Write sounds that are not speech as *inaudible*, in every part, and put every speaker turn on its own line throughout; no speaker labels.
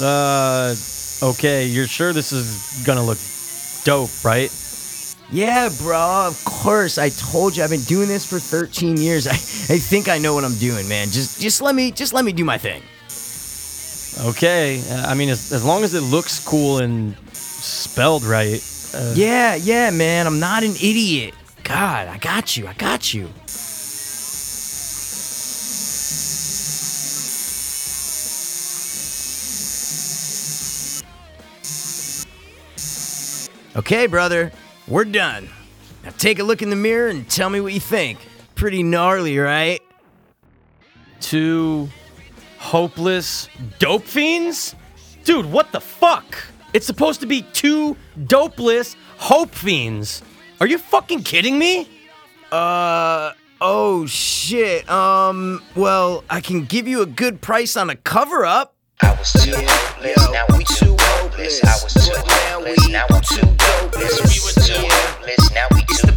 Uh, okay, you're sure this is gonna look dope, right?
Yeah, bro, of course. I told you I've been doing this for 13 years. *laughs* I, I think I know what I'm doing, man. Just just let me just let me do my thing.
Okay, uh, I mean, as, as long as it looks cool and spelled right. Uh,
Yeah, yeah, man. I'm not an idiot. God, I got you. I got you. Okay, brother. We're done. Now take a look in the mirror and tell me what you think. Pretty gnarly, right?
Two hopeless dope fiends? Dude, what the fuck? It's supposed to be two dopeless hope fiends. Are you fucking kidding me?
Uh oh shit. Um well, I can give you a good price on a cover up.
I was too hopeless, now we too hopeless. I was too hopeless, now I'm too dopeless. We were too hopeless, now we too dopeless.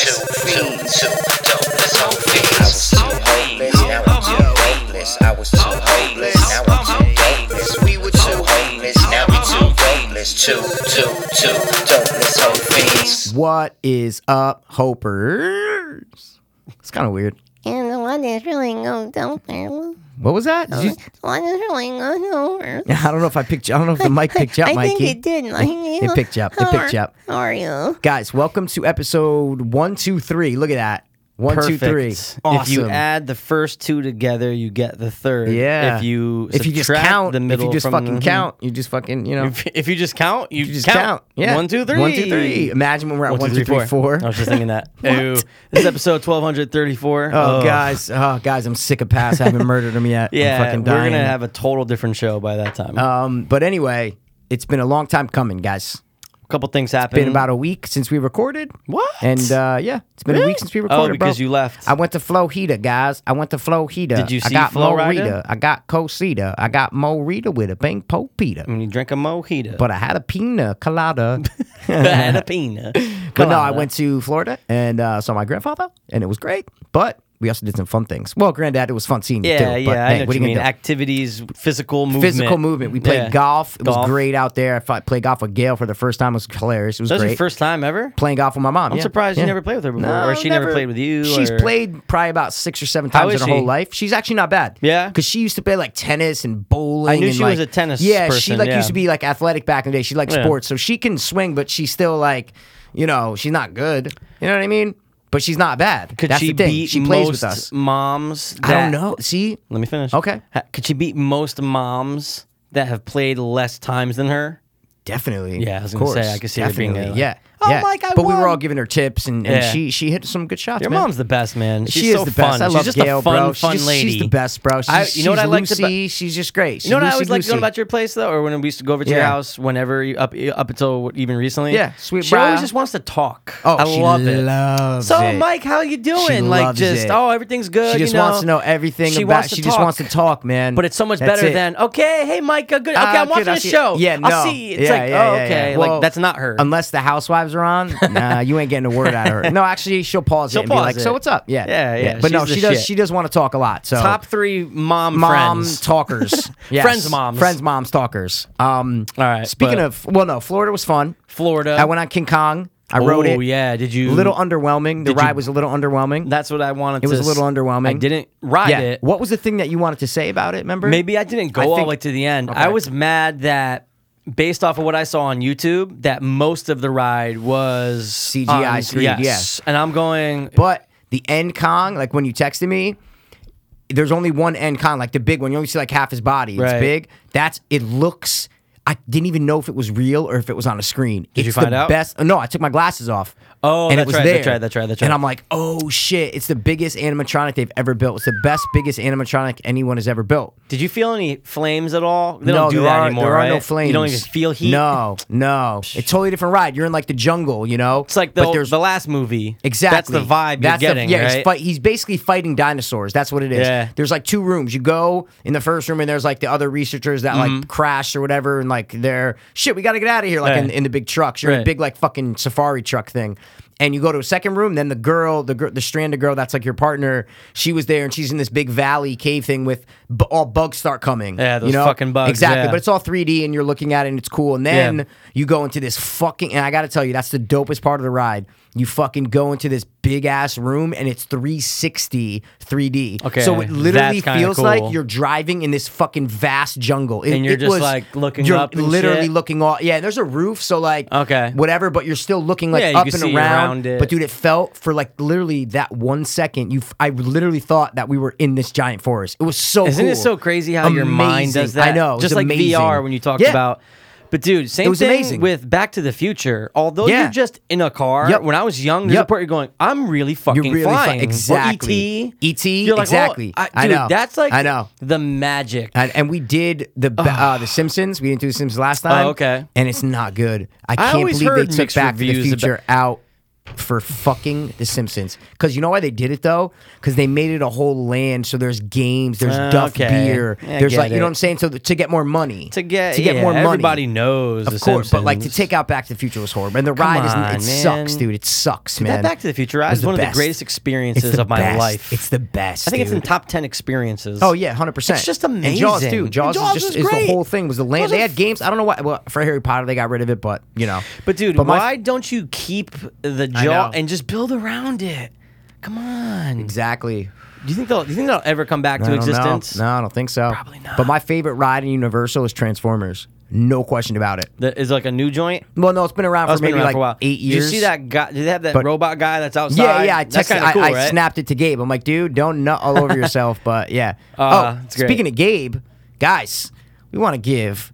Two, two, two, dopeless, hopeless. I was too hopeless, now I'm too hopeless. I was too hopeless, now I'm too dopeless. We were too hopeless, now we too dopeless. Two, two, two, dopeless, hopeless.
What is up, hopers? It's kind of weird.
And the one that's really going down there. The
What was that? Did you-
one that's really going over.
I don't know if I picked you. I don't know if the mic picked you up,
*laughs* I
Mikey.
think it did, Mikey.
It picked you up. It
How
picked
are-
you up.
How are you?
Guys, welcome to episode one, two, three. Look at that. One,
Perfect.
two, three. Awesome.
If you add the first two together, you get the third.
yeah.
If you
if you just
subtract
count,
the
if
middle
you just
from-
fucking
Mhm.
count, you just fucking you know.
If, if you just count, you,
you just count. Yeah.
One, two, three.
One, two, three. Imagine when we're at
One, two, three, four. I
Oh,
was just thinking *laughs* that. Ew. This is episode 1234.
Oh, guys, oh guys, I'm sick of Pass. I haven't murdered
*laughs*
him yet.
Yeah,
I'm fucking
we're
dying.
going to have a total different show by that time.
um, but anyway, it's been a long time coming, guys.
a couple things happened.
Been about a week since we recorded.
Mm-hmm. What?
And uh, yeah, it's been a week since we recorded.
Oh, because
bro.
you left.
I went to Florida, guys. I went to Florida.
Did you
I
see
got
Flo Rida?
Morita. I got Cosita. I got Morita with a pink popita.
when you drink a mojito.
But I had a pina
*laughs*
colada. *laughs*
and *laughs* a pina.
But no, I went to Florida and uh, saw my grandfather, and it was great. But we also did some fun things. Well, granddad, it was fun seeing you too.
Yeah,
but,
yeah.
hey,
I know
what
what
are
you mean.
gonna do?
Activities, physical movement.
Physical movement. We played
Yeah.
golf. It
Golf.
was great out there. I fi- played golf with Gail for the first time. It was hilarious. It was
That was
great.
your first time ever?
playing golf with my mom.
I'm surprised you never played with her before, or she never played with you,
She's
or-
played probably about six or seven times in
is
her whole
she?
life. She's actually not bad.
Yeah?
because she used to play like tennis and bowling.
I knew
and,
she was
like-
a tennis
Yeah, she
person,
like
yeah.
used to be like athletic back in the day. She liked
Yeah.
sports, so she can swing, but she's still like, you know, she's not good. You know what I mean? But she's not bad.
Could
That's
she
the thing.
beat
she plays
most
with us.
moms?
I don't
that-
know. See,
Let me finish.
Okay.
Ha- Could she beat most moms that have played less times than her?
Definitely.
Yeah, I was
of
gonna say,
course.
I could see her being
Definitely.
there, like,
yeah.
"Oh
yeah.
my God, I
But we were
won."
all giving her tips, and, and
Yeah.
she she hit some good shots.
Your
man.
mom's the best, man. She's
she is
so
the
fun.
best. I
she's
love
just
Gail,
a fun,
bro.
fun
she's, just-
lady.
She's the best, bro. She's,
I- you know what
she's
I liked
Lucy.
about-
She's just great.
You know what I
She's
always liked
Lucy-goosey.
going about your place though, or when we used to go over to your
Yeah.
house, whenever you, up up until what- even recently.
Yeah, sweet
She always
bro.
just wants to talk.
Oh,
I
she
love it.
loves
so
it.
Mike, how you doing?
She
like
loves
just
it.
oh, everything's good.
She just
you know?
wants to know everything
She
about.
wants to
she just wants to
talk.
talk, man.
But it's so much
That's
better
it.
than okay, hey Mike, uh, good. Okay,
Ah,
I'm
good,
watching
I
the
see it.
show.
Yeah, no.
I'll see. you. It's
Yeah,
like
yeah,
oh,
yeah,
okay,
yeah. Well,
like that's not her.
Unless the housewives are on, nah, you ain't getting a word out of her. No, actually, she'll pause
She'll
it and be
pause
like,
it.
"So what's up?" Yeah,
Yeah, yeah,
But no,
she's the
she does.
shit.
She does want to talk a lot. So
Top three mom,
mom
friends.
talkers, *laughs* yes.
Friends moms.
friends moms talkers. Um,
All right,
Speaking
but-
of, well, no, Florida was fun.
Florida.
I went on King Kong. I
oh,
rode it.
yeah. Did you
little underwhelming. The
Did you-
ride was a little underwhelming.
That's what I wanted.
It was
to
a little
s-
underwhelming.
I didn't ride
yeah.
it.
What was the thing that you wanted to say about it? Remember?
Maybe I didn't go
I
all
think-
the way to the end. I was mad that based off of what I saw on YouTube, that most of the ride was
CGI
on-
screen,
Yes.
yes.
and I'm going.
But the end Kong, like when you texted me, there's only one end Kong, like the big one. You only see like half his body. It's
Right.
big. That's it looks. I didn't even know if it was real or if it was on a screen. Did it's
you find
the
out?
Best. No, I took my glasses off.
Oh,
and
that's
it was
right,
there.
that's right, that's right, that's right.
And I'm like, oh shit! It's the biggest animatronic they've ever built. It's the best, biggest animatronic anyone has ever built.
Did you feel any flames at all? They don't do
there
that
are,
anymore.
There are
right?
no flames.
You don't even feel heat.
No, no. It's totally different ride. You're in like the jungle, you know.
It's like
but
the,
there's
the last movie.
exactly
That's the vibe
That's the-
you're getting.
yeah,
right?
he's fight. He's basically fighting dinosaurs. That's what it is.
Yeah. Mm-hmm.
There's like two rooms. You go in the first room, and there's like the other researchers that like crashed or whatever, and like like they're shit. We got to get out of here. Like in,
Right.
in the big trucks, you're in a
Right.
big like fucking safari truck thing. And you go to a second room. Then the girl, the girl, the stranded girl, that's like your partner. She was there, and she's in this big valley cave thing with b- all bugs start coming.
Yeah, those
you know?
fucking bugs,
Exactly,
yeah.
but it's all 3D, and you're looking at it, and it's cool. And then
Yeah.
you go into this fucking. And I got to tell you, that's the dopest part of the ride. You fucking go into this big ass room, and it's 360 3D.
Okay,
so it
that's
literally
kinda
feels like
cool.
you're driving in this fucking vast jungle. It-
And you're
it
just,
was-
like, looking
you're
up and
literally
shit?
looking all. Yeah, and there's a roof, so like
Okay.
whatever, but you're still looking like
Yeah, you
up
can
and
see
around.
around it.
But dude, it felt for like literally that one second. You, f- I literally thought that we were in this giant forest. It was so.
Isn't
cool.
it so crazy how your mind does
Amazing.
that?
I know, it was
just like
amazing.
VR when you talked
Yeah.
about. But dude, same
was
thing
amazing.
with Back to the Future. Although
Yeah.
you're just in a car.
Yep.
When I was young, there's
Yep.
a part you're going, I'm really fucking
You're really fly-
flying. Or
exactly.
ET.
E.T.,
You're like, oh,
exactly.
I,
I
dude,
know.
That's like
I know.
the magic.
And, and we did the ba- uh, the Simpsons. We didn't do the Simpsons last time.
Oh, okay.
And it's not good. I can't
always
believe they
heard
took
mixed
Back to the
reviews about-
Future out for fucking the Simpsons. Because you know why they did it though? Because they made it a whole land. So there's games. There's
Uh,
Duff
okay.
beer.
Yeah, I
there's
get
like you
it.
know what I'm saying. So th- to get more money.
to get
to get
yeah,
more money.
Everybody knows
Of
the
course, but like to
Simpsons.
take out Back to the Future was horrible, and the ride is
on,
it sucks,
man.
dude. It sucks, man.
that Back to the Future
It
ride
was
is one of
best.
the greatest
It's
experiences
the
of my
best.
life.
It's the best.
I think it's in
dude.
top ten experiences.
Oh yeah, hundred percent.
It's just
And Jaws
amazing.
too.
And
Jaws,
Jaws
is
was
just is the
great.
whole thing was the land.
Jaws
They
was
had
f-
games. I don't know why. Well, for Harry Potter, they got rid of it, but you know.
But dude,
But my-
why don't you keep the
I
jaw
know.
and just build around it? Come on.
exactly.
Do you think they'll? Do you think they'll ever come back
I
to
don't know.
existence?
No, I don't think so.
Probably not.
But my favorite ride in Universal is Transformers. No question about it.
That is like a new joint.
Well, no, it's been around
Oh,
for
it's been
maybe
around
like
for a while.
eight
Did
years.
You see that guy? Did they have that
But-
robot guy that's outside?
Yeah, yeah. I
That's
texted.
kinda cool,
I, I
right?
snapped it to Gabe. I'm like, dude, don't nut all over yourself. *laughs* But yeah.
Uh,
oh,
it's great.
speaking of Gabe, guys, we want to give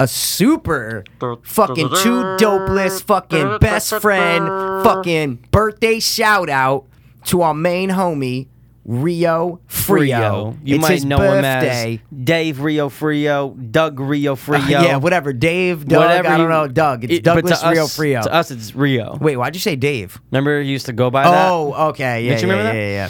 a super fucking two dopeless fucking best friend fucking birthday shout out to our main homie Rio Frio.
Frio. You
It's
might
his
know
birthday. Uh,
him as Dave Rio Frio, Doug Rio Frio.
yeah, whatever. Dave, Doug.
whatever
I don't
you-
know. Doug. It's
it- but to
Douglas Rio
us-
Frio.
To us, it's Rio.
Wait, why'd you say Dave?
Remember, he used to go by that.
Oh, okay. Yeah,
Don't you
yeah,
remember
yeah,
that?
yeah, yeah.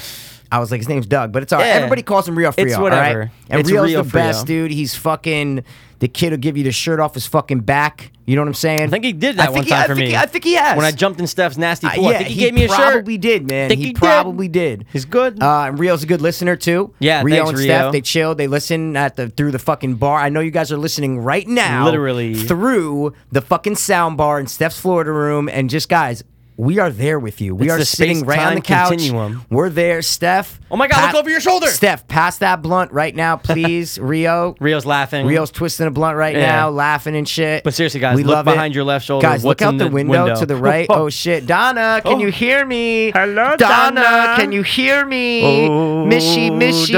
I was like, his name's Doug, but it's all right.
Yeah.
Everybody calls him Rio Frio. all right?
whatever.
And
It's
Rio's
Rio
the best,
Frio.
dude. He's fucking. The kid will give you the shirt off his fucking back. You know what I'm saying?
I think he did that
I
one
think he-
time
I
for
think
me.
he- I think he has.
When I jumped in Steph's nasty
Uh,
pool, I think he, gave me a shirt.
probably did, man.
Think
he,
he did.
probably did.
He's good.
Uh, and Rio's a good listener too.
Yeah,
Rio
thanks,
and Steph,
Rio.
they chilled. They listen at the through the fucking bar. I know you guys are listening right now,
Literally.
through the fucking sound bar in Steph's Florida room. And just guys, we are there with you. We
It's
are
the
sitting right on the
space-time
couch.
continuum.
We're there, Steph.
Oh my God, look over your shoulder.
Steph. Pass that blunt right
*laughs*
now, please, Rio.
Rio's laughing.
Rio's twisting a blunt right
Mm-hmm. Yeah.
now, laughing and shit.
But seriously, guys, look behind your left shoulder.
Guys,
What's
look out
in
the,
the
window,
window? Oh.
to the
*laughs*
right. oh shit, Donna, can you hear me?
Hello,
Donna.
Donna.
Can you hear me?
Oh,
Mishy, Mishy,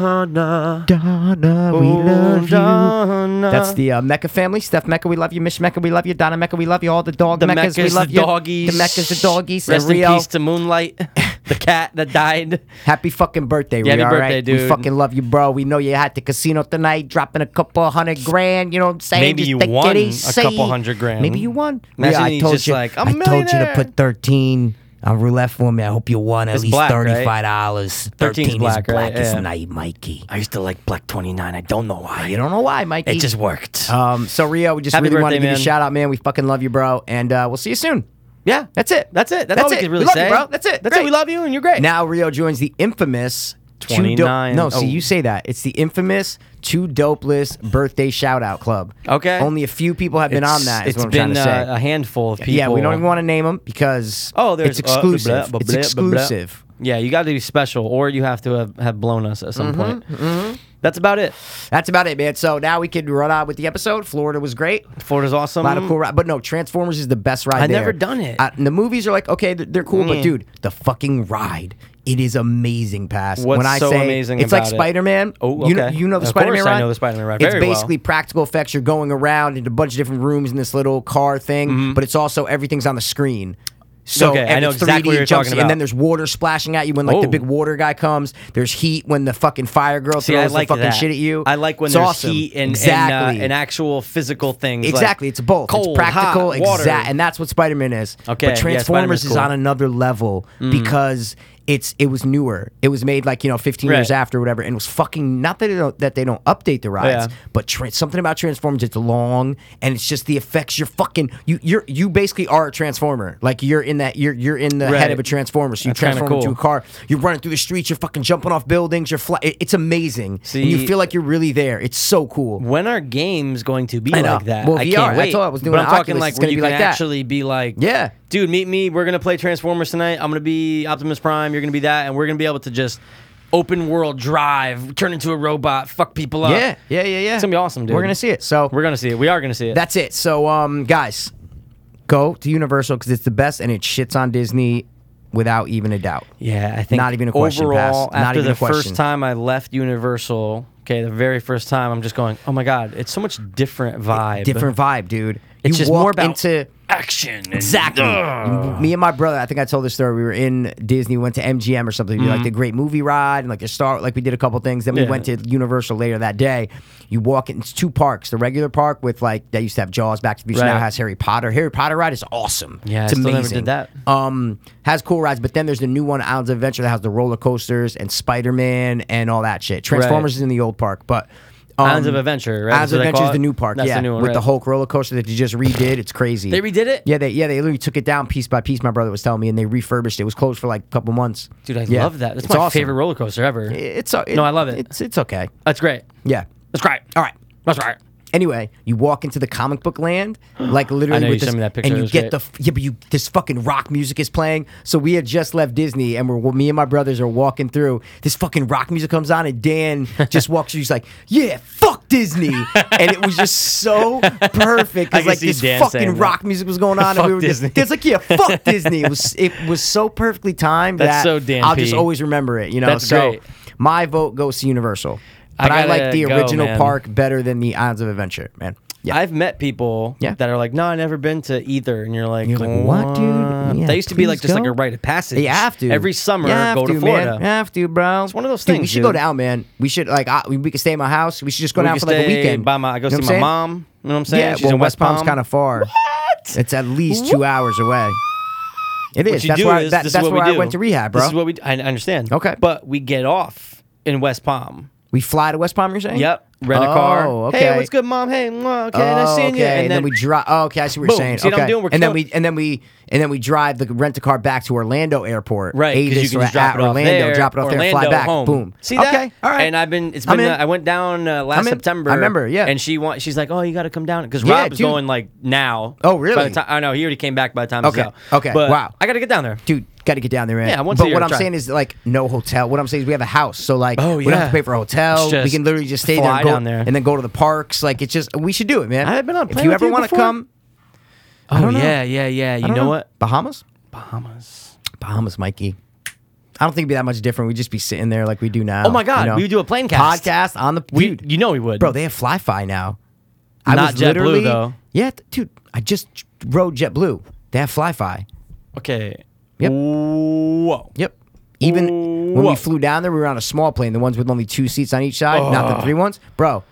Donna,
Donna, we
oh,
love you.
Donna.
That's the uh, Mecca family. Steph Mecca, we love you. Mish Mecca, we love you. Donna Mecca, we love you. All the dog
the
Meccas, we
Meccas,
love
the
you.
doggies.
The Meccas, the doggies.
Rest
and Rio.
in peace to Moonlight, the cat that died.
Happy fucking birthday, Rio.
happy
all
birthday,
right? We
dude.
fucking love you, bro. We know you had the casino tonight, dropping a couple hundred grand. You know what I'm saying?
Maybe
Just
you
take it
won a
easy.
couple hundred grand.
Maybe you won.
Imagine
yeah, I
he's
told
just
you.
like, "I'm
I
a
told you to
millionaire."
put thirteen on roulette for me. I hope you won at
It's
least
black, right?
thirty-five dollars.
13 is
Thirteen
black,
is black
right?
as
Yeah.
night, Mikey.
I used to like Black 29. I don't know why.
You don't know why, Mikey.
worked.
Um, so Rio, we just
Happy
really want
birthday,
to give you a
man.
shout out, man. We fucking love you, bro, and uh, we'll see you soon.
yeah,
That's it.
That's it. That's, all we
it.
can really
love
say,
you, bro. That's it.
That's
Great.
it. We love you, and you're great.
Now Rio joins the infamous two dope-
29.
no, see,
Oh.
you say that. It's the infamous two dopeless birthday shout out club.
Okay.
Only a few people have been
It's-
on that. Is
It's
what I'm trying
been
to
uh,
say.
a handful of people.
yeah, we don't even want to name them because
Oh, there's
it's
uh, blah,
exclusive.
blah, blah,
it's
blah, blah, blah.
exclusive.
Yeah, you got to be special, or you have to have, have blown us at some
Mm-hmm,
point. That's about it.
That's about it, man. So now we can run on with the episode. Florida was great.
Florida's awesome.
A lot of cool ride, but no, Transformers is the best ride.
I've
there.
never done it. Mm.
Uh, and the movies are like okay, they're, they're cool, but
Yeah.
dude, the fucking ride, it is amazing. Pass.
What's
when I
so
say
amazing
it's like
about it?
Spider Man.
Oh,
you know,
okay.
you know the
Of
Spider Man
course I
ride.
know the Spider-Man ride
It's
very well.
basically practical effects. You're going around into a bunch of different rooms in this little car thing, but it's also everything's on the screen. So
Mm-hmm. Okay, I
every
know exactly
3D
what you're
jumps,
talking
And
about.
then there's water splashing at you when like the
Oh.
big water guy comes. There's heat when the fucking fire girl
See, I
throws
like
the fucking
that.
shit at you.
I like when
it's
there's
awesome.
heat and
exactly
and, uh, and actual physical things. like
Exactly, it's both.
Cold,
it's practical,
hot, water.
exact, and that's what Spider Man is.
Okay, yeah,
but Transformers
Spider-Man's
is
cool. Mm.
on another level because it's it was newer. It was made like you know 15 years
Right.
after or whatever, and it was fucking not that they don't, that they don't update the rides,
Yeah.
but tra- something about Transformers it's long and it's just the effects. You're fucking you you're you basically are a transformer. Like you're in that you're you're in the head
Right.
of a transformer. So you
That's kinda
transform into
cool.
a car. You're running through the streets. You're fucking jumping off buildings. You're fly- it- It's amazing. and you
See-
feel like you're really there. It's so cool.
When are games going to be
I know.
like that?
Well,
I
VR,
can't
that's
wait.
all I was doing
But I'm
on
talking
Oculus,
like
it's
where
gonna
you
be
can
like that.
actually be like,
Yeah.
dude, meet me. We're gonna play Transformers tonight. I'm gonna be Optimus Prime. You're gonna be that, and we're gonna be able to just open world drive, turn into a robot, fuck people up.
Yeah, yeah, yeah, yeah.
It's gonna be awesome, dude.
We're gonna see it. So
We're gonna see it. We are gonna see it.
that's it. So, um, guys, go to Universal because it's the best, and it shits on Disney without even a doubt.
Yeah, I think
Not even a question
overall,
passed. Not
after
even a
the
question.
first time I left Universal, okay, the very first time, I'm just going, oh my god, it's so much different vibe,
Different vibe, dude.
It's
you
just
walk
more about
into
action, and-
Exactly.
Ugh.
Me and my brother, I think I told this story. We were in Disney, went to MGM or something. We did like the great movie ride and like a star, like we did a couple things. Then we
Mm-hmm. Yeah.
went to Universal later that day. You walk in, it's two parks the regular park with like, that used to have Jaws, Back to the Future, now
Right.
has Harry Potter. Harry Potter ride is awesome.
Yeah, I
it's
still never
amazing.
did that.
Um, has cool rides, but then there's the new one, Islands of Adventure, that has the roller coasters and Spider Man and all that shit. Transformers
Right.
is in the old park, but. Um,
Islands of Adventure, right? That's
Islands of
what they
Adventure
call
is the
it?
new park,
That's the
yeah,
new one,
with the
right.
Hulk roller coaster that you just redid. It's crazy.
They redid it?
Yeah, they yeah they literally took it down piece by piece. My brother was telling me, and they refurbished it. It was closed for like a couple months.
dude, I
Yeah.
love that. That's
It's
my
awesome.
favorite roller coaster ever.
It's uh,
No, I love it.
It's it's okay.
That's great.
Yeah.
That's great.
All right.
That's right.
Anyway, you walk into the comic book land, like literally
know,
with
you
this,
sent me that picture,
and
it
you
was
get
great.
the f- yeah, but you this fucking rock music is playing. So we had just left Disney, and we're well, me and my brothers are walking through. This fucking rock music comes on,
*laughs*
and Dan just walks through. He's like, "Yeah, fuck Disney," and it was just so perfect
I
because
can
like
see
this
Dan saying
fucking
that.
rock music was going on, and
Fuck
we were
Disney.
just it's like,
*laughs*
"Yeah, fuck Disney." It was it was so perfectly timed
That's
that
so Dan
I'll
P.
just always remember it. You know,
That's
so
great.
my vote goes to Universal.
I
But I, like
gotta
the
go,
original
man.
park better than the Islands of Adventure, man. Yeah.
I've met people
Yeah.
that are like, no, I never been to either, and you're like,
You're like, what, dude? Yeah,
that used to be like
please
just like
go.
a rite of passage.
you have to
every summer
You have
go to,
man.
Florida.
You have to, bro. It's
one of those
We
things,
should go
dude.
down, man. We should like I, we, we could stay in my house. We should just go
We
down
could
for like a
stay
weekend.
By my, I go
You know
see
what I'm
my
saying?
mom. You know what I'm saying?
Yeah,
She's
well,
in West Palm.
kind of far.
What?
It's at least two hours away. It
What
is.
you
That's
do
where I,
is,
that,
this
that's
is what
where
we
I
do.
went to rehab,
This
bro.
is what we. I understand.
Okay.
but we get off in West Palm.
we fly to West Palm. You're saying?
Yep, rent a car.
Oh,
Hey,
okay.
what's good, mom? Hey, mwah, okay,
Oh,
nice
okay.
seeing you.
And, then, we drive. Oh, okay, I see what you're
Boom.
saying.
See what
okay.
I'm doing? We're
and then
killing-
we and then we and then we drive the rent a car back to Orlando Airport.
Right, because you
Avis
can
or
just drop
at
it off
Orlando,
there,
drop it off there, fly
Orlando,
back.
home.
Boom.
See that?
Okay, all right.
And I've been. It's
I'm
been.
in.
uh, I went down uh, last
I'm in.
September.
I remember, yeah.
And she wants. She's like, "Oh, you got to come down," because
Yeah,
Rob's
dude.
going like now.
Oh,
By
really?
the time, I know he already came back by the time. it's
Okay,
out.
okay,
But
wow.
I got to get down there.
dude, got to get down there. Man.
Yeah, once a
But
year,
what I'm
try.
saying is like no hotel. What I'm saying is we have a house, so like
Oh,
we don't have
yeah.
to pay for a hotel.
It's just
We can literally just stay there,
fly
and go,
down there.
and then go to the parks. Like it's just we should do it, man.
I've been on a
If
plane
you
with
ever
you
wanna
before.
come,
Oh
don't know.
yeah, yeah, yeah. You
I
know,
don't know
what?
Bahamas,
Bahamas.
Bahamas, Mikey. I don't think it'd be that much different. We'd just be sitting there like we do now.
Oh my God,
you know?
we would do a plane cast.
podcast on the
We,
dude.
you know we would,
Bro, they have FlyFi now.
Not JetBlue,
literally-
though.
Yeah, th- dude, I just rode JetBlue. They have FlyFi.
Okay.
Yep.
Whoa.
Yep. Even when we
Whoa.
flew down there, we were on a small plane, the ones with only two seats on each side, not the three ones. Bro,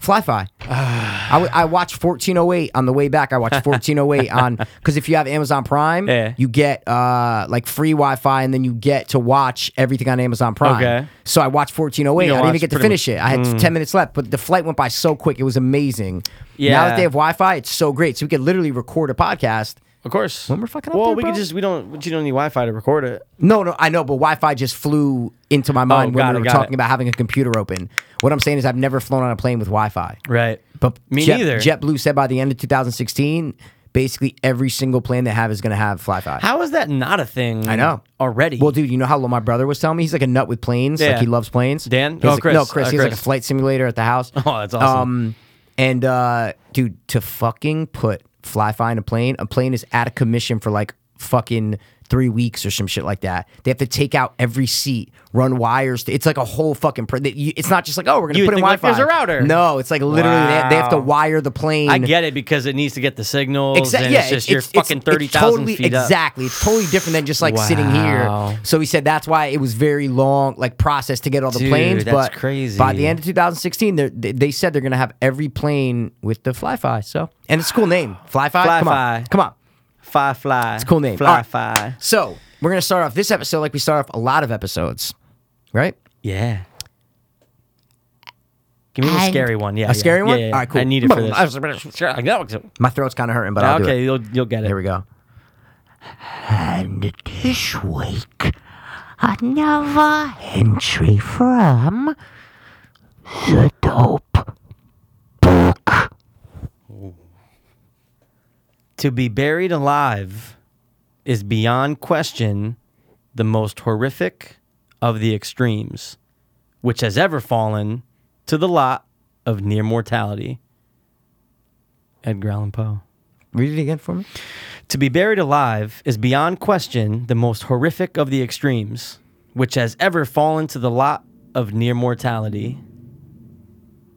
FlyFi.
*sighs*
I, w- I watched 1408 on the way back.
*laughs*
I watched 1408 on because if you have Amazon Prime,
Yeah.
you get uh, like free Wi Fi and then you get to watch everything on Amazon Prime.
Okay.
So I watched 1408.
You
I
can
didn't even
watch
get to
pretty Mm.
finish it. I had 10 minutes left, but the flight went by so quick. It was amazing. Now that
Yeah.
they have Wi Fi, it's so great. So we could literally record a podcast.
Of course.
When we're fucking up
Well,
there,
we
bro.
could just we don't but you don't need Wi-Fi to record it.
No, no, I know, but Wi-Fi just flew into my mind
Oh,
when
got
we
it,
were
got
talking
it.
about having a computer open. What I'm saying is, I've never flown on a plane with Wi-Fi.
Right.
But
Me
Jet-
neither.
JetBlue said by the end of 2016, basically every single plane they have is going to have Wi-Fi.
How is that not a thing?
I know
already.
Well, dude, you know how my brother was telling me he's like a nut with planes. Like
Yeah.
he loves planes.
Dan?
He's
Oh,
like-
Chris.
No, Chris.
Uh,
he has like a
Chris.
flight simulator at the house.
*laughs* Oh, that's awesome.
Um, and uh, dude, to fucking put fly fi in a plane, a plane is out of commission for like fucking three weeks or some shit like that. They have to take out every seat, run wires. It's like a whole fucking. Pr- that you- it's not just like oh we're gonna
You
put in
think, like,
Wi-Fi.
there's a router.
No, it's like literally they, they have to
Wow.
wire the plane.
I get it because it needs to get the signals.
Exactly.
and
yeah,
it's just you're fucking thirty thousand
totally,
feet up.
Exactly. It's totally different than just like sitting
Wow.
here. So he said that's why it was very long, like process to get all the
Dude,
planes.
that's
but
crazy.
By the end of 2016, they're- they they said they're gonna have every plane with the Fly Fi. So and it's a cool name, Fly Fi.
Fly
Come
Fi.
on, come on.
Fly, fly. It's
a cool name. All
Fly,
right.
fly.
So we're gonna start off this episode like we start off a lot of episodes, right?
Yeah. Give me the
And-
scary one. Yeah. yeah.
scary
Yeah,
one?
yeah, yeah.
All right, cool.
I need
*laughs*
it for this. Sure, I know.
My throat's kind of hurting, but I'll do
Okay,
it.
you'll you'll get it.
Here we go.
And this week, another entry from the dope.
To be buried alive is beyond question the most horrific of the extremes, which has ever fallen to the lot of near mortality. Edgar Allan Poe.
Read it again for me.
To be buried alive is beyond question the most horrific of the extremes, which has ever fallen to the lot of near mortality.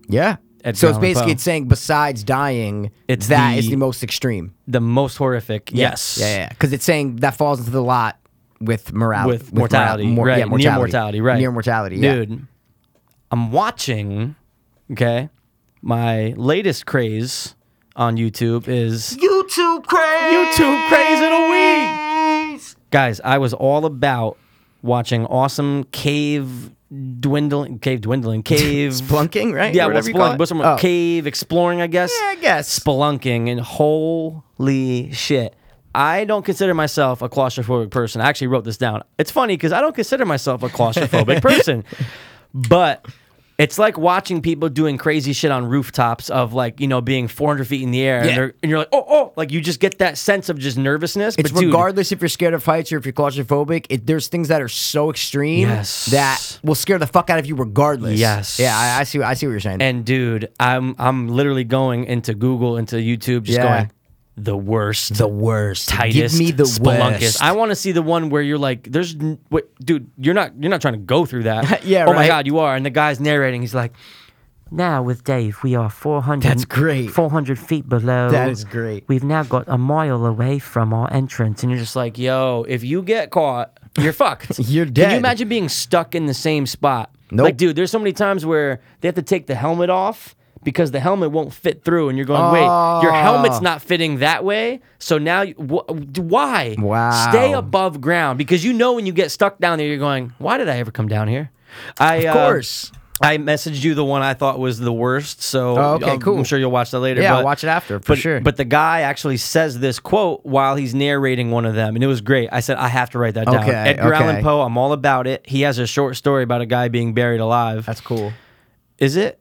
Yeah.
Edgar
so it's
Allan
basically
Poe.
it's saying besides dying,
It's
that
the-
is the most extreme.
The most horrific, yes.
Yeah, yeah. Because it's saying that falls into the lot with morality.
With mortality, right.
yeah,
Near mortality, right.
Near mortality, yeah.
Dude, I'm watching, okay, my latest craze on YouTube is
YouTube craze!
YouTube craze in a week. Guys, I was all about watching awesome cave dwindling, cave
*laughs*
dwindling, cave
Splunking, right?
Yeah,
Or
well,
whatever you
spelunking,
call
but
it.
some
Oh.
cave exploring, I guess.
Yeah, I guess.
Spelunking, and holy shit. I don't consider myself a claustrophobic person. I actually wrote this down. It's funny because I don't consider myself a
*laughs*
claustrophobic person, but it's like watching people doing crazy shit on rooftops of like, you know, being 400 feet in the air.
Yeah.
And, they're, and you're like, oh, oh, like you just get that sense of just nervousness.
It's
but dude,
regardless if you're scared of heights or if you're claustrophobic, it, there's things that are so extreme
Yes.
that will scare the fuck out of you regardless.
Yes.
Yeah, I, I see. what- I see what you're saying.
And dude, I'm I'm literally going into Google, into YouTube, just
Yeah.
going the worst.
the worst.
tightest.
Give me the
spelunkest.
worst.
I want to see the one where you're like, "There's, n- wait, dude, you're not, you're not trying to go through that."
*laughs* Yeah,
Oh my
right.
god, you are. And the guy's narrating. He's like,
Now with Dave, we are 400.
That's great.
400 feet below.
That is great.
We've now got a mile away from our entrance, and you're just
"It's like, yo, if you get caught, you're fucked.
*laughs* You're
Can you
dead.
imagine being stuck in the same spot?
Nope.
Like, dude, there's so many times where they have to take the helmet off. Because the helmet won't fit through, and you're going, wait, your
Oh.
helmet's not fitting that way. So now, you- wh- why?
Wow.
Stay above ground because you know when you get stuck down there, you're going, why did I ever come down here? I, uh,
Of course.
I messaged you the one I thought was the worst, so
Oh, okay,
um, I'm
cool.
sure you'll watch that later.
Yeah,
but,
I'll watch it after, for
but,
sure.
But the guy actually says this quote while he's narrating one of them, and it was great. I said I have to write that down.
Okay,
Edgar Allan
okay.
Poe, I'm all about it. He has a short story about a guy being buried alive.
That's cool.
Is it?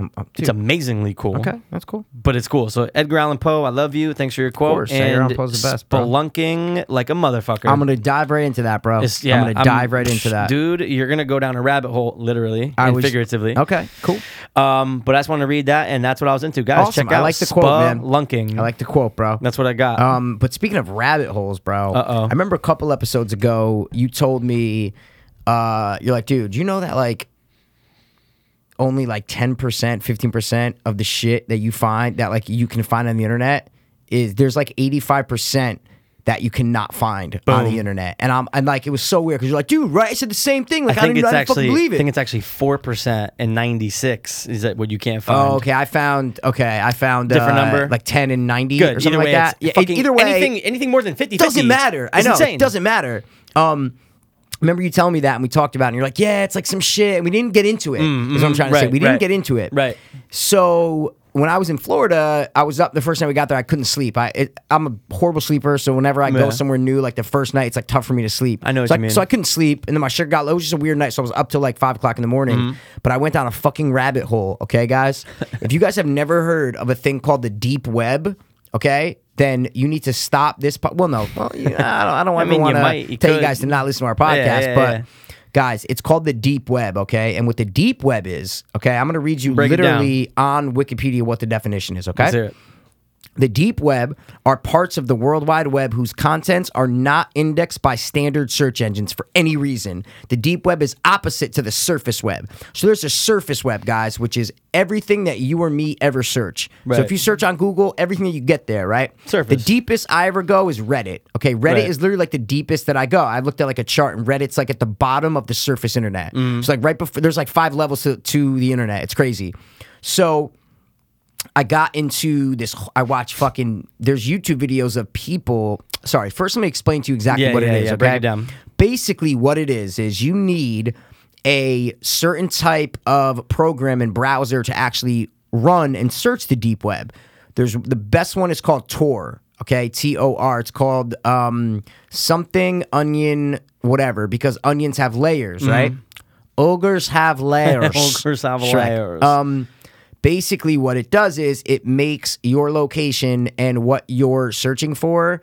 Um,
It's
dude,
amazingly cool.
okay. That's cool.
but it's cool. So Edgar Allan Poe, I love you. Thanks for your quote.
course,
and
Edgar Allan Poe's the best, bro.
Spelunking like a motherfucker.
I'm gonna dive right into that, bro.
It's- yeah,
I'm gonna dive right into that.
dude. You're gonna go down a rabbit hole, literally
I
and
was-
figuratively.
Okay, cool.
Um, but I just want to read that, and that's what I was into, guys.
Awesome.
Check out
I like the quote, man.
Lunking.
I like the quote, bro.
that's what I got.
Um, but speaking of rabbit holes, bro,
Uh-oh.
I remember a couple episodes ago you told me, uh, you're like, dude, you know that like only like ten percent, fifteen percent of the shit that you find that like you can find on the internet is there's like eighty five percent that you cannot find on the internet, and I'm and like it was so weird because you're like, dude, right? I said the same thing. Like I, didn't, I didn't
actually.
fucking believe it.
I think it's actually four percent and ninety six. Is that what you can't find?
Oh, okay. I found. Okay, I found
Different
uh,
number?
like ten and ninety
Good.
or something
either way,
like that.
It's
Yeah, e-
fucking,
either way,
anything anything more than 50
doesn't
50
matter. I
is
know
Insane.
it doesn't matter. Um, remember you telling me that, and we talked about, it and you're like, "Yeah, it's like some shit." And we didn't get into it. is what I'm trying to say.
Mm, right,
We didn't
right,
get into it.
right.
So when I was in Florida, I was up the first night we got there. I couldn't sleep. I it, I'm a horrible sleeper, so whenever I
Yeah.
go somewhere new, like the first night, it's like tough for me to sleep.
I know what
so
you mean.
So I couldn't sleep, and then my sugar got low. It was just a weird night, so I was up till like five o'clock in the morning.
Mm-hmm.
But I went down a fucking rabbit hole.
*laughs*
Okay, guys, if you guys have never heard of a thing called the deep web, okay, then you need to stop this. Po- well, no, well, you know, I don't. I don't
*laughs* I mean, you
want
might,
to
you
tell
could.
you guys to not listen to our podcast,
Yeah, yeah,
but.
yeah.
Guys, it's called the deep web, okay? And what the deep web is, okay, I'm gonna read you
Break it down.
literally on Wikipedia what the definition is, okay?
Let's hear it.
The deep web are parts of the World Wide Web whose contents are not indexed by standard search engines for any reason. The deep web is opposite to the surface web. So there's a surface web, guys, which is everything that you or me ever search. So if
Right.
you search on Google, everything that you get there, right? The
Surface.
deepest I ever go is Reddit. Okay, Reddit
Right.
is literally like the deepest that I go. I looked at like a chart, and Reddit's like at the bottom of the surface internet.
Mm.
It's like right before there's like five levels to, to the internet. It's crazy. So I got into this. I watch fucking. There's YouTube videos of people. Sorry, first let me explain to you exactly
Yeah,
what
yeah,
it is.
yeah,
okay?
break it down.
Basically, what it is is you need a certain type of program and browser to actually run and search the deep web. There's the best one is called Tor. Okay, T O R. It's called um, something onion whatever because onions have layers, right? Ogres have layers.
Mm-hmm. *laughs* Ogres have
Shrek.
layers.
Um, basically, what it does is it makes your location and what you're searching for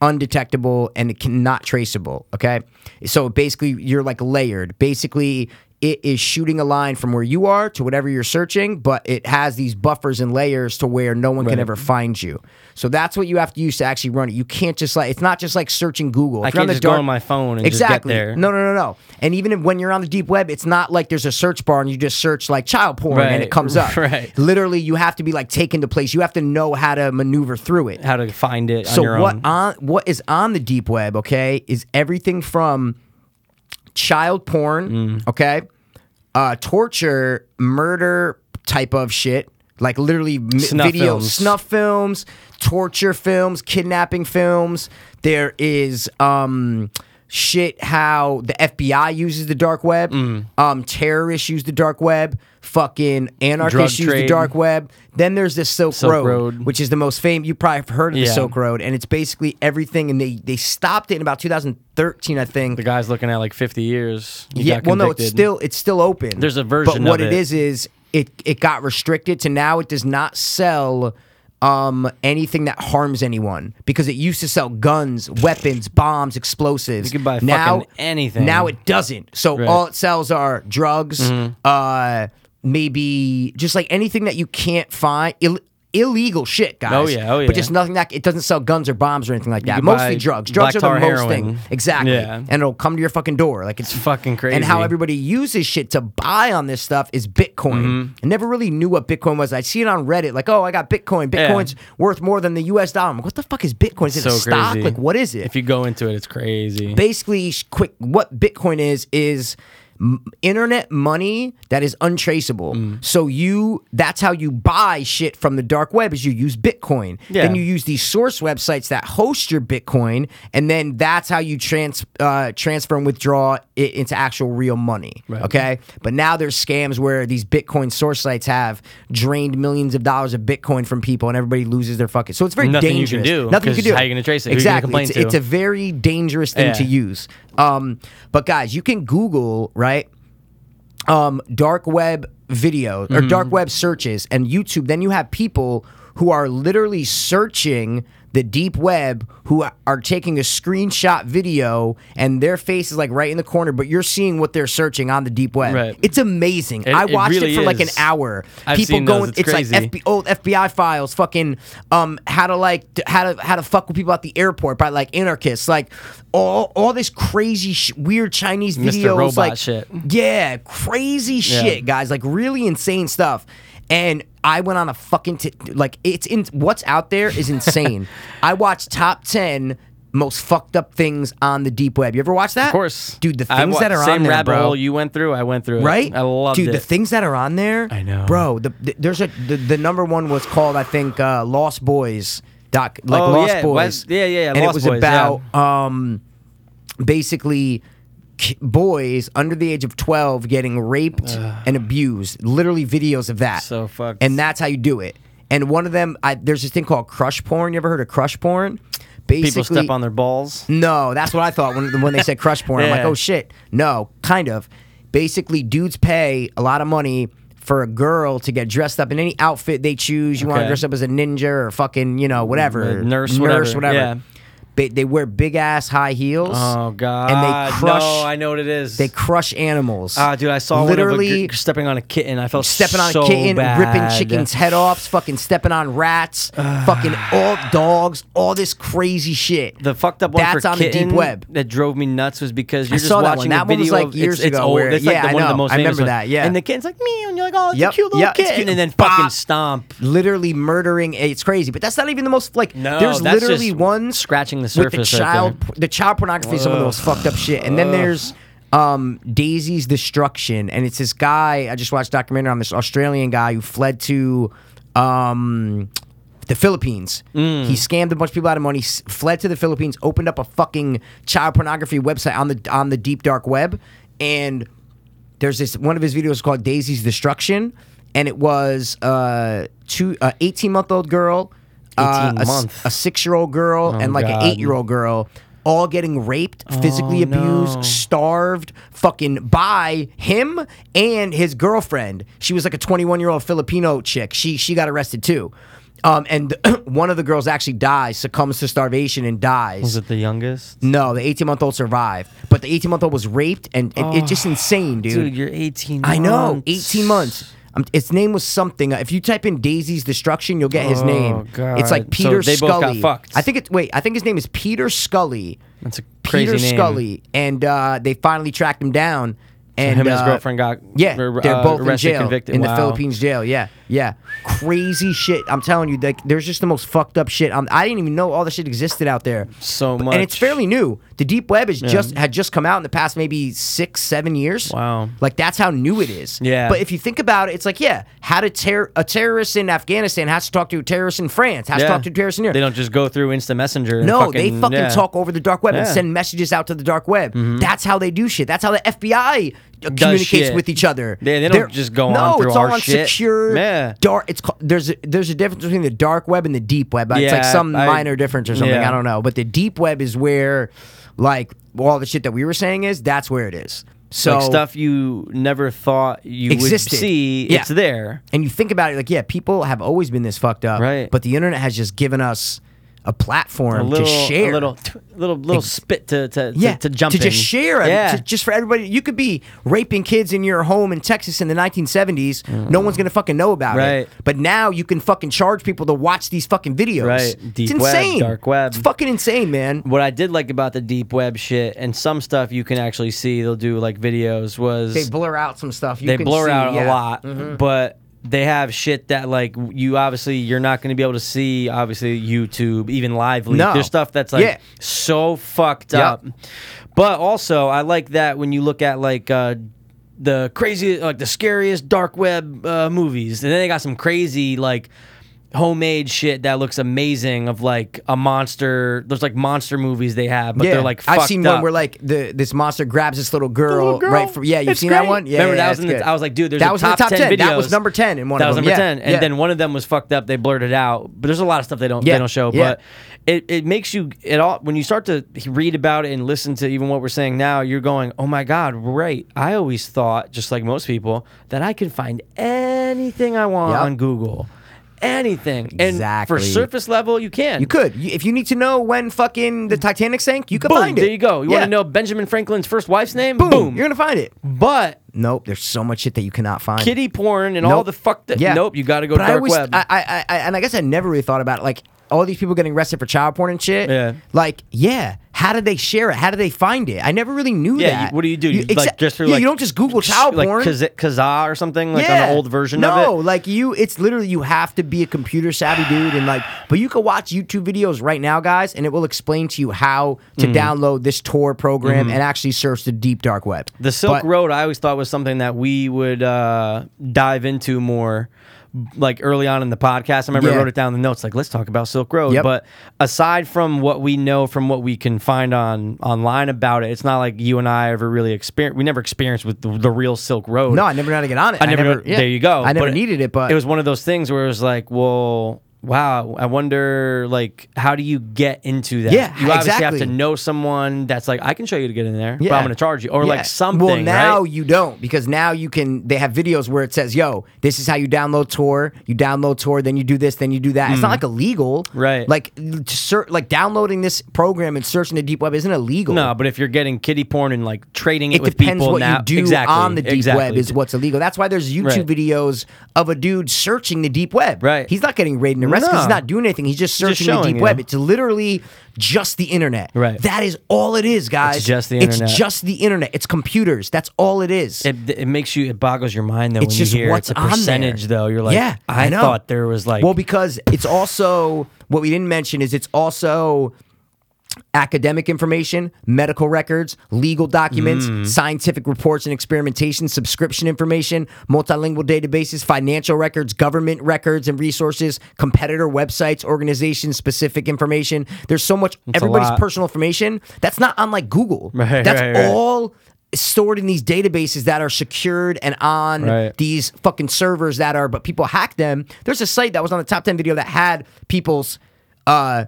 undetectable and it cannot traceable. Okay, so basically, you're like layered. Basically. It is shooting a line from where you are to whatever you're searching, but it has these buffers and layers to where no one can ever find you. So that's what you have to use to actually run it. You can't just like it's not just like searching Google.
I
If you're
can't
the
just go
dark-
on my phone and just get
exactly.
there.
No, no, no, no. And even if, when you're on the deep web, it's not like there's a search bar and you just search like child porn and it
Right,
comes
*laughs*
up.
right.
Literally, you have to be like taken to place. You have to know how to maneuver through it.
how to find it on
so
your
what
own.
on what is on the deep web? Okay, is everything from child porn.
Mm.
Okay, uh, torture, murder type of shit. Like literally m-
Snuff
video
films.
snuff films, torture films, kidnapping films. There is um shit how the FBI uses the dark web.
Mm.
Um terrorists use the dark web. Fucking anarchists use the
trade.
dark web. Then there's the Silk,
Silk
Road,
Road.
which is the most famous. You probably have heard of the
Yeah.
Silk Road, and it's basically everything. And they they stopped it in about 2013, I think.
the guy's looking at like 50 years. He
yeah,
got
well, no, it's
convicted.
still it's still open.
There's a version
But what
of
it
it.
is is it it got restricted to now it does not sell um anything that harms anyone because it used to sell guns, weapons, bombs, explosives.
You could buy
now,
fucking anything.
Now it doesn't. So
Right. Mm-hmm.
all it sells are drugs, uh maybe just like anything that you can't find. Ill- Illegal shit, guys.
Oh, yeah, oh,
But
yeah.
just nothing that it doesn't sell guns or bombs or anything like that.
could
Mostly
buy
drugs. Drugs
black
are the
tar
most thing.
heroin.
Exactly.
Yeah.
And it'll come to your fucking door. Like it's,
fucking
And
crazy.
how every everybody uses shit to buy on this stuff is Bitcoin.
Mm-hmm.
I never really knew what Bitcoin was. I'd see it on Reddit, like, oh, I got Bitcoin.
Yeah.
Bitcoin's worth more than the US dollar. I'm like, what the fuck is Bitcoin? Is it
so
a stock?
crazy.
Like, what is it?
If you go into it, it's crazy.
Basically, sh- quick, what Bitcoin is, is m- internet money that is untraceable
Mm.
so you that's how you buy shit from the dark web is you use bitcoin
Yeah.
then you use these source websites that host your bitcoin and then that's how you trans uh, transfer and withdraw it into actual real money
Right.
okay but now there's scams where these bitcoin source sites have drained millions of dollars of bitcoin from people and everybody loses their fucking so it's very
Nothing you
dangerous
can do,
nothing you
'cause
can do
how you gonna trace it? Who you gonna
exactly
complain
it's,
to?
it's a very dangerous thing
Yeah.
to use um, but guys you can google right um, dark web video or
Mm-hmm.
dark web searches and YouTube, then you have people who are literally searching the deep web who a- are taking a screenshot video and their face is like right in the corner, but you're seeing what they're searching on the deep web.
Right.
It's amazing.
It-
I
it
watched it,
really
for like an
is.
hour.
I've
people
seen those.
going,
It's
like
crazy.
FB, old FBI files, fucking um, how to like d- how to how to fuck with people at the airport by like anarchists, like all all this crazy sh- weird Chinese
Mr.
videos,
Robot
like
shit.
yeah, crazy shit, guys. Like really insane stuff. And I went on a fucking t- like it's in what's out there is insane.
*laughs*
I watched top ten most fucked up things on the deep web. You ever watch that?
Of course,
dude. The
I
things
wa-
that are
same
on there,
rabbit
bro.
hole you went through, I went through. it.
Right,
I loved
dude.
it.
The things that are on there,
I know.
bro. The, the there's a the, the number one was called I think uh, Lost Boys doc, like
Oh,
Lost
yeah,
Boys.
Wes- yeah, yeah, yeah,
And it
Lost
was
Boys,
about um, basically k- boys under the age of 12 getting raped and abused literally videos of that
So fucked.
and that's how you do it and one of them I, there's this thing called crush porn you ever heard of crush porn basically
people step on their balls.
no, that's what I thought when when
*laughs*
they said crush porn. I'm like,
Yeah.
oh shit. No, kind of. Basically, dudes pay a lot of money for a girl to get dressed up in any outfit they choose. You want to
Okay.
dress up as a ninja or fucking, you know, whatever,
A nurse,
nurse,
whatever.
whatever.
Yeah.
They, they wear big ass high heels.
Oh God!
And they crush.
No, I know what it is.
They crush animals.
ah, dude, I saw literally
literally
stepping on a kitten. I felt
stepping on
so
a kitten,
bad.
ripping chickens' head offs, fucking stepping on rats, fucking all
*sighs*
dogs, all this crazy shit.
The fucked up one
That's
for
on the deep
kitten
web.
that drove me nuts was because you're just
saw that
watching
one. That
the
one was,
video.
like,
of-
years
it's, it's
ago,
old.
where-
It's like
yeah,
the
I
one of the
know.
most
I
famous
remember
ones.
that, yeah.
and the kitten's like meow, and you're like, oh, it's
Yep,
a cute little
yeah, it's
kitten,
cute.
and then
Bop.
fucking stomp.
literally murdering. It's crazy, but that's not even the most like.
No,
there's
that's
literally
just
one
scratching the
With
surface
the
right
child, the child pornography is some of the most fucked up shit. And then there's um, Daisy's Destruction, and it's this guy. I just watched a documentary on this Australian guy who fled to. Um, the Philippines.
Mm.
He scammed a bunch of people out of money, s- fled to the Philippines, opened up a fucking child pornography website on the on the deep dark web, and there's this one of his videos called Daisy's Destruction, and it was uh two uh, 18 month old girl, uh,
18
a s-
month. Oh,
a six year old girl, and like
God.
an eight year old girl. All getting raped, physically abused,
Oh, no.
starved, fucking by him and his girlfriend. She was like a 21 year old Filipino chick. She she got arrested too, um, and *clears throat* one of the girls actually dies, succumbs to starvation and dies.
Was it the youngest?
No, the 18 month old survived, but the 18 month old was raped, and it, it's just insane,
Dude, you're 18.
I know.
months.
18 months. Um, its name was something. Uh, If you type in Daisy's Destruction, you'll get his name.
Oh, God.
It's like
So
Peter
they both got
Scully.
fucked.
I think it. Wait, I think his name is Peter Scully.
That's a crazy
Peter
name.
Scully, and uh, they finally tracked him down. And
him and his
uh,
girlfriend got
yeah,
r-
they're
uh,
both in
arrested,
jail
convicted.
in the
Wow.
Philippines jail. Yeah, yeah, crazy shit. I'm telling you, like, there's just the most fucked up shit. Um, I didn't even know all the shit existed out there.
So
But-
much.
and it's fairly new. The deep web is just had just come out in the past maybe six, seven years.
Wow.
like that's how new it is.
Yeah.
but if you think about it, it's like yeah, how to ter- a terrorist in Afghanistan has to talk to a terrorist in France, has to
Yeah.
talk to a terrorist in here.
They don't just go through instant messenger. and
No,
fucking,
they fucking
yeah.
talk over the dark web and
Yeah. Mm-hmm.
send messages out to the dark web. That's how they do shit. That's how the FBI communicates
shit.
with each other.
They- they don't just go on
no,
through
it's all
our
on
shit.
secure
Yeah.
dark. It's called, there's a, there's a difference between the dark web and the deep web. It's
Yeah,
like some
I-
minor difference or something.
yeah.
I don't know. But the deep web is where like all the shit that we were saying is. That's where it is. So
like stuff you never thought you
Existed.
would see.
Yeah.
It's there.
And you think about it, like, yeah, people have always been this fucked up,
Right.
But the internet has just given us a platform
A little,
to share,
a little, little, little spit to to,
yeah,
to, to jump
to just
in.
share, it,
Yeah.
to- just for everybody. You could be raping kids in your home in Texas in the 1970s. No one's gonna fucking know about
Right.
it. But now you can fucking charge people to watch these fucking videos.
Right. Deep
it's
web,
insane.
dark web.
It's fucking insane, man.
what I did like about the deep web shit and some stuff you can actually see. They'll do like videos. Was
They blur out some stuff. You
they
can
blur
see,
out
yeah. Mm-hmm.
a lot, but they have shit that like you obviously you're not going to be able to see. Obviously, YouTube even live leak.
No.
There's stuff that's like
Yeah.
so fucked
Yep.
up. But also, I like that when you look at like. uh the crazy, like the scariest dark web uh, movies, and then they got some crazy like homemade shit that looks amazing. Of like a monster, there's like monster movies they have, but they're like
I've
fucked
seen one
up.
where like the this monster grabs this little girl,
little girl.
right? From, yeah, you've
It's
seen that
great.
one. Yeah,
Remember,
yeah,
that
yeah,
was
it's
in the-
good.
I was like, dude, there's
that
a
was in
top
the top
10
That
videos.
was number ten in one
that
of
was
them.
number
yeah,
ten, and
yeah.
then one of them was fucked up. They blurred it out, but there's a lot of stuff they don't
Yeah,
they don't show.
yeah.
But it, it makes you it all when you start to read about it and listen to even what we're saying now, you're going, oh my god, right? I always thought, just like most people, that I can find anything I want
Yep.
on Google, anything, and for
Exactly.
surface level, you can.
You could. You, if you need to know when fucking the Titanic sank, you can
Boom,
find it.
there you go. You want
Yeah.
to know Benjamin Franklin's first wife's name?
Boom,
Boom.
You're going to find it.
but
Nope. There's so much shit that you cannot find.
kitty porn and all
Nope.
the fuck that.
Yeah.
Nope, you got to go
But I
dark
always,
web.
I, I, I, and I guess I never really thought about it. Like, all these people getting arrested for child porn and shit.
Yeah.
Like, yeah. How did they share it? How did they find it? I never really knew
Yeah,
that.
you- what do you do? You, like,
exa-
just through,
yeah,
like,
you don't just Google child
like
porn.
Kaz- Kazaa or something like on an old version
no,
of it.
like you, it's literally you have to be a computer savvy dude, and like, but you can watch YouTube videos right now, guys, and it will explain to you how to
Mm.
download this Tor program
Mm-hmm.
and actually search the deep dark web.
The Silk
But-
Road, I always thought was something that we would uh, dive into more, like early on in the podcast. I remember I
Yeah.
wrote it down in the notes, like let's talk about Silk Road.
Yep.
But aside from what we know from what we can find on online about it, it's not like you and I ever really experienced. We never experienced with the, the real Silk Road.
No, I never know how to get on it.
I never.
yeah.
there you go.
I never
it-
needed it, but
it was one of those things where it was like, well, wow, I wonder like how do you get into that?
Yeah,
you obviously have to
exactly.
know someone that's like I can show you to get in there, but
Yeah.
I'm gonna charge you or
Yeah.
like something.
Well, now
right?
you don't because now you can. They have videos where it says, "Yo, this is how you download Tor. You download Tor, then you do this, then you do that." It's not like illegal,
Mm-hmm. Right.
Like, to ser- like downloading this program and searching the deep web isn't illegal.
no, but if you're getting kitty porn and like trading it,
It
with
depends
people
what
now,
you do
exactly,
on the deep
exactly.
web is what's illegal. That's why there's YouTube
Right.
videos of a dude searching the deep web.
Right.
He's not getting raided and arrested 'cause he's
No.
not doing anything. He's just
just
searching the
showing
deep
you.
web. It's literally just the internet.
Right.
That is all it is, guys.
just the internet.
It's just the internet. It's computers. That's all it is.
It, it makes you it boggles your mind though
It's
when
just
you hear
what's
it's a
on there.
percentage though. You're like,
Yeah, I
I,
know.
thought there was like
well, because it's also what we didn't mention is it's also academic information, medical records, legal documents,
Mm.
scientific reports and experimentation, subscription information, multilingual databases, financial records, government records and resources, competitor websites, organization specific information. There's so much everybody's
lot.
personal information that's not on like Google.
*laughs* Right,
that's
right, right.
all stored in these databases that are secured and on
Right.
these fucking servers that are, but people hack them. There's a site that was on the top 10 video that had people's, uh,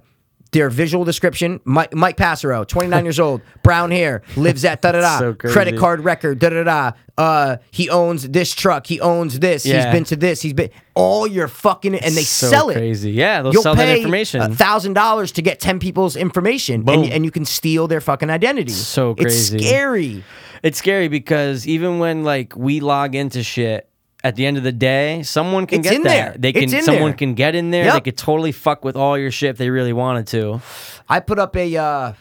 their visual description. Mike, Mike Passero, 29
*laughs*
years old, brown hair, lives at da da da,
So crazy.
credit card record, da da da. Uh, he owns this truck, he owns this,
Yeah.
he's been to this, he's been all your fucking, and they
so
sell it.
crazy. Yeah, they'll
You'll
sell that
pay
information.
thousand dollars to get ten people's information, and,
Boom.
and you can steal their fucking identity.
So crazy.
it's scary.
It's scary because even when like we log into shit, at the end of the day, someone can
It's
get
in
that.
there.
They can
It's in
someone
there.
can get in there. They
Yep.
could totally fuck with all your shit if they really wanted to.
I put up a uh,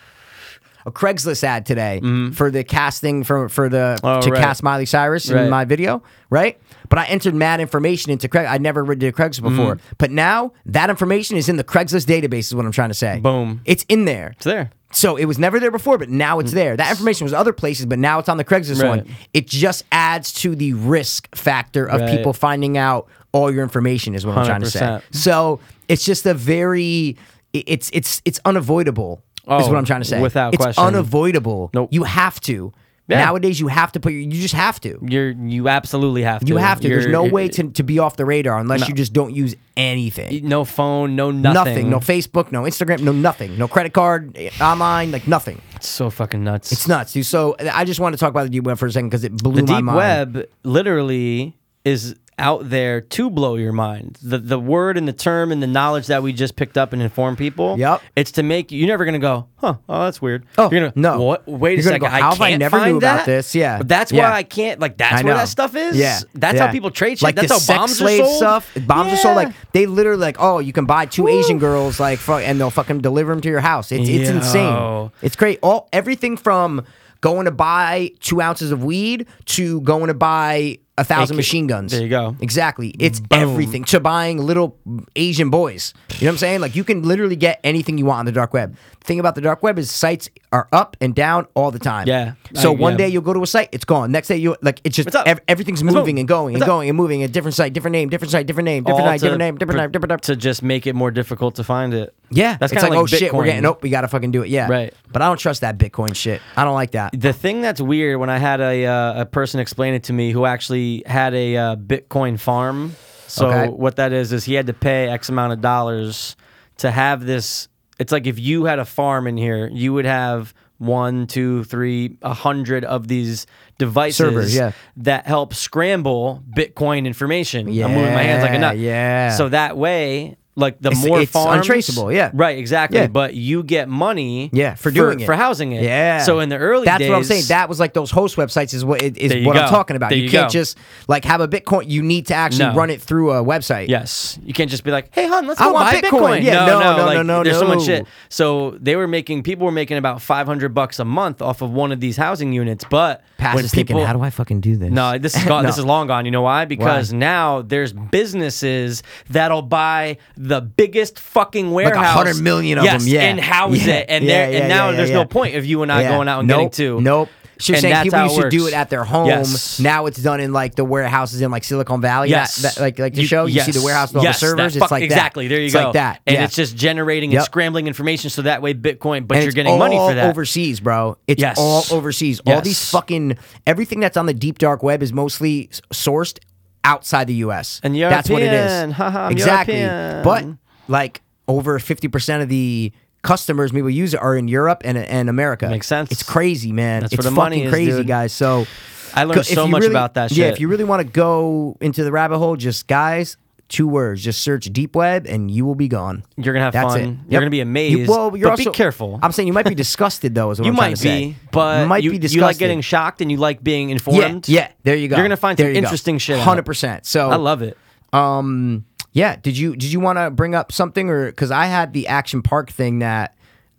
a Craigslist ad today for the casting for for the
Mm-hmm. Oh,
to
right.
cast Miley Cyrus
Right.
in my video, right? But I entered mad information into Craig. I never read did Craigslist
Mm-hmm.
before, but now that information is in the Craigslist database. Is what I'm trying to say.
Boom.
it's in there.
It's there.
So it was never there before, but now it's there. That information was other places, but now it's on the
Mm.
Craigslist
Right.
one. It just adds to the risk factor of
Right.
people finding out all your information is what I'm trying to say.
100%.
So it's just a very i- it's it's it's unavoidable. is
Oh,
what I'm trying to say.
without
it's
question.
unavoidable.
Nope.
You have to.
Yeah.
Nowadays you have to put your, you just have to.
You're you absolutely have to.
You have to. There's
You're-
no way to, to be off the radar unless you just don't use anything
no phone, no nothing.
no Facebook, no Instagram, no nothing, no credit card, eh, online, like nothing.
It's so fucking nuts.
It's nuts, dude. So I just want to talk about the deep web for a second because it blew
the
my
deep
mind.
web literally is out there to blow your mind. The the word and the term and the knowledge that we just picked up and inform people.
Yep.
It's to make you. You're never gonna go, huh? Oh, that's weird.
Oh,
you're gonna
no.
What? Wait
You're
a
gonna
second.
go,
I
how
can't
have I never
find
knew about
that?
this? Yeah.
But that's
Yeah.
why I can't. Like that's
I
where
know.
that stuff is.
Yeah,
That's
yeah.
how people trade shit.
Like
that's
the
how
sex
bombs
slave
are sold.
stuff. Bombs are sold.
Yeah.
Like they literally like, oh, you can buy two Asian girls, like, fu- and they'll fucking deliver them to your house. It's it's
Yo.
insane. It's great. All everything from going to buy two ounces of weed to going to buy a thousand
AK.
machine guns.
There you go.
Exactly. It's everything to buying little Asian boys. You know what I'm saying? Like you can literally get anything you want on the dark web. The thing about the dark web is sites are up and down all the time.
Yeah.
So
I-
one
yeah.
day you'll go to a site, it's gone. Next day you like it's just
What's up?
ev- everything's
What's up?
moving and going and
What's up?
going and moving. A different site, different name, different site, different name, different
all
site,
to
different name, different
pr-
name, different name.
to just make it more difficult to find it.
Yeah,
that's
it's
kind
like,
of
oh shit, we're
Bitcoin.
getting. Nope, we gotta fucking do it. Yeah,
Right.
But I don't trust that Bitcoin shit. I don't like that.
The thing that's weird when I had a uh, a person explain it to me who actually had a uh, Bitcoin farm. So
Okay.
what that is is he had to pay X amount of dollars to have this. It's like if you had a farm in here, you would have one, two, three, a hundred of these devices
Servers, yeah.
that help scramble Bitcoin information. I'm moving my hands like a nut.
Yeah, yeah.
So that way, like the
It's-
more
it's
farms,
untraceable, yeah.
Right. Exactly.
Yeah.
But you get money.
Yeah, for doing it.
for housing it.
Yeah.
So in the early
that's
days,
what I'm saying. That was like those host websites is what it,
There
is
you
what I'm
go.
talking about.
There
You,
you go.
can't just like have a Bitcoin. You need to actually
No.
run it through a website.
Yes, you can't just be like, "Hey, hon, let's
I
go
want
buy
Bitcoin."
Bitcoin."
Yeah, no, no,
like,
no, no,
There's so
no.
much shit. So they were making people were making about 500 bucks a month off of one of these housing units, but
Pass
when
is
people,
thinking, how do I fucking do this?
no,
*laughs*
this is gone.
No.
This is long gone. You know why? Because now there's businesses that'll buy the biggest fucking warehouse,
100 million of
yes,
them, yeah.
and house
Yeah,
it, and
yeah,
there,
yeah,
and now
yeah,
there's
yeah, yeah.
no point of you and I
Yeah.
going out and
nope.
getting two.
Nope. She was
And
saying
that's
people
how
used to do it at their home.
Yes.
Now it's done in like the warehouses in like Silicon Valley.
Yes,
That, that- like like the show, you see the
yes,
warehouse with all
yes,
the
that
servers.
fuck-
It's like that.
exactly there you
It's
go,
like that.
and
yeah.
it's just generating
Yep.
and scrambling information so that way Bitcoin, but
And
you're
it's
getting money
all
for that.
overseas, bro. It's
Yes.
all overseas. All these
Yes.
fucking everything that's on the deep dark web is mostly s- sourced outside the U.S.
And
that's what it is.
European. Haha, I'm
exactly.
European.
But like over 50% of the customers we will use are in Europe and, and America.
Makes sense.
It's crazy, man.
That's
it's
where the
fucking
money is,
crazy,
dude.
guys. So
I learned
if
so
you
much
really-
about that
Yeah,
shit.
if you really want to go into the rabbit hole, just guys, two words, just search deep web and you will be gone.
You're gonna have
That's
fun.
it.
You're
Yep.
gonna be
You-
amazed.
well, you're
but be
also-
careful.
I'm saying you
*laughs*
might be disgusted though. Is what
you
I'm trying
might
to say.
be, but
might
you,
be
you like
disgusted.
getting shocked and you like being
yeah,
informed.
yeah. There you go.
You're gonna find
there
some
you go.
interesting shit. out.
100%. So
I love it.
Um, yeah. Did you did you want to bring up something or because I had the action park thing that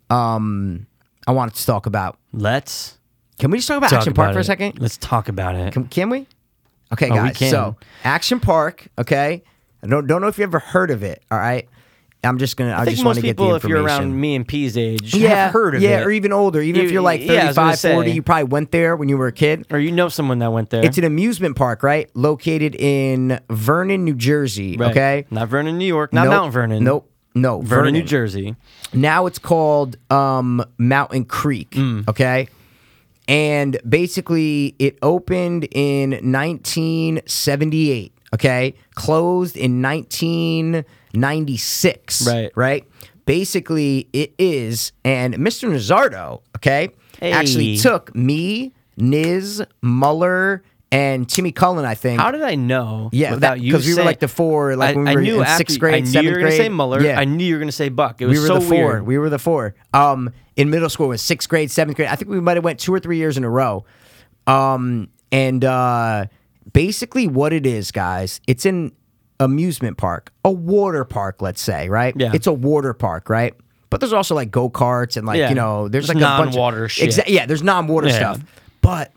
um I wanted to talk about.
Let's
Can we just talk about
talk
action park
about
for a
it.
second?
Let's talk about it.
Can, can we? Okay,
we
guys.
can.
So action park. Okay. I don't don't know if you ever heard of it. All right. I'm just gonna. I,
I think
just want
most
to get
people,
the
if you're
information.
around me and P's age,
yeah,
have heard of
yeah,
it,
or even older. Even if
You-
you're like
yeah, I was gonna
35, 40,
say.
you probably went there when you were a kid.
or you know someone that went there.
It's an amusement park, right? Located in Vernon, New Jersey.
Right.
Okay.
not Vernon, New York, not
Nope.
Mount Vernon.
Nope. No.
Vernon, New Jersey.
Now it's called um, Mountain Creek.
Mm.
Okay. And basically, it opened in 1978. Okay. Closed in 1996.
Right.
Right. Basically, it is. And Mr. Nazardo, okay,
Hey.
actually took me, Niz, Muller, and Timmy Cullen, I think.
How did I know?
Yeah,
without
that-
you
'cause we were
saying-
like the four,
I,
like when we
I
were
knew
in
after,
sixth grade,
I knew you
seventh
were gonna say
grade.
Muller.
Yeah.
I knew you were gonna say Buck. It was
we were
so
the four.
weird.
We were the four. Um, in middle school, it was sixth grade, seventh grade. I think we might have went two or three years in a row. Um, and uh, basically, what it is, guys, it's an amusement park, a water park, let's say, right?
Yeah.
It's a water park, right? But there's also like go karts and like
Yeah.
you know, there's
Just
like a bunch
non-water
of,
shit.
Exa- yeah, there's non-water
Yeah.
stuff, but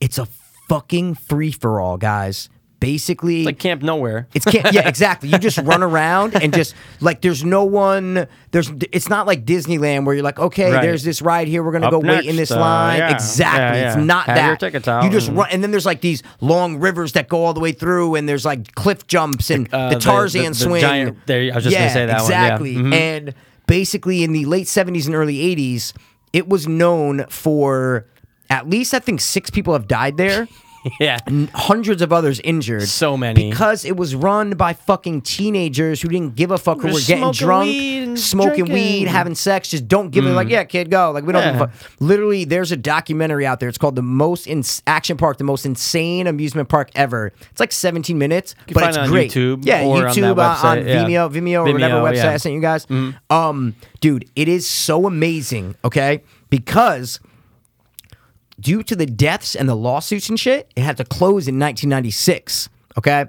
it's a fucking free for all, guys. Basically,
like Camp
*laughs*
Nowhere.
it's can't, yeah, exactly. You just run around and just like there's no one. There's it's not like Disneyland where you're like, okay,
Right.
there's this ride here. We're gonna
Up
go wait in
next,
this
uh,
line.
yeah.
Exactly.
Yeah,
It's
yeah.
not
Have
that.
your tickets out
you just
and-
run, and then there's like these long rivers that go all the way through, and there's like cliff jumps and
uh, the-
the Tarzan
the- the
swing.
giant- there- I was just gonna
Yeah,
say that one, yeah.
exactly.
Mhm.
And basically, in the late '70s and early '80s, it was known for at least I think six people have died there.
*laughs* yeah,
n- hundreds of others injured.
Mm. So many.
Because it was run by fucking teenagers who didn't give a fuck who
They're
were getting
smoking
drunk,
weed and
smoking weed,
drinking. Mm.
having sex, just don't give it. Like, yeah, kid, go. Like, we don't give
Yeah.
a fuck. Literally, there's a documentary out there. It's called The Most in- Action Park, the most insane amusement park ever. It's like 17 minutes,
can
but
find
it's
it on
great.
YouTube
yeah,
or on that
YouTube uh,
website, yeah.
Vimeo, Vimeo, or whatever
Vimeo,
website
yeah. Mm-hmm.
I sent you guys. Um, dude, it is so amazing. Okay, because due to the deaths and the lawsuits and shit, it had to close in 1996. Okay.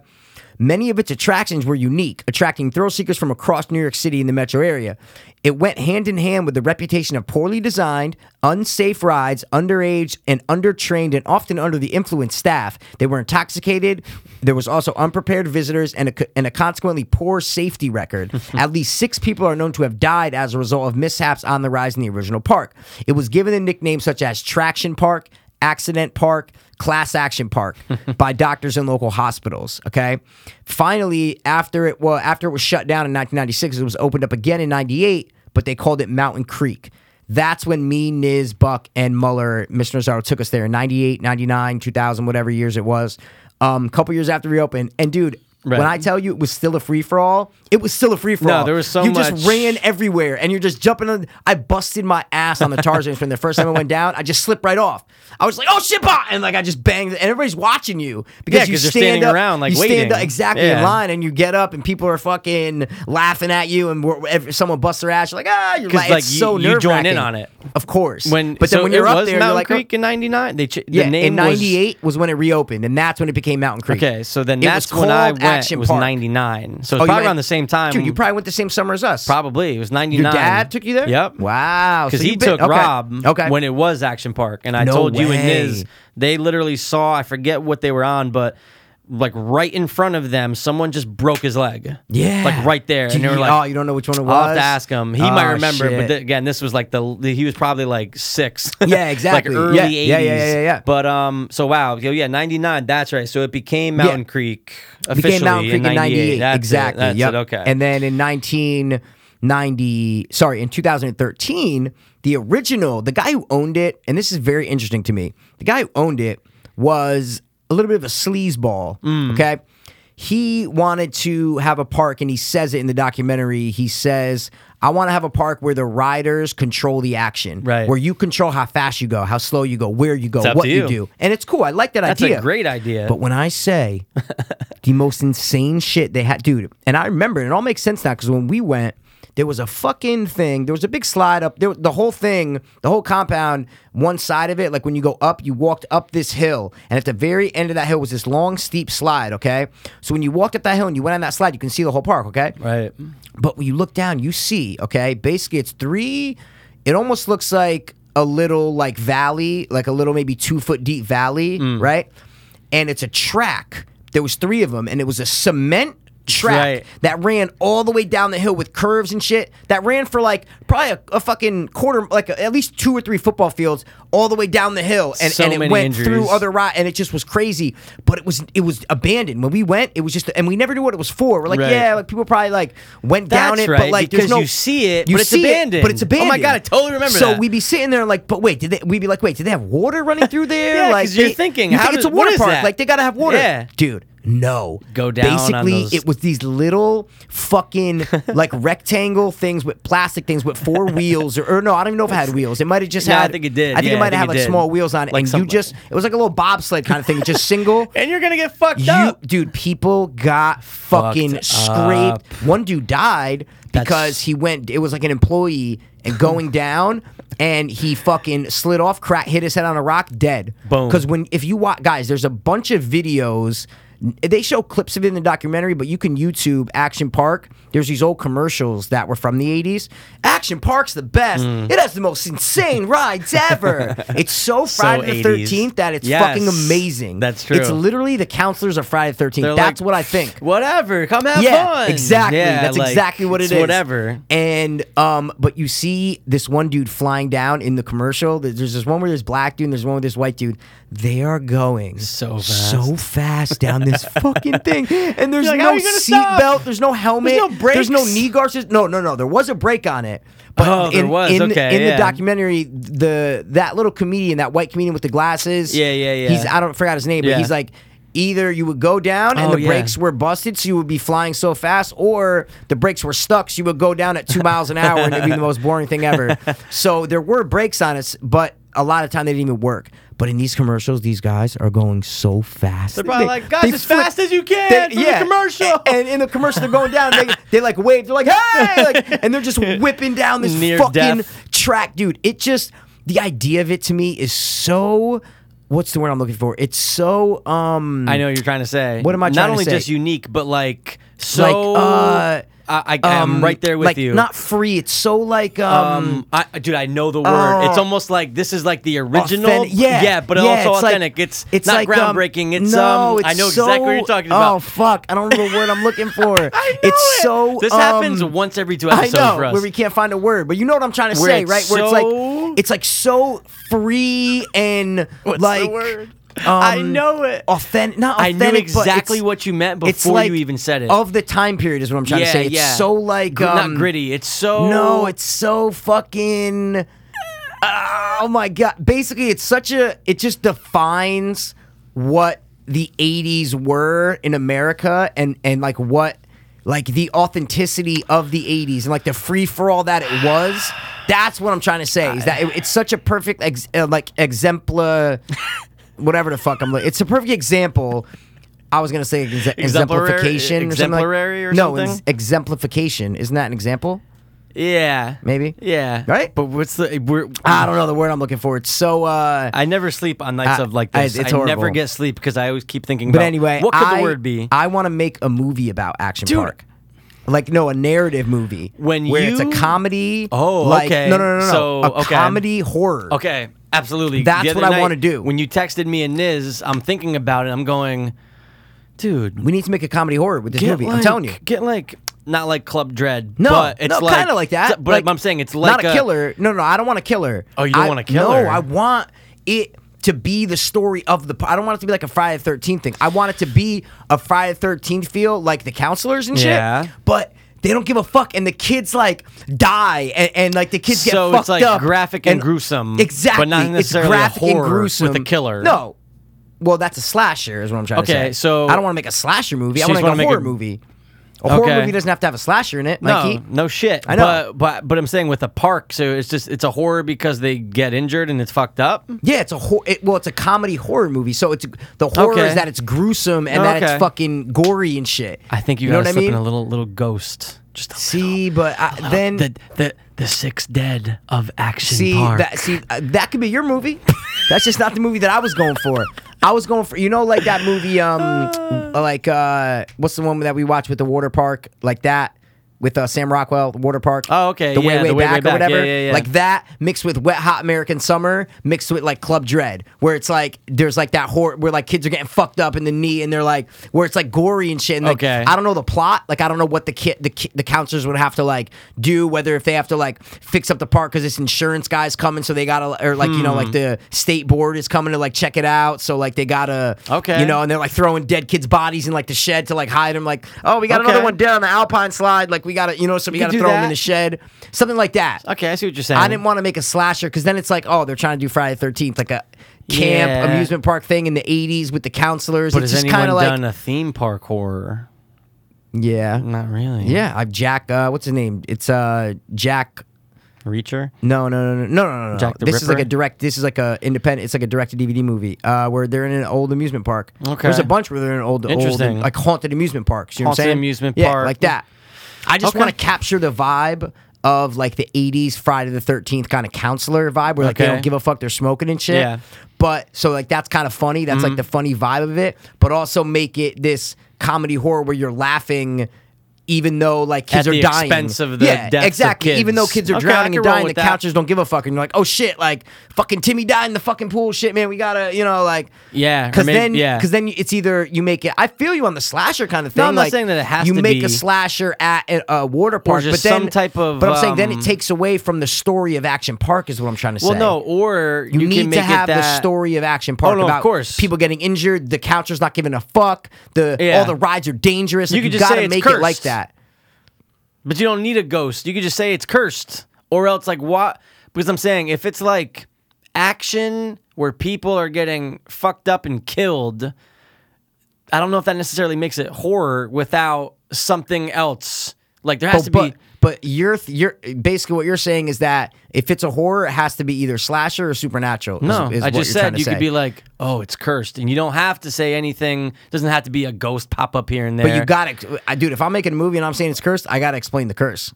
Many of its attractions were unique, attracting thrill seekers from across New York City and the metro area. It went hand in hand with the reputation of poorly designed, unsafe rides, underage and undertrained and often under the influence staff. They were intoxicated. There was also unprepared visitors and a, co- and a consequently poor safety record. At least six people are known to have died as a result of mishaps on the rise in the original park. It was given a nickname such as Traction Park, Accident Park, Class Action Park by doctors and local hospitals. Okay. Finally, after it well, after it was shut down in 1996, it was opened up again in 98, but they called it Mountain Creek. That's when me, Niz, Buck, and Muller, Mr. Nazaro, took us there in 98, 99, 2000, whatever years it was. A um, couple years after we opened. And dude,
Right.
when I tell you it was still a free for all, it was still a free for all.
No, there was so
You
much-
just ran everywhere and you're just jumping on. I busted my ass on the Tarzan from the first time I went down. I just slipped right off. I was like, oh shit, bah! and like I just banged, and everybody's watching you because
Yeah,
you
'cause you're
stand
standing
up,
around, like,
you stand
waiting.
up exactly
Yeah.
in line, and you get up, and people are fucking laughing at you, and we're, every, someone busts their ass. You're like, ah, you're
'Cause,
like,
like,
it's
you-
so
you join in
nerve-wracking.
on it.
of course.
when
but then
so
when
it
you're up
was
there,
Mountain
you're like, oh,
Creek in '99. They ch- the
yeah,
name
in '98 was, when it reopened, and that's when it became Mountain Creek.
Was, okay, so then
It
that's
was
when I
called
went.
Action
it was
Park.
'99. So it's
Oh, you
probably
went-
around the same time.
Dude, you probably went the same summer as us.
probably it was '99.
Your dad took you there?
Yep.
Wow.
Because
so
he
you've been-
took
okay.
Rob
okay.
when it was Action Park, and I
No
told you and Niz
way.
they literally saw. I forget what they were on, but like right in front of them, someone just broke his leg.
Yeah.
like right there,
Do
and they were
you-
like,
oh, you don't know which one it was?
I'll have to ask him. He might
Oh,
remember, but
shit.
th- again, this was like the he was probably like six.
*laughs* Yeah, exactly.
*laughs* like early
Yeah,
eighties.
yeah, yeah, yeah, yeah.
But um, so wow, yeah, yeah, ninety nine. That's right. So it became Mountain Creek officially
became Mountain Creek in 98.
That's it,
exactly.
that's
yep.
it, Okay.
And then in 1990, sorry, in 2013, the original, the guy who owned it, and this is very interesting
Mm.
to me, the guy who owned it was a little bit of a sleazeball. Okay. he wanted to have a park, and he says it in the documentary. He says, I want to have a park where the riders control the action,
Right.
where you control how fast you go, how slow you go, where you go,
up
what
to
you.
you.
do. And it's cool. I like that
That's
idea.
a great idea.
But when I say the most insane shit they had, dude, and I remember, and it all makes sense now because when we went, there was a fucking thing. There was a big slide up. There, the whole thing, the whole compound, one side of it, like when you go up, you walked up this hill, and at the very end of that hill was this long, steep slide. Okay, so when you walked up that hill and you went on that slide, you can see the whole park. Okay,
right.
but when you look down, you see, okay, basically it's three, it almost looks like a little like valley, like a little maybe two foot deep valley,
Mm.
right? And it's a track. There was three of them, and it was a cement track
Right.
that ran all the way down the hill with curves and shit that ran for like probably a, a fucking quarter like at least two or three football fields all the way down the hill and,
So
and it
many
went through
injuries.
other rot and it just was crazy but it was it was abandoned when we went it was just and we never knew what it was for we're like
Right.
yeah like people probably like went down
That's
it, but
right,
like
because
there's no,
you see it, but it's
see but
abandoned.
it's
Oh my
abandoned.
God, I totally remember
So
that.
we'd be sitting there like, but wait, did they, we'd be like, wait, did they have water running through
*laughs*
there?
Yeah,
like
'cause you're
they-
thinking,
you
how
think it's a
did-
water
what is
park?
that?
Like they gotta have water,
Yeah.
dude. No,
Go down on
Basically,
those-
it was these little
*laughs*
fucking like rectangle things with plastic things with four wheels, or, or no, I don't even know if it had wheels. It might have just
Yeah, I
had.
think it did.
I think
Yeah,
it
I
might
think it
have like
did.
small wheels on it,
Like
and you
some-
just it was like a little bobsled kind of thing, just single.
And you're gonna get fucked
You,
up.
dude, people got fucking
Fucked
scraped. One dude died
That's-
because he went. It was like an employee
*laughs*
and going down, and he fucking slid off, crack, hit his head on a rock, dead.
Boom.
Because when if you watch, guys, there's a bunch of videos. They show clips of it in the documentary, but you can YouTube Action Park. There's these old commercials that were from the 80s. Action Park's the best.
Mm.
It has the most insane
*laughs*
rides ever. it's so Friday the
80s.
13th that it's
Yes.
fucking amazing.
That's
It's
true.
literally the counselors of Friday the 13th.
They're
That's
like,
what I think.
Whatever, come have
Yeah,
fun.
exactly.
Yeah,
That's
like,
exactly what it
it's
is.
Whatever.
And um, but you see this one dude flying down in the commercial. There- There's this one where there's black dude, and there's one with this white dude. They are going
So
so fast
*laughs*
down this fucking thing, and there's
You're like, "How
no
are you gonna
seatbelt,
stop?"
there's no helmet,
There's no
there's no
brakes.
knee guards. there's- No, no, no. There was a break on it. But
Oh, there
in,
was,
in,
okay,
in the
yeah.
documentary, the that little comedian, that white comedian with the glasses,
Yeah, yeah, yeah.
He's I don't forgot his name, but
Yeah.
he's like. Either you would go down and
Oh,
the
yeah.
brakes were busted, so you would be flying so fast, or the brakes were stuck, so you would go down at two miles an hour, and it'd be the most boring
*laughs*
thing ever. So there were brakes on us, but a lot of time they didn't even work. But in these commercials, these guys are going so fast. They're
probably like, "Guys, as fast as you can for the commercial."
And, in the commercial, they're going down. They, they like wave. They're like, "Hey!"
*laughs*
Like, and they're just whipping down this
Near
fucking
death.
track, dude. It just the idea of it to me is so. What's the word I'm looking for? It's so um.
I know what you're trying to say.
What am I trying
Not
to
only
say?
just unique, but like so.
uh,
I, I am
um,
right there with
like,
you.
Not free. It's so like um,
Um, I, dude, I know the word.
uh,
it's almost like this is like the original.
authentic- Yeah,
yeah, but
yeah,
also
it's like-
authentic. it's it's not
like, um,
groundbreaking. it's
no,
um,
it's
I know
so,
exactly what you're talking
Oh
about.
fuck, I don't know the word I'm looking for.
*laughs* I know
it's
it.
so
This
um,
happens once every two
I
episodes
know
for us.
where we can't find a word, but you know what I'm trying to
Where
say,
it's
right? Where it's
so-
like it's like so free and
What's the
like
word?
Um,
I know it.
Authentic, not
I
authentic.
knew
but it's-
exactly what you meant
it's
before
like
you even said it.
Of the time period is what I'm trying to
Yeah,
say. It's
yeah.
so like
Gr-
um,
not gritty. It's so
no, it's so fucking. Oh my god! Basically, it's such a. It just defines what the '80s were in America, and and like what, like the authenticity of the '80s, and like the free for all that it was. That's what I'm trying to say. Is that it- it's such a perfect ex, uh, like exemplar, *laughs* whatever the fuck I'm. Like, it's a perfect example. I was gonna say exa-
Exemplary-
exemplification, or something. like-
exemplary or
no,
something?
ex- exemplification. Isn't that an example?
yeah,
Maybe.
yeah,
Right?
But what's the? We're,
I don't know the word I'm looking for. It's so. uh
I never sleep on nights
I-
of like
I-
this.
it's
I never
horrible.
get sleep because I always keep thinking.
But
about,
anyway,
what could
I,
the word be?
I want to make a movie about Action
Dude.
Park. Like no, a narrative movie
When
where it's a
you-
comedy.
Oh,
like,
okay.
No, no, no, no.
So,
a
okay.
comedy horror.
Okay, absolutely.
That's
The other
what I
night,
wanna do.
When you texted me and Niz, I'm thinking about it. I'm going, dude.
We need to make a comedy horror with this
get
movie. I'm
like-
telling you.
get like not like Club Dread.
No,
but it's
no,
like,
kind of like that.
But
Like,
I'm saying it's like
not a, killer. No, no, I don't want a killer.
Oh, you don't
I-
want a killer?
No, I want it to be the story of the. I don't want it to be like a Friday the Thirteenth thing. I want it to be a Friday the Thirteenth feel, like the counselors and shit.
Yeah.
but. They don't give a fuck, and the kids like die, and, and like the kids get
So
fucked
it's, like,
up
graphic and gruesome, but
exactly.
not necessarily a
it's graphic
horror
and
with a
gruesome
killer.
No, Well, that's a slasher, is what I'm trying to say.
Okay, so-
I don't want to make a slasher movie. I
So you
want
just
to
wanna
make
make
a horror
a-
movie. A horror
Okay.
movie doesn't have to have a slasher in it, Mikey.
No, no shit.
I know.
But, but but I'm saying with a park, so it's just it's a horror because they get injured and it's fucked up.
Yeah, it's a hor- it, well, it's a comedy horror movie. So it's the horror is
Okay.
that it's gruesome and that
Okay.
it's fucking gory and shit.
I think you,
know
gotta
what I
slip
mean.
in a little little ghost. Just a
see, but I, then
the the the six dead of action
see
park.
that see uh, that could be your movie. That's just not the movie that I was going for. I was going for you know like that movie um
*sighs*
like uh what's the one that we watched with the water park like that. With uh, Sam Rockwell, the water park.
Oh, okay,
The way,
yeah,
way,
The Way,
back
Way
or
Back, yeah,
whatever.
yeah, yeah.
Like that mixed with Wet Hot American Summer, mixed with like Club Dread, where it's like there's like that horror where like kids are getting fucked up in the knee, and they're like where it's like gory and shit. And like
Okay.
I don't know the plot, like I don't know what the kid the ki- the counselors would have to like do, whether if they have to like fix up the park because this insurance guy's coming, so they gotta or like you know like
Hmm.
the state board is coming to like check it out, so like they gotta
Okay.
you know, and they're like throwing dead kids' bodies in like the shed to like hide them, like oh we got
Okay.
another one dead on the Alpine slide, like we gotta you know so we
could
gotta
do
throw them in
that.
the shed, something like that.
okay, I see what you're saying.
I didn't want to make a slasher because then it's like, oh, they're trying to do Friday Thirteenth, like a camp
Yeah.
amusement park thing in the '80s with the counselors.
But
it's
has
just
anyone
kind of like,
done Mm. a theme park horror?
yeah,
Not really.
yeah. I've Jack. Uh, what's his name? It's uh Jack.
Reacher.
No, no, no, no, no, no, no. no.
Jack the
this is like a
Ripper?
direct. This is like a independent. It's like a direct DVD movie uh, where they're in an old amusement park.
Okay.
There's a bunch where they're in old, old,
Interesting.
like haunted amusement parks. You know what
Haunted
I'm saying?
amusement
yeah,
park.
like that. I just
Okay.
want to capture the vibe of like the '80s Friday the Thirteenth kind of counselor vibe, where like they
Okay.
don't give a fuck, they're smoking and shit.
Yeah. Mm-hmm.
But so like that's kind of funny. That's like the funny vibe of it. But also make it this comedy horror where you're laughing. Even though like kids
At
are
the
dying,
expense of the
yeah,
deaths of
exactly. Even though
kids.
kids are
Okay, I
drowning
can
and
roll
dying, the
with that.
couches don't give a fuck, and you're like, oh shit, like fucking Timmy died in the fucking pool, shit, man. We gotta, you know, like,
Yeah, or
because
maybe-
then,
yeah.
because then it's either you make it. I feel you on the slasher kind of thing.
No, I'm not
like,
saying that it has
You
to
make a
be-
slasher at a a water park,
just
but then
some type of,
But I'm saying then it
um,
takes away from the story of Action Park, is what I'm trying to say.
Well, no, or you,
You,
can
need
make
to have
it that, Oh,
the story of Action Park
no, of
about
course.
people getting injured, the couchers not giving a fuck, the
Yeah.
all the rides are dangerous.
You
like,
could just
gotta
say it's
make it like
cursed.
that.
But you don't need a ghost. You could just say it's cursed, or else like what? Because I'm saying if it's like action where people are getting fucked up and killed, I don't know if that necessarily makes it horror without something else. Like there has
Oh,
to
but
be.
but you're you're basically what you're saying is that if it's a horror, it has to be either slasher or supernatural. is-
No,
is
Oh, I
what
just
you're trying
said
to
you
say.
could be like, "Oh, it's cursed," and you don't have to say anything. Doesn't have to be a ghost pop up here and there.
But you got to, I dude. If I'm making a movie and I'm saying it's cursed, I got to explain the curse.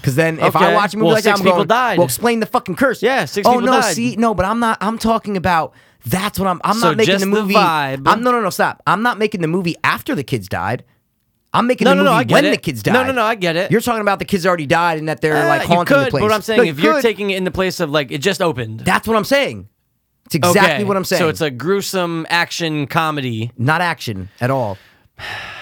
Because then, if I
Okay.
watch a movie
Well,
like that,
six
I'm
people
going,
died.
well, explain the fucking curse.
Yeah, six
oh,
people
no,
died.
see, no, but I'm not. I'm talking about. That's what I'm. I'm
So
not making
just
the
the
movie.
vibe.
I'm no, no, no. Stop. I'm not making the movie after the kids died. I'm making
No,
the
no, no, I
movie
get
when
it.
the kids died.
No, no, no, I get it.
You're talking about the kids already died and that they're
Uh,
like
you
haunting the
could,
place.
But I'm saying
No,
if you're
could.
taking it in the place of like it just opened.
that's what I'm saying. It's exactly
Okay,
what I'm saying.
So it's a gruesome action comedy.
not action at all.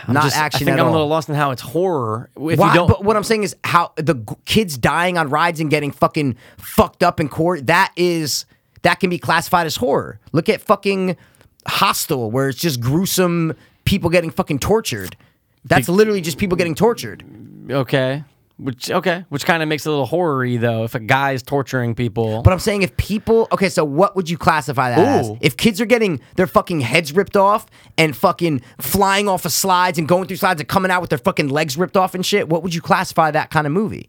not
Just- I
action
think
at
I'm
all.
a little lost in how it's horror. If
Why,
you don't,
but what I'm saying is how the g- kids dying on rides and getting fucking fucked up in court. That is that can be classified as horror. Look at fucking Hostel, where it's just gruesome people getting fucking tortured. That's literally just people getting tortured.
okay. Which okay, which kind of makes it a little horror-y though. If a guy's torturing people,
But I'm saying if people, okay, so what would you classify that as?
Ooh.
If kids are getting their fucking heads ripped off and fucking flying off of slides and going through slides and coming out with their fucking legs ripped off and shit, what would you classify that kind
*laughs*
of movie?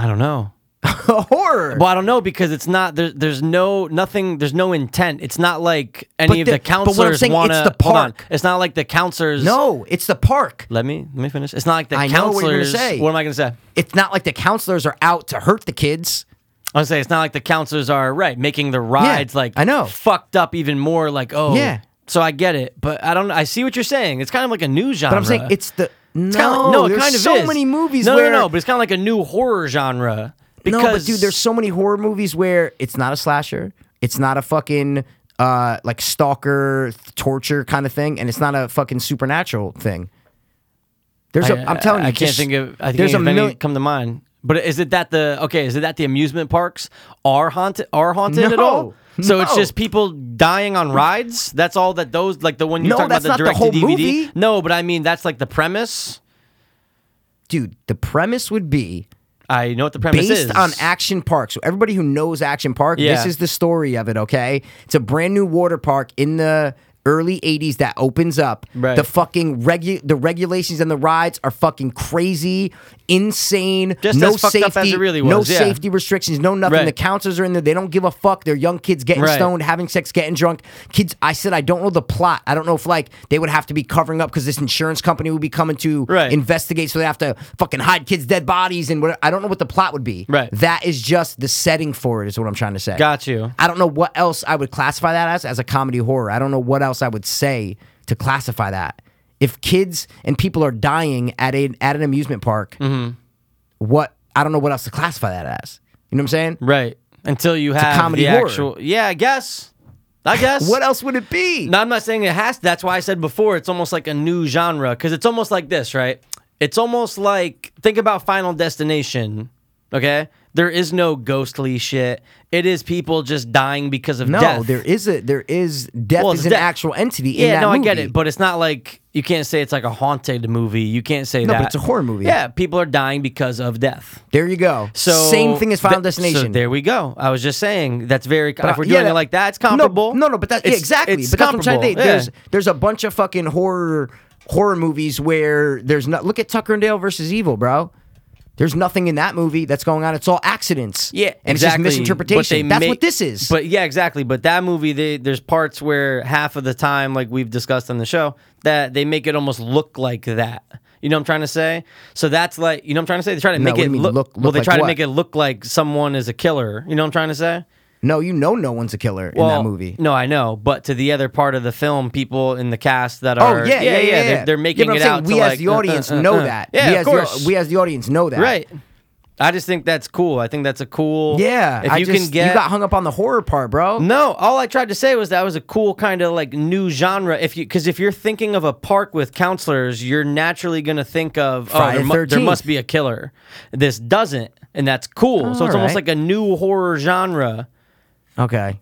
I don't know.
A horror.
Well, I don't know because it's not there, there's no nothing there's no intent. It's not like any
But
of
the-
the
but what I'm
counselors
saying, it's
want to
the
Hold on.
park.
It's not like the counselors
No, it's the park.
Let me let me finish. It's not like the
I know what
counselors
you're gonna say.
What am I going to say?
It's not like the counselors are out to hurt the kids.
I was gonna say it's not like the counselors are right making the rides like
I know.
fucked up even more. Like oh
Yeah.
So I get it, but I don't. I see what you're saying. It's kind of like a new genre.
But I'm saying it's the no,
It's kinda like- Uh-huh. no, it
there's
kind of
so
is.
many movies.
No,
where,
no, no. But it's kind of like a new horror genre. Because
no, but dude, there's so many horror movies where it's not a slasher, it's not a fucking uh like stalker th- torture kind of thing, and it's not a fucking supernatural thing. There's a,
I-
I'm telling you,
I can't
just-
think of. I think
there's
there's
a
of any
million.
come to mind. But is it that the okay? Is it that the amusement parks are haunted? Are haunted at all?
No,
So it's
no.
just people dying on rides. That's all that those like the one you
No,
talking
that's
about
not
the
the
direct
whole
to DVD.
movie.
No, but I mean that's like the premise.
dude, the premise would be
I know what the premise is.
based on Action Park. So everybody who knows Action Park, this
Yeah.
is the story of it. Okay, it's a brand new water park in the early 80s that opens up
Right.
the fucking regu- the regulations and the rides are fucking crazy insane
Just
no
as fucked
safety
up as it really
no
was, yeah.
safety restrictions no nothing
Right.
the counselors are in there they don't give a fuck they're young kids getting
Right.
stoned having sex getting drunk kids i said i don't know the plot i don't know if like they would have to be covering up because this insurance company would be coming to
Right.
investigate so they have to fucking hide kids dead bodies and whatever. i don't know what the plot would be
Right.
that is just the setting for it, is what I'm trying to say.
Got you.
I don't know what else I would classify that as as a comedy horror. I don't know what else I would say to classify that. If kids and people are dying at a at an amusement park,
Mm-hmm.
what I don't know what else to classify that as. You know what I'm saying?
Right. Until you have
comedy
the
horror.
actual. Yeah, I guess. I guess.
*laughs* What else would it be?
No, I'm not saying it has. That's why I said before it's almost like a new genre because it's almost like this, right? It's almost like think about Final Destination. Okay, there is no ghostly shit. It is people just dying because of
No,
death.
there is a there is death
Well,
is
it's
an
death.
actual entity. in
Yeah,
that
no, I
movie.
get it, but it's not like you can't say it's like a haunted movie. You can't say
No,
that.
but it's a horror movie.
Yeah, people are dying because of death.
there you go.
So
same thing as Final
th- so
Destination.
there we go. I was just saying that's very.
But
if we're
I- Uh, yeah,
doing
that-
it like that, it's
No,
comparable.
No, no, but that, yeah,
It's-
exactly.
It's
but that's what I'm trying to
comparable.
think.
Yeah.
There's there's a bunch of fucking horror horror movies where there's not. Look at Tucker and Dale versus Evil, bro. There's nothing in that movie that's going on. It's all accidents.
Yeah, exactly.
and it's just misinterpretation.
But they
That's
make-
what this is.
But yeah, exactly. But that movie, they, there's parts where half of the time, like we've discussed on the show, that they make it almost look like that. You know what I'm trying to say? So that's like, you know what I'm trying to say? They try to
No,
make
what do
it
you mean,
look,
look-
well,
look
they
like
try to
what?
make it look like someone is a killer. You know what I'm trying to say?
no, you know, no one's a killer in that movie.
No, I know, but to the other part of the film, people in the cast that
Oh
are
yeah, yeah, yeah. yeah.
they're, they're making
yeah, but I'm
it
saying
out.
We
to
as
like,
the
uh, uh,
audience
uh,
know
uh.
that.
Yeah,
we
of
as
course.
The, we as the audience know that.
right. I just think that's cool. I think that's a cool.
Yeah.
if
I
you
just,
can get Mm.
you got hung up on the horror part, bro.
No, all I tried to say was that was a cool kind of like new genre. If you because if you're thinking of a park with counselors, you're naturally gonna think of oh
Friday
there, mu- there
13th.
must be a killer. This doesn't, and that's cool. so it's almost
alright.
like a new horror genre,
Okay.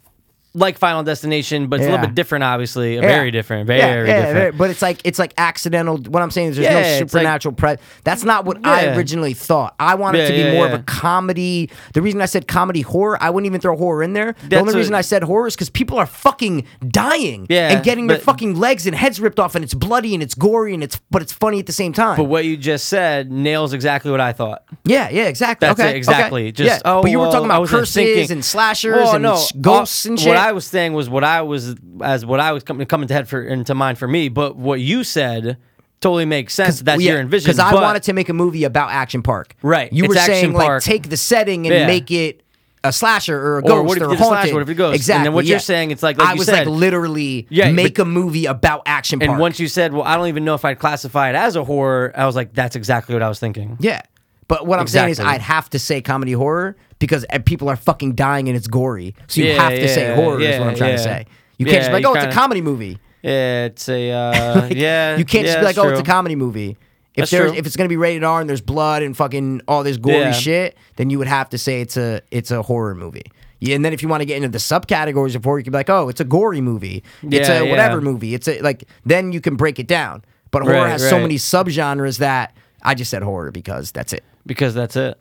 like Final Destination, but it's a
Yeah.
little bit different, obviously.
Yeah.
Very different, very
yeah, yeah,
different.
very- but it's like it's like accidental. What I'm saying is there's
Yeah, it's
no
like-
supernatural. pre- that's not what I
Yeah.
originally thought. I wanted
Yeah,
to be
yeah,
more
yeah.
of a comedy. The reason I said comedy horror, I wouldn't even throw horror in there. the
That's
only
what-
reason I said horror is because people are fucking dying
Yeah,
and getting their
but-
fucking legs and heads ripped off, and it's bloody and it's gory and it's but it's funny at the same time.
But what you just said nails exactly what I thought.
yeah, yeah, exactly.
That's
okay,
it,
okay.
exactly. Just
yeah.
oh,
but you were
well,
talking
I
about
wasn't
curses
thinking-
and slashers
Well,
and
no,
s- ghosts
all-
and shit.
Uh, What I was saying was what I was as what I was coming coming to head for into mind for me, but what you said totally makes sense. That's your envision.
Because I
but-
wanted to make a movie about Action Park.
Right,
You
it's
were
Action
saying like
Park.
take the setting and
Yeah.
make it a slasher or a ghost
Or what if you
a
did a slasher,
haunted.
what if it goes? And then
Exactly.
what you're
yeah.
saying, it's like- like
I
you
was
said-
like literally
Yeah,
make
but-
a movie about Action Park.
And once you said, "Well, I don't even know if I'd classify it as a horror," I was like, "That's exactly what I was thinking."
yeah. But what I'm saying is,
Exactly.
I'd have to say comedy horror because uh, people are fucking dying and it's gory. So you
Yeah,
have to say
yeah,
horror is what I'm
yeah, yeah.
trying to say. You
Yeah,
can't just be like,
you
oh, it's a
kinda-
comedy movie.
Yeah, it's a uh, yeah.
*laughs* You can't
yeah,
just be like,
that's
oh, it's a
true.
comedy movie. If
That's
there's
true.
if it's gonna be rated R and there's blood and fucking all this gory
Yeah.
shit, then you would have to say it's a it's a horror movie. Yeah, and then if you want to get into the subcategories of horror, you could be like, oh, it's a gory movie. It's
Yeah,
a
yeah.
whatever movie. It's a like then you can break it down. But horror
Right,
has so
right.
many subgenres that I just said horror because that's it.
because that's it.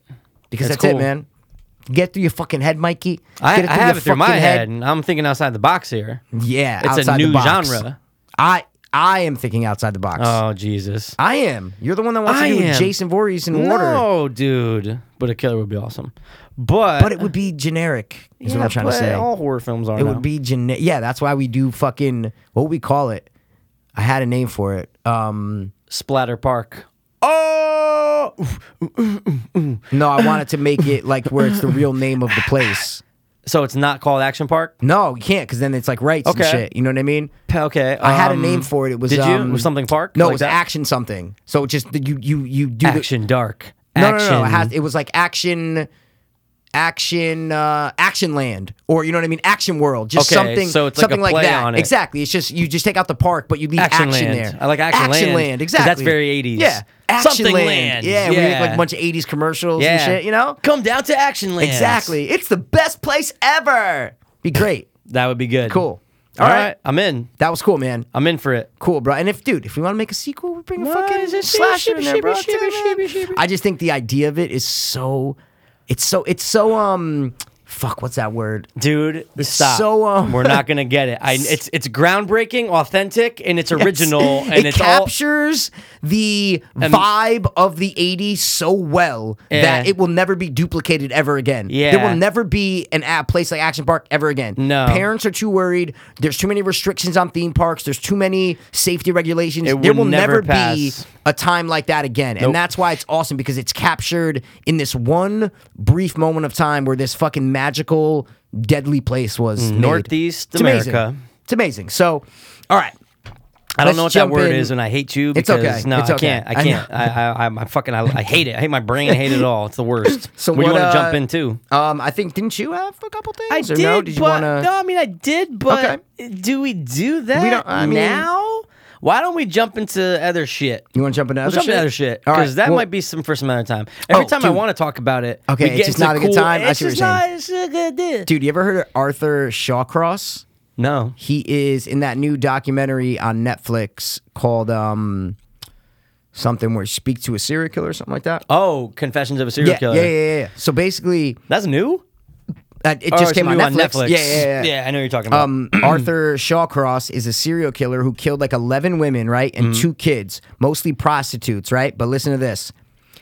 Because that's,
That's
it,
cool.
man. Get through your fucking head, Mikey.
I,
Get
I have
your
it through my
fucking
head, and I'm thinking outside the box here.
Yeah,
It's a
outside the
new
box.
genre.
I I am thinking outside the box.
Oh Jesus!
I am. You're the one that wants
I
to do with
am.
Jason Voorhees and water.
No, dude. But a killer would be awesome. But
But it would be generic, is what I'm trying to
but
say.
All horror films are.
it would be generic. Yeah, that's why we do fucking, what we call it? I had a name for it. Um,
Splatter Park. Oh,
no, I wanted to make it like where it's the real name of the place.
so it's not called Action Park.
No, you can't, because then it's like rights and
Okay.
shit. You know what I mean?
Okay,
I had a
um,
name for it. It was
Did you
um,
It was something Park?
No,
Like
it was
that?
action something. So it just you you you do the-
Action Dark.
No,
action.
no, no, no. It, has, it was like action, action, uh, action land, or you know what I mean, action world, just
Okay,
something,
so it's like a
something like,
play
that.
on it.
Exactly. It's just you just take out the park, but you leave action,
Action Land.
there.
I like Action Land, 'cause
Exactly.
that's very 80s.
Yeah. Action
Something
land.
Land,
Yeah, We make like
yeah.
a bunch of '80s commercials
yeah,
and shit. You know.
Come down to Action Land.
Exactly. It's the best place ever. Be great.
That would be good.
Cool.
All right, I'm in.
That was cool, man.
I'm in for it.
Cool, bro. And if, dude, if we want to make a sequel, we bring a fucking
it's just
slasher in there,
shibby,
bro.
shibby,
Tell you,
shibby,
man.
shibby, shibby.
I just think the idea of it is so, it's so, it's so, um, fuck, what's that word?
Dude, stop.
so, um,
We're not gonna get it.
*laughs*
I, it's it's groundbreaking, authentic, and it's original,
*laughs* Yes.
and
it
it's all.
captures the vibe of the 80s so well
Yeah.
that it will never be duplicated ever again. There
Yeah.
will never be an app place like Action Park ever again.
No.
Parents are too worried. There's too many restrictions on theme parks. There's too many safety regulations.
It
there
will
will never,
never
be
pass.
a time like that again.
Nope.
And that's why it's awesome because it's captured in this one brief moment of time where this fucking magical, deadly place was. made.
Mm. Northeast
It's amazing.
America.
It's amazing. So, all right.
I
Let's
don't know what that
jump
word
in.
is, and I hate you.
It's
Because,
okay.
No,
It's
I
okay.
can't. I
I know.
can't. I, I, I, am fucking. I, I hate it. I hate my brain. I hate it all. It's the worst.
*laughs* So
what do you
what,
want to jump
uh,
into?
Um, I think didn't you have a couple things?
I
or
did,
No? Did you
but uh,
wanna?
no, I mean I did, but do we do that
don't- I mean-
now? Why don't we jump into other shit?
You want to jump into
Let's
other
jump
shit?
into other shit
All
because
right,
that
well,
might be some for some other time. Every
Oh,
time I
dude.
want to talk about it,
Okay,
we
it's
get
just
into
not a good
cool-
time. I
It's
see what
just
you're
not
saying.
it's a good deal.
Dude, you ever heard of Arthur Shawcross?
No,
He is in that new documentary on Netflix called um something where he speaks to a serial killer or something like that.
oh, Confessions of a Serial
yeah,
Killer.
yeah, yeah, yeah, yeah. So basically,
That's new.
uh, it
Oh, it's
just came
new
on Netflix. Yeah, yeah, yeah.
I know what you're talking about.
um, Arthur Shawcross is a serial killer who killed like 11 women, right? And two kids, mostly prostitutes, right? But listen to this.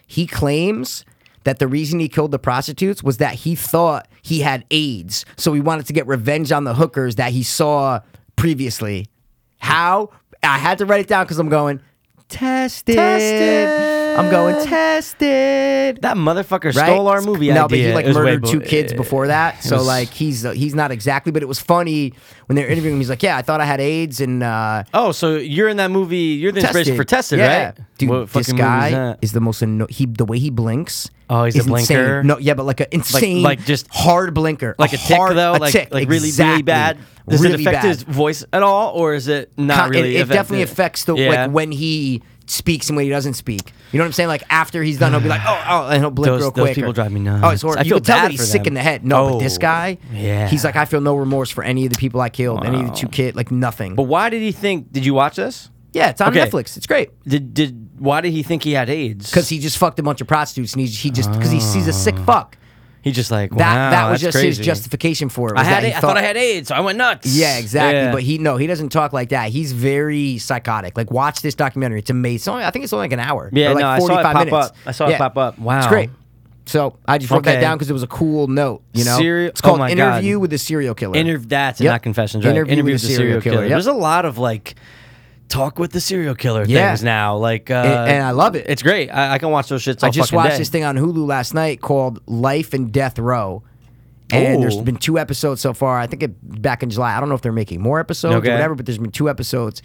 He claims that the reason he killed the prostitutes was that he thought he had AIDS. So he wanted to get revenge on the hookers that he saw previously. How? I had to write it down because I'm going, tested.
Tested.
I'm going, tested.
that motherfucker
Right?
stole our movie
no,
idea.
but he like
It was way
murdered
bo-
two kids before that, so
was-
like he's he's not exactly. But it was funny when they're interviewing him. He's like, "Yeah, I thought I had AIDS, and uh,
Oh, so you're in that movie. You're the inspiration for Tested,
yeah.
right?
Dude,
What
this
fucking movie is
guy
that?
is, the most anno- he the way he blinks.
Oh, he's a
is insane.
blinker?
No, yeah, but like an insane,
like just-
hard blinker,
like a tick
hard,
though,
a
like
tick,
like really really
exactly.
bad. Does
really
it affect
bad.
his voice at all, or is it not
Con- it-
really?
It,
affected?
definitely affects the like when he speaks and when he doesn't speak. You know what I'm saying? Like after he's done,
*sighs*
he'll be like, oh, oh and he'll blink
Those-
real
those
quick.
people
or-
drive me
Oh, it's
nuts.
horrible.
I
you
feel
can tell
bad
that he's
for
sick in
them.
the head. No, but this
Oh,
guy,
yeah.
he's like, I feel no remorse for any of the people I killed, any of the two kids, like nothing.
But why did he think? Did you watch this?
yeah, it's on
Okay.
Netflix. It's great
Did did why did he think he had AIDS?
because he just fucked a bunch of prostitutes and he, he just because he sees a sick fuck.
he just like
That
wow,
that was
that's
just his
crazy.
justification for it.
I
was
had
that he
it, I thought I had AIDS, so I went nuts.
Yeah, exactly.
Yeah.
But he no, he doesn't talk like that. He's very psychotic. Like watch this documentary. It's amazing. It's only- I think it's only like an hour.
Yeah,
or like
no, I saw it
45
pop
minutes.
up. I saw it pop up. Wow.
it's great. So I just wrote
Okay.
that down because it was a cool note. You know,
Serial-
it's called
oh my God.
Interview with a Serial Killer.
Interv- that's
Yep.
not confessions, right?
Interview with a serial killer, yep.
There's a lot of like talk with the serial killer
Yeah.
things now. Like, uh,
And- and I love it.
It's great. I, I can watch those shits. All
I just
fucking
watched
day.
this thing on Hulu last night called Life and Death Row. And there's
Ooh.
been two episodes so far. I think it, back in July. I don't know if they're making more episodes
Okay.
or whatever, but there's been two episodes.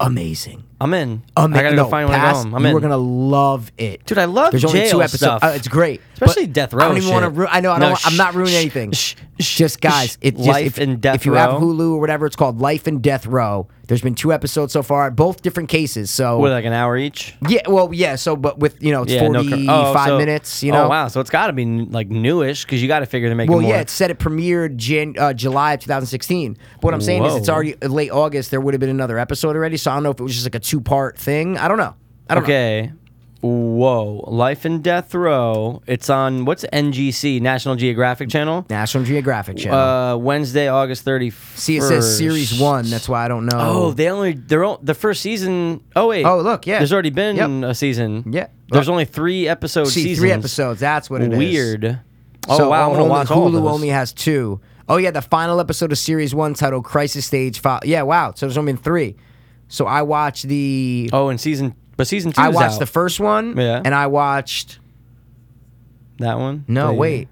Amazing.
I'm in.
Ama-
I gotta
Oh, Um, no,
go find one
pass,
at home. I'm
you
in.
are gonna love it,
Dude, I love
There's only
jail
two episodes.
stuff.
Uh, it's great, but
Especially death row.
I don't even
shit.
want to. Ru- I know. I
No,
don't. wa- I'm
shh,
not ruining
shh,
anything.
shh, shh,
Just guys,
shh.
it's just,
life
if,
and death.
If you
row.
have Hulu or whatever, it's called Life and Death Row. There's been two episodes so far, both different cases. So
what, like an hour each?
yeah, well, yeah. So, but with you know, it's
no
forty-five
cur- oh, so-
minutes. You know,
Oh wow, so it's got to be n- like newish because you got to figure they're making
Well,
more.
yeah, it said it premiered Jan- uh, July of 2016. But what I'm saying is, it's
Whoa.
already uh, late August. There would have been another episode already. So I don't know if it was just like a two-part thing. I don't know. I don't know.
okay. Whoa, Life and Death Row. It's on what's NGC National Geographic Channel.
National Geographic Channel.
Uh, Wednesday, August thirty first.
See, it says series one. That's why I don't know.
Oh, they only they're all, the first season. Oh wait.
Oh, look, yeah.
There's already been
Yep.
a season.
Yeah.
There's only three episodes.
see, three episodes. That's what it is.
Weird. Oh
So
wow, I'm gonna
only-
watch
Hulu
all of those.
only has two. Oh yeah, the final episode of series one titled "Crisis Stage 5. Yeah, wow. So there's only been three. So I watched the.
Oh, and season but season two.
I watched the first one.
Yeah.
And I watched.
that one.
No,
The-
wait.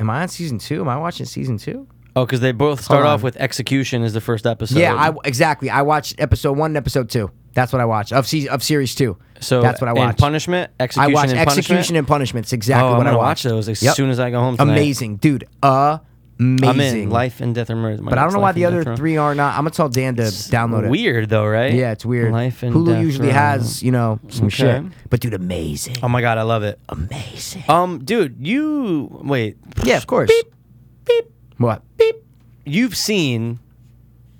Am I on season two? Am I watching season two?
Oh, because they both start
Hold
off
on.
with execution is the first episode.
Yeah, I exactly. I watched episode one and episode two. That's what I watched of se- of series two.
so
that's what I
and
watched.
punishment,
I
execution,
watched
and
execution
punishment.
and punishments. Exactly
oh, I'm
what
gonna
I
watch
watched.
those as
Yep.
soon as I go home. Tonight.
Amazing, dude. Amazing.
I'm in life and death or murder.
But I don't know why the other three are not. I'm gonna tell Dan to download it.
Weird though, right?
Yeah, it's weird.
Life and
Hulu
death
usually
row.
has you know some shit,
Okay.
but dude, amazing,
Oh my god, I love it.
amazing.
Um, dude, you wait.
Yeah, of course.
Beep, beep.
What?
beep. You've seen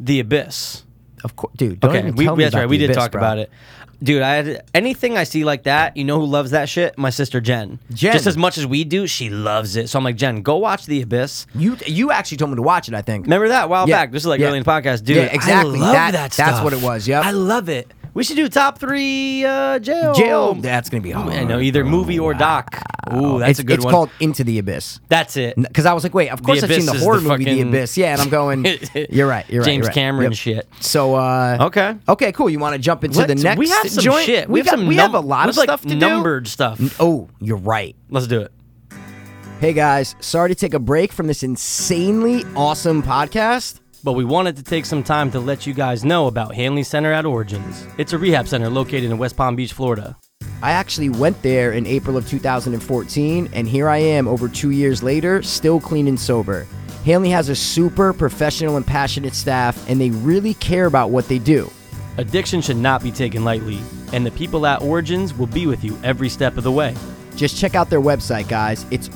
The Abyss.
Of course, dude. Don't
okay,
even
we,
tell me
that's
about
right.
the
We did
Abyss,
talk
bro.
about it, dude. I had, anything I see like that, you know who loves that shit? My sister Jen.
Jen.
just as much as we do, she loves it. So I'm like, Jen, go watch The Abyss.
You you actually told me to watch it. I think.
Remember that a while
Yeah,
back? This is like
yeah.
early in the podcast, dude.
Yeah,
I
exactly.
love
That-
that,
that's
stuff.
what it was, yep.
I love it. We should do top three uh, jail.
Jail. That's gonna be hard.
I know either movie or doc. Ooh, that's
Oh, it's,
a good
it's
one.
called Into the Abyss.
that's it. *laughs*
Because I was like, wait, of course I've seen
Abyss
the
is
horror
the
movie The
fucking-
Abyss. Yeah, and I'm
*laughs*
going. you're right. You're
James
right. you're right.
Cameron
Yep.
shit.
So uh,
Okay.
okay, cool. You want to jump into the
Let's-
next?
we have some
joint?
shit.
We,
We, have
got-
some
We have a
num-
lot of
with, like,
stuff to
numbered stuff.
do. Oh, you're right.
Let's do it.
Hey guys, sorry to take a break from this insanely awesome podcast.
But we wanted to take some time to let you guys know about Hanley Center at Origins. It's a rehab center located in West Palm Beach, Florida.
I actually went there in April of 2014, and here I am over two years later, still clean and sober. Hanley has a super professional and passionate staff, and they really care about what they do.
Addiction should not be taken lightly, and the people at Origins will be with you every step of the way.
Just check out their website, guys. It's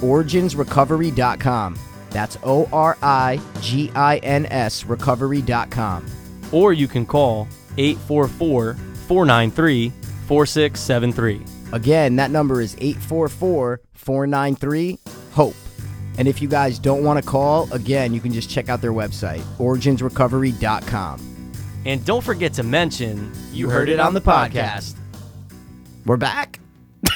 originsrecovery.com. That's O R I G I N S recovery.com.
Or you can call 844 493 4673.
Again, that number is 844 493 HOPE. E. And if you guys don't want to call, again, you can just check out their website, originsrecovery.com.
And don't forget to mention you,
heard it on the podcast. We're back. *laughs*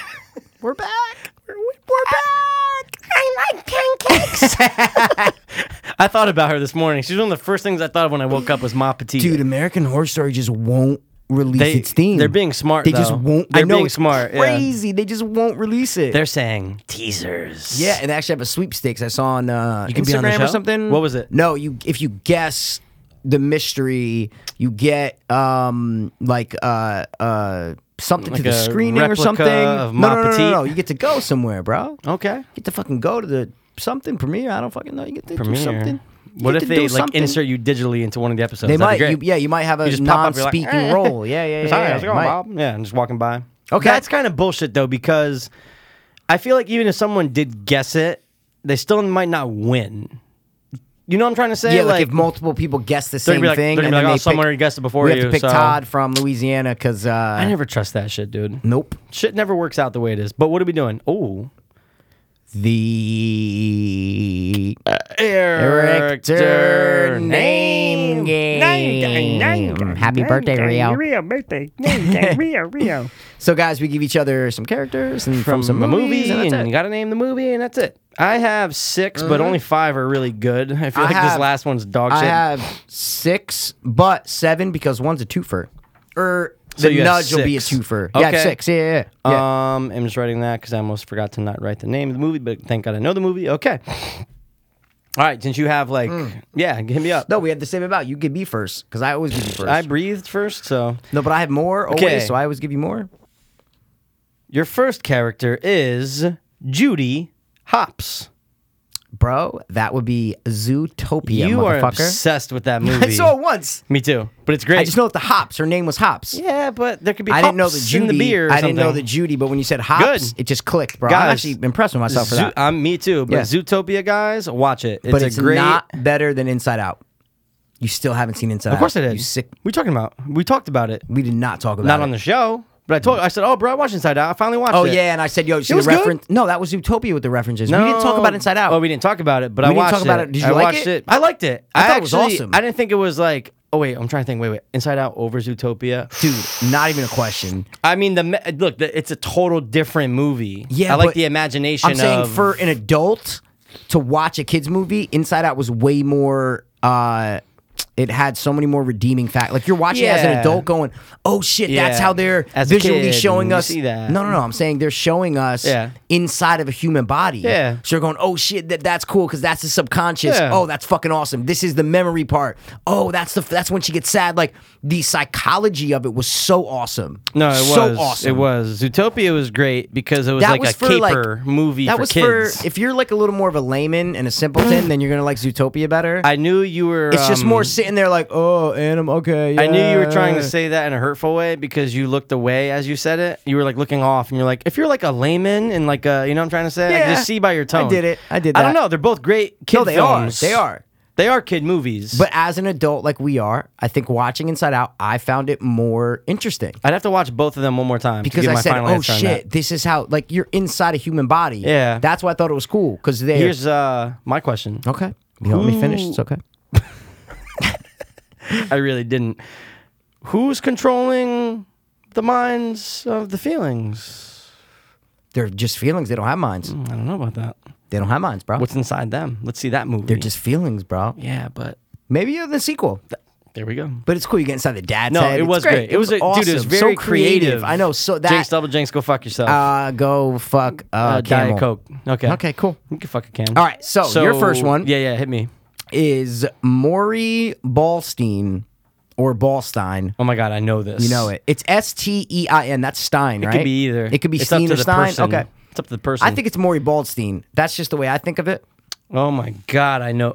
We're back. We're back.
I like pancakes.
I thought about her this morning. She's one of the first things I thought of when I woke up was Ma Petite.
Dude, American Horror Story just won't release
They-
its theme.
they're being smart,
They just
though.
won't. I
They're
know
being
it's
smart, yeah.
Crazy. They just won't release it.
They're saying teasers.
Yeah, and they actually have a sweepstakes I saw on uh,
You can
Instagram
be on the
or
show?
something.
What was it?
No, you if you guess the mystery, you get um like uh uh something
Like
to the
a
screening or
replica
something.
of Oh.
no, no, no, no, no,
Mappetit?
no, you get to go somewhere, bro.
Okay.
You get to fucking go to the something premiere. I don't fucking know. You get to
Premiere.
do something. You
What if
get to
they
do
like
something.
insert you digitally into one of the episodes?
They
That'd
might.
be
You,
great.
yeah, you might have a
You just pop up, you're like,
non-speaking
"Eh."
role. Yeah, yeah, yeah.
Sorry,
yeah,
how's it going,
might.
Bob? Yeah, and just walking by.
Okay.
That's kind of bullshit though, because I feel like even if someone did guess it, they still might not win. You know what I'm trying to say?
Yeah, like, if multiple people guess the
they're
same
gonna be like,
thing,
they're
and
gonna be
then
like,
they
oh, someone
pick-
already guessed it before
we
you.
have to pick
so.
Todd from Louisiana because
I
uh,
never trust that shit, dude.
nope.
Shit never works out the way it is. But what are we doing? Oh,
the
Eric
Director name game. Happy birthday, Rio.
birthday. Name gang, Rio, Rio.
So, guys, we give each other some characters and from,
from
some
a movie,
movies,
and,
that's
you
it. Mm-hmm.
gotta name the movie, and that's it. I have 6 but only five are really good. I feel
I
like
have-
this last one's dog
I
Oh, shit.
have six, but seven because one's a twofer. Or
So
the
you have
nudge will be a
six.
twofer. Yeah, I have
Okay.
six. Yeah, yeah, yeah. yeah.
Um, I'm just writing that because I almost forgot to not write the name of the movie, but thank God I know the movie. Okay. All right, since you have like,
Mm.
yeah, hit me up.
no, we had the same about. You give me first because I always give you first.
I breathed first, so
no, but I have more always,
Okay.
so I always give you more.
your first character is Judy Hops.
Bro, that would be Zootopia,
you are
motherfucker.
obsessed with that movie.
*laughs* I saw it once.
me too, but it's great.
I just know that the hops. Her name was Hops.
yeah, but there could be
I didn't know the
hops
Judy.
in the beer. Or
I didn't know the
something.
Judy, but when you said hops,
Good.
it just clicked, bro. I'm
Guys,
actually impressed with myself for
Zoo-
that.
I'm me too, but
Yeah.
Zootopia guys, watch it. It's
but
a
it's
great.
not better than Inside Out. You still haven't seen Inside Out.
of course it is.
You sick.
We talking about? We talked about it.
We did not talk about
Not
it.
on the show, but I told. you I said, "Oh, bro, I watched Inside Out. I finally watched
Oh
it."
yeah, and I said, yo, you see the
was good.
reference? No, that was Utopia with the references. We didn't talk
No.
about Inside Out.
Oh, we didn't talk about it, but
We
I
didn't
watched
talk about
it.
it. Did you
I
like
watched
it?
it? I liked it.
I
I,
thought it was
actually,
awesome.
I didn't think it was like. Oh wait, I'm trying to think. Wait, wait. Inside Out over Zootopia.
Dude, not even a question.
I mean, the me- look, the, it's a total different movie.
Yeah,
I like
but
the imagination.
I'm saying
of,
for an adult to watch a kids movie, Inside Out was way more. uh it had so many more redeeming facts. Like you're watching it as an
Yeah.
adult, going, "Oh shit, that's
Yeah.
how they're
As a
visually
kid,
showing
you
us."
see that.
No, no, no. I'm saying they're showing us
Yeah.
inside of a human body.
Yeah.
So you're going, "Oh shit, that that's cool because that's the subconscious.
Yeah.
Oh, that's fucking awesome. This is the memory part. Oh, that's the that's when she gets sad. Like the psychology of it was so awesome.
no, it
so
was
awesome.
It was Zootopia was great because it was like a caper movie
that
for
was
kids.
for if you're like a little more of a layman and a simpleton, then you're gonna like Zootopia better.
I knew you were.
it's just more
um,
sitting there like, oh, animal. Okay,
I knew you were trying to
yeah."
say that in a hurtful way because you looked away as you said it. You were like looking off, and you're like, if you're like a layman and like a, you know, what I'm trying to say, I
Yeah.
can just see by your
I
tone.
did it. I did
I don't
that.
know. They're both great. Kid
No, they
films.
are. They are.
They are kid movies.
But as an adult, like we are, I think watching Inside Out, I found it more interesting
I'd have to watch both of them one more time
because
to give
I
my
said,
final
"Oh
answer on that.
shit, this is how like you're inside a human body."
Yeah.
that's why I thought it was cool because they.
Here's uh, my question.
okay, you know, let me finish. It's okay.
I really didn't. Who's controlling the minds of the feelings?
They're just feelings. They don't have minds.
I don't know about that.
They don't have minds, bro.
Mm. What's inside them? Let's see that movie.
They're just feelings, bro.
yeah, but
Maybe you're the sequel,
there we go.
but it's cool. You get inside the dad's
No,
head.
it
It's
was great. It was, a, dude. It was
awesome.
very
so creative. I know. So that
Jinx double jinx, go fuck yourself.
uh, go fuck uh,
Uh, Diet
Camel.
Coke. Okay.
Okay, cool.
You can fuck a can.
All right, so your first one-
Yeah, yeah. Hit me.
Is Maury Ballstein or Ballstein?
Oh my god, I know this.
You know it. It's S T E I N. That's Stein,
It
right?
could be either.
It could be
It's
Stein
up to
or
the
Stein.
person.
Okay.
It's up to the person.
I think it's Maury Baldstein. That's just the way I think of it.
Oh my god, I know.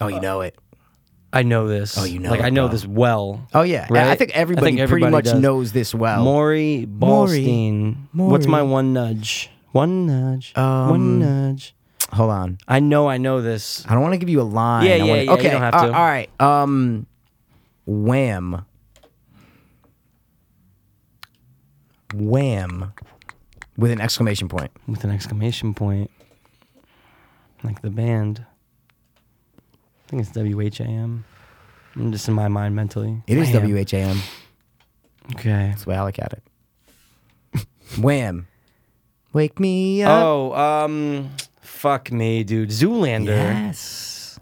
Oh,
Uh,
you know it.
I know this. Oh,
you know
Like
it,
I know
bro.
this well.
Oh yeah.
Right?
I think everybody pretty
everybody
much
does.
knows this well.
Maury
Oh. Maury.
Ballstein. What's my one nudge? One nudge.
Um,
one nudge.
Hold on.
I know I know this.
I don't want to give you a line.
Yeah,
I
yeah,
wanna-
yeah, you
Okay.
don't have
all-
to.
all right. Um, Wham. Wham. With an exclamation point.
With an exclamation point. Like the band. I think it's W H A M. I'm just in my mind mentally.
It is
Wham.
W H A Uh, M.
Okay.
That's the way I look at it. Wham. Wake me up.
Oh, um fuck me, dude. Zoolander.
yes.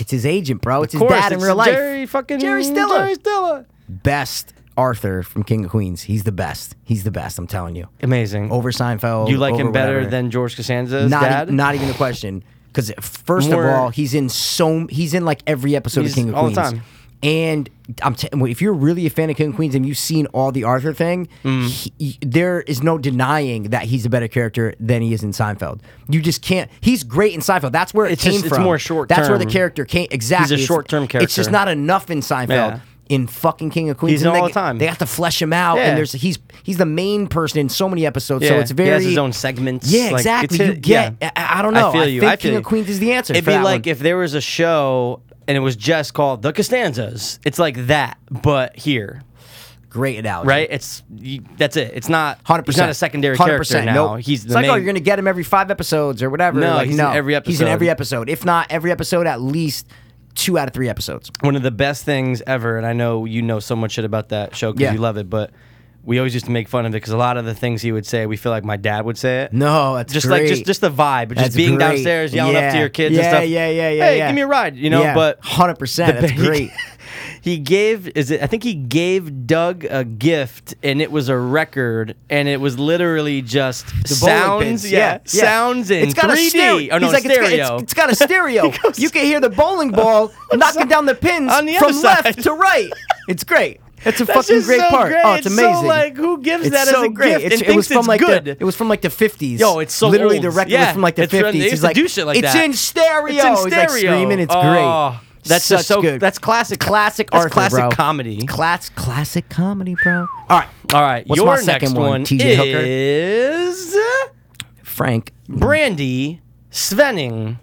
It's his agent, bro. It's
Of
his
course,
dad in
it's
real life.
Jerry fucking
Jerry Stiller.
Jerry Stiller.
Best Arthur from King of Queens. He's the best. He's the best. I'm telling you.
Amazing.
Over Seinfeld.
you like him
over
better
Oh, whatever.
than George Costanza's
not, e-
dad?
not even the question. Because first
More-
of all, he's in so he's in like every episode
He's
of King of
all the
Queens.
time.
And I'm t- if you're really a fan of King of Queens and you've seen all the Arthur thing,
Mm.
he- there is no denying that he's a better character than he is in Seinfeld. You just can't. He's great in Seinfeld. That's where it
It's
came
just- it's
from.
more short
That's where the
term.
character came. Exactly. It's-
short-term
It's
character.
just not enough in Seinfeld.
Yeah.
In fucking King of Queens,
He's in
And they
all the
g-
time.
They have to flesh him out,
Yeah.
and there's he's he's the main person in so many episodes. So
Yeah,
it's very
he has his own segments.
Yeah,
like,
exactly.
it's
you
his-
get.
yeah.
I, I don't know.
I feel you.
think
I feel
King
you.
of Queens is the answer.
It'd
for
be
that
like
one.
if there was a show and it was just called The Costanzas. It's like that, but here,
great analogy,
right? It's you, that's it. It's not
Hundred
He's
percent.
not a secondary
100%,
character now.
Nope.
He's
it's
the
like,
main.
oh, you're gonna get him every five episodes or whatever.
No,
like,
he's in
no.
every
He's in
episode.
every episode. If not every episode, at least two out of three episodes.
one of the best things ever, and I know you know so much shit about that show because
Yeah.
you love it, but we always used to make fun of it because a lot of the things he would say, we feel like my dad would say it.
No, that's
just
great.
like just just the vibe, but just
That's
being
great.
downstairs yelling up to
Yeah.
your kids and
Yeah,
stuff.
yeah, yeah, yeah,
Hey,
yeah.
give me a ride, you know.
Yeah.
But
100%,
the-
that's
he-
great.
He gave is it? I think he gave Doug a gift, and it was a record, and it was literally just
bowling
sounds.
pins.
Yeah, sounds in
*laughs* It's got
3D.
a stereo.
Oh no,
He's like,
stereo.
It's got, it's-
*laughs*
it's got a stereo.
goes-
you can hear the bowling
*laughs*
ball knocking down the pins
On the
from
other side.
left to right. It's great. It's a
That's
fucking
just
great
so
part.
Great.
Oh, it's amazing.
So, like, who gives
It's
that
so
as a
great.
gift?
It's-
and thinks
from
it's
like
good.
The, oh, it was from like the fifties.
Yo, it's so
literally
old.
the record
Yeah.
was from like the
It's from- they
fifties.
used
He's
to
like,
do shit like
it's
that.
in stereo.
It's in
He's like
stereo.
screaming. It's
Oh,
great.
that's
Such
just so
good.
That's classic.
classic
That's
Arthur,
classic
bro.
comedy.
Class, classic comedy, bro. All right,
All right,
What's
your
my second
next
one,
one
TJ Hooker?
is
Frank.
Brandy Svenning.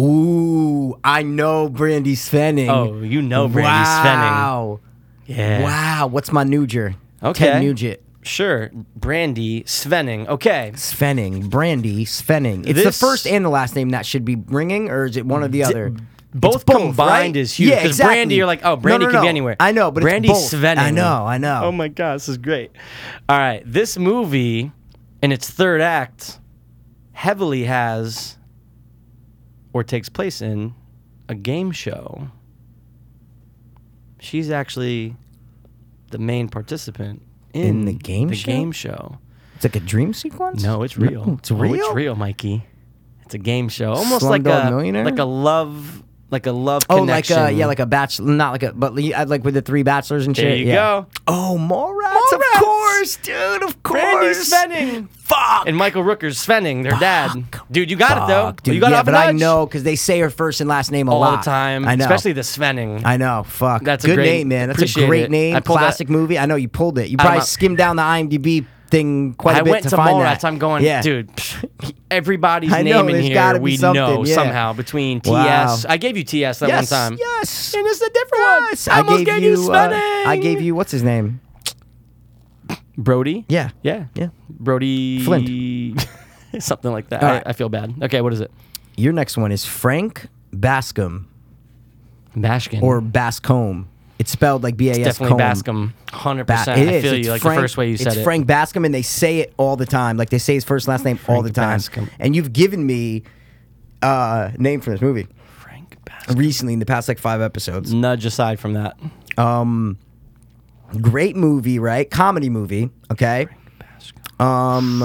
Ooh, I know Brandy Svenning.
Oh, you know Brandy
wow.
Svenning. Yeah.
Wow. What's my Nuger?
Okay.
Ted Nugent.
Sure, Brandy Svenning. Okay.
Svenning. Brandy Svenning. It's
This-
the first and the last name that should be ringing, or is it one or the other?
Both, combined
right?
is huge.
Yeah,
Because
exactly.
Brandy, you're like, oh,
No,
Brandy
no,
can be
no.
anywhere.
I know, but it's
Brandy
both.
Svenning.
I know, I know.
Oh my gosh, this is great. All right, this movie in its third act heavily has or takes place in a game show. She's actually the main participant in,
In the game
the
show?
game show.
It's like a dream sequence?
No, it's real.
No, it's
Oh,
real.
it's real, Mikey. It's a game show, almost like
Slumdog
a
Millionaire?
like a love, like a love
Oh,
connection.
like a yeah, like a bachelor, not like a, but li- uh, like with the three bachelors and shit.
there you
yeah.
go,
Oh, Morats,
Mallrats.
of course, dude, of
Brandy
course.
Svenning
Fuck.
and Michael Rooker's Svenning, their dad. Dude, you got it though.
Fuck, dude.
you got it
yeah,
off a
but I
notch.
know because they say her first and last name a
all
lot
the time,
I know,
especially the Svenning.
I know. Fuck.
That's a
good
great-
name, man. That's a
appreciate
great
it.
name.
I pulled that-
Classic movie. I know you pulled it. You
I'm
probably
out.
skimmed down the IMDb thing quite a
I
bit
went
to
to
find
Mallrats.
that.
I'm going,
yeah.
dude. psh, everybody's
I know,
name in
there's
here
gotta be
we
something,
know
yeah.
somehow between TS.
Wow.
I gave you TS that
yes,
one time.
yes.
And it's a different
Yes,
one. I, almost gave, you,
uh,
spelling.
I gave you what's his name?
Brody.
Yeah.
Yeah.
Yeah.
Brody Flint. *laughs* Something like that.
All
I,
right.
I feel bad. Okay, what is it?
Your next one is Frank Bascom
Bashkin.
or Bascombe. It's spelled like B A S.
definitely
Combe.
Bascom. Hundred
Ba-
percent.
it
I
is.
feel
It's
you. Like
Frank-
the first way you said
it's
it.
Frank Bascom, and they say it all the time. Like they say his first last name all the time.
Bascom.
And you've given me uh name for this movie
Frank Bascom.
recently in the past like five episodes.
Nudge aside from that.
Um, great movie, right? Comedy movie. Okay.
Bascom.
Um,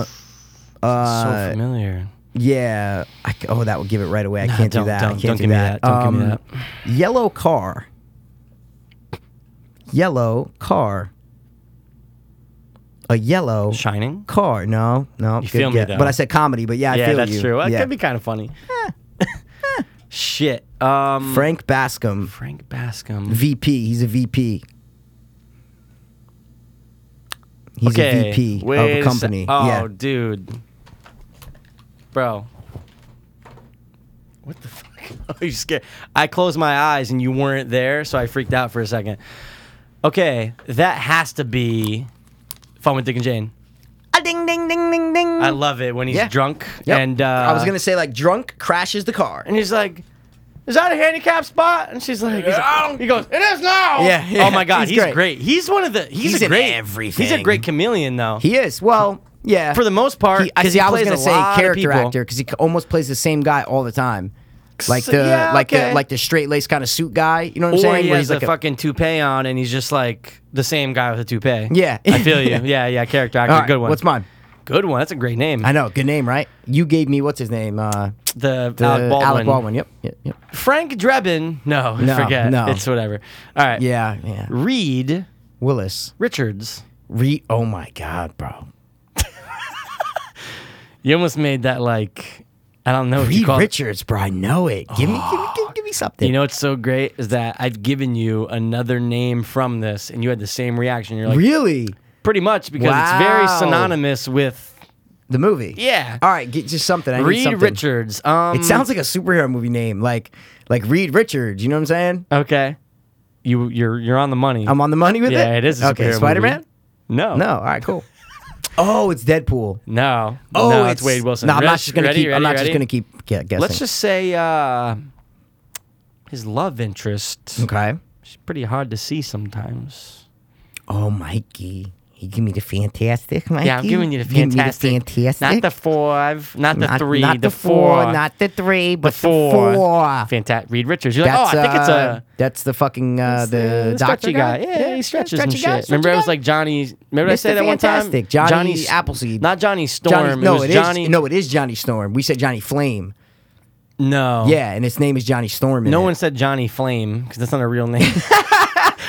uh,
so familiar.
yeah. I c oh, that would give it right away. I can't
don't-
do that. I
don't-
can't
don't
do
give me
that.
that. Don't give me
Um, Yellow car. Yellow car. A yellow
Shining.
car. No, no.
You
good
feel me,
guess.
though.
But I said comedy. But yeah, I
yeah,
feel
that's
you.
true. That
Yeah.
could be kind of funny. *laughs* Shit. Um,
Frank Bascom,
Frank Bascom.
VP. He's a VP. He's a VP of
wait sec-
a company.
Oh,
yeah.
dude, bro, what the fuck? *laughs* Oh, you scared? I closed my eyes and you weren't there, so I freaked out for a second. Okay, that has to be Fun with Dick and Jane.
A Ah, ding ding ding ding ding.
I love it when he's
Yeah.
drunk
Yep.
and uh,
I was gonna say like drunk crashes the car.
and he's like. Is that a handicap spot? And she's like, he's like- he goes, it is now.
Yeah, yeah.
Oh my God,
*laughs* He's
he's,
great.
great. He's one of the. He's,
He's
a
in
great. He's a
everything.
great chameleon, though.
He is. Well, yeah.
for the most part,
He- I see.
He
I was
plays
gonna
a
say
lot of
character
people.
actor because he c- almost plays the same guy all the time, like the
yeah,
like
okay.
the like the straight laced kind of suit guy. You know what I'm
Or
saying?
he
Where
has
he's
a
like a-
fucking toupee on, and he's just like the same guy with a toupee.
Yeah.
I
*laughs*
feel you. Yeah, yeah. Character actor,
All right,
good one.
What's mine?
Good one. That's a great name.
I know. Good name, right? You gave me what's his name? Uh,
the,
the
Alec Baldwin.
Yep. Yep. Yep.
Frank Drebin. No,
*laughs* No,
forget.
no.
It's whatever. All right.
Yeah. Yeah.
Reed
Willis.
Richards.
Re. Oh my God, bro.
You almost made that like I don't know what you
Reed
call it. Oh.
Richards, bro. I know it. Give me, give me, give, give me something.
You know what's so great is that I'd given you another name from this, and you had the same reaction. You're like,
really,
pretty much because it's very
Wow.
synonymous with
the movie.
yeah.
All right, get just something. I need
Reed
something.
Richards. Um,
It sounds like a superhero movie name, like like Reed Richards. You know what I'm saying?
okay. You you're you're on the money.
I'm on the money with it.
yeah, it is. A
okay.
superhero
Spider Man.
movie. No,
No. All right. Cool. *laughs* Oh, it's Deadpool.
no.
Oh,
no, it's, Wade Wilson.
No, I'm
Ready-
not just gonna
ready,
keep. I'm
ready,
not just
ready?
gonna keep gu- guessing.
Let's just say uh, his love interest.
Okay.
She's pretty hard to see sometimes.
Oh, Mikey. You give me the fantastic, Mikey.
Yeah, I'm giving you the
Give me
fantastic. Not
fantastic.
the five, not the
Not-
three,
not
the, four,
not the three,
the
but
four.
the four.
Fantastic. Reed Richards. You're like, oh, I think it's
uh,
a.
That's the fucking uh, the,
the
doctor
stretchy guy. Yeah, he stretches and
stretchy guy,
shit.
stretchy
Remember, it was
guy?
like Johnny. Remember I
Mr.
said that one time?
Fantastic, Johnny
S-
Appleseed.
Not Johnny
Johnny,
Storm.
no,
it was
it is-
Johnny.
No, it is Johnny Storm. We said Johnny Flame.
no.
Yeah, and his name is Johnny Storm. in
Oh. No
it.
one said Johnny Flame because that's not a real
*laughs*
name.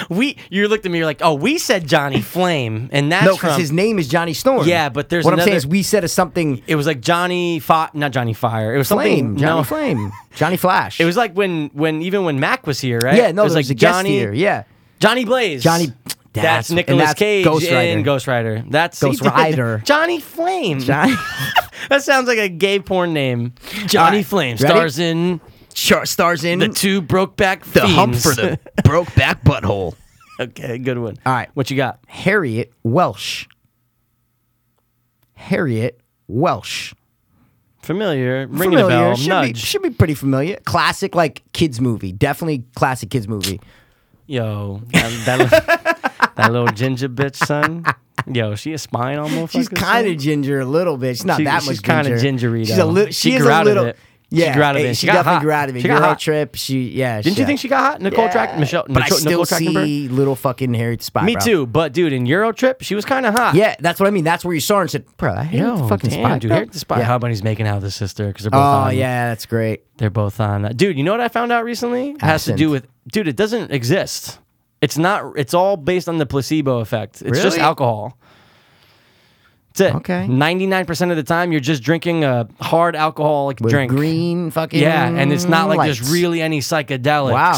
we, you looked at me, you're like, oh, we said Johnny Flame, and that's
No, because
from.
his name is Johnny Storm.
Yeah, but there's
what I'm
another-
saying is we said a something
it was like Johnny Fi- not Johnny Fire. It was
Flame,
something.
Johnny
no,
Flame, Johnny Flash.
it was like when, when even when Mac was here, right?
yeah, no,
it was
there
like
was a guest
Johnny,
here. Yeah,
Johnny Blaze,
Johnny.
That's,
and
Nicholas
that's
Cage
Ghost Rider.
and Ghost Rider. That's
Ghost Rider.
Johnny Flame.
Johnny.
That sounds like a gay porn name. Johnny
right,
Flame
ready?
stars in
*laughs* Char- stars in
the two Brokeback
the hump
Fiends.
for the broke back butthole.
okay, good one.
All right.
what you got?
Harriet Welsh. Harriet Welsh.
Familiar, ring
familiar.
the bell,
should be
nudge.
should be pretty familiar. Classic like kids movie. Definitely classic kids movie.
Yo, that, that, that little *laughs* ginger bitch, son. Yo, she a spine almost.
She's kind of ginger a little bit. She's not
She-
that
she's
much
kinda
ginger.
gingery,
She's a
though.
little.
She
She, is
grew
a
out of
little.
it. She
Yeah,
grew out of it.
She,
She got
definitely
hot.
grew out of it.
She got
Girl
hot.
trip. She yeah.
Didn't you think she got hot? Nicole Track, Michelle,
But I
Nicole,
still
Nicole Trachtenberg.
see little fucking Harriet Spy.
Me
bro.
too, but dude, in Euro Trip, she was kind of hot.
Yeah, that's what I mean. That's where you saw her and said, "Bro, I hate
Yo,
the fucking
damn,
spy,
dude.
bro."
Here's the spy.
Yeah.
How Bunny's making out with his sister because they're both
Oh
on.
yeah, that's great.
They're both on. that. Dude, you know what I found out recently? It has to
Absinthe.
do with dude. It doesn't exist. It's not. It's all based on the placebo effect. It's just
Really?
alcohol. That's it.
Okay.
Ninety nine percent of the time, you're just drinking a hard alcoholic
With
drink.
green fucking
Yeah, and it's not like
lights.
there's really any psychedelics.
Wow.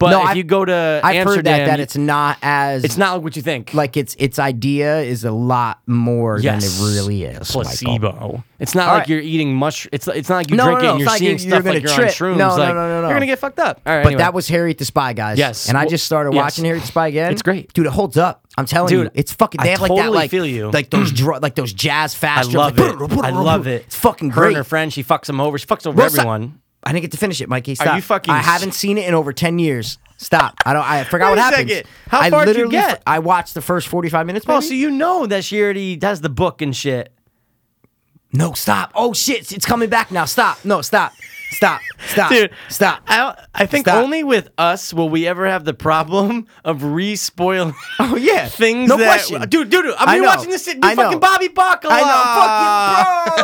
But
No,
if
I've-
you go to
I've heard
Amsterdam,
that that
you-
it's not as
it's not like what you think.
like its its idea is a lot more
yes,
than it really is. Michael.
placebo. It's not like
right.
you're eating mush. It's it's not like you
No,
drink
no,
it
no,
and
it's
you're
not like
seeing
you-
stuff
you're gonna
like you're
trip.
on shrooms.
No, no,
like,
no, no, no.
You're gonna get fucked up. All right,
But
anyway.
that was Harriet the Spy Guys.
Yes.
and I
Well,
just started
yes.
watching Harriet the Spy again.
It's great.
dude. It holds up. I'm telling
Dude,
you, it's fucking.
I
They have like that,
totally
like
feel you. *clears throat*
like those dr- like those jazz
I
fast.
love it. I love it.
*clears throat* It's fucking
Her
great.
and her friend. She fucks him over. She fucks over
Well, stop.
everyone.
I didn't get to finish it, Mikey. Stop.
you fucking
I
s-
haven't seen it in over ten years. Stop. I don't. I forgot
Wait
what
a
happens.
second. How
I
far did you
literally
get?
I watched the first forty five minutes. Maybe?
Oh, so you know that she already has the book and shit.
No, stop. Oh shit, it's coming back now. Stop. No, stop. Stop. Stop.
Dude,
stop.
I, I think
Stop.
only with us will we ever have the problem of re-spoiling. *laughs*
Oh yeah.
things.
No
that,
question.
dude, dude, dude.
I
I'm
know.
rewatching this shit.
I
Dude,
know.
fucking Bobby Buck.
I
ah.
know.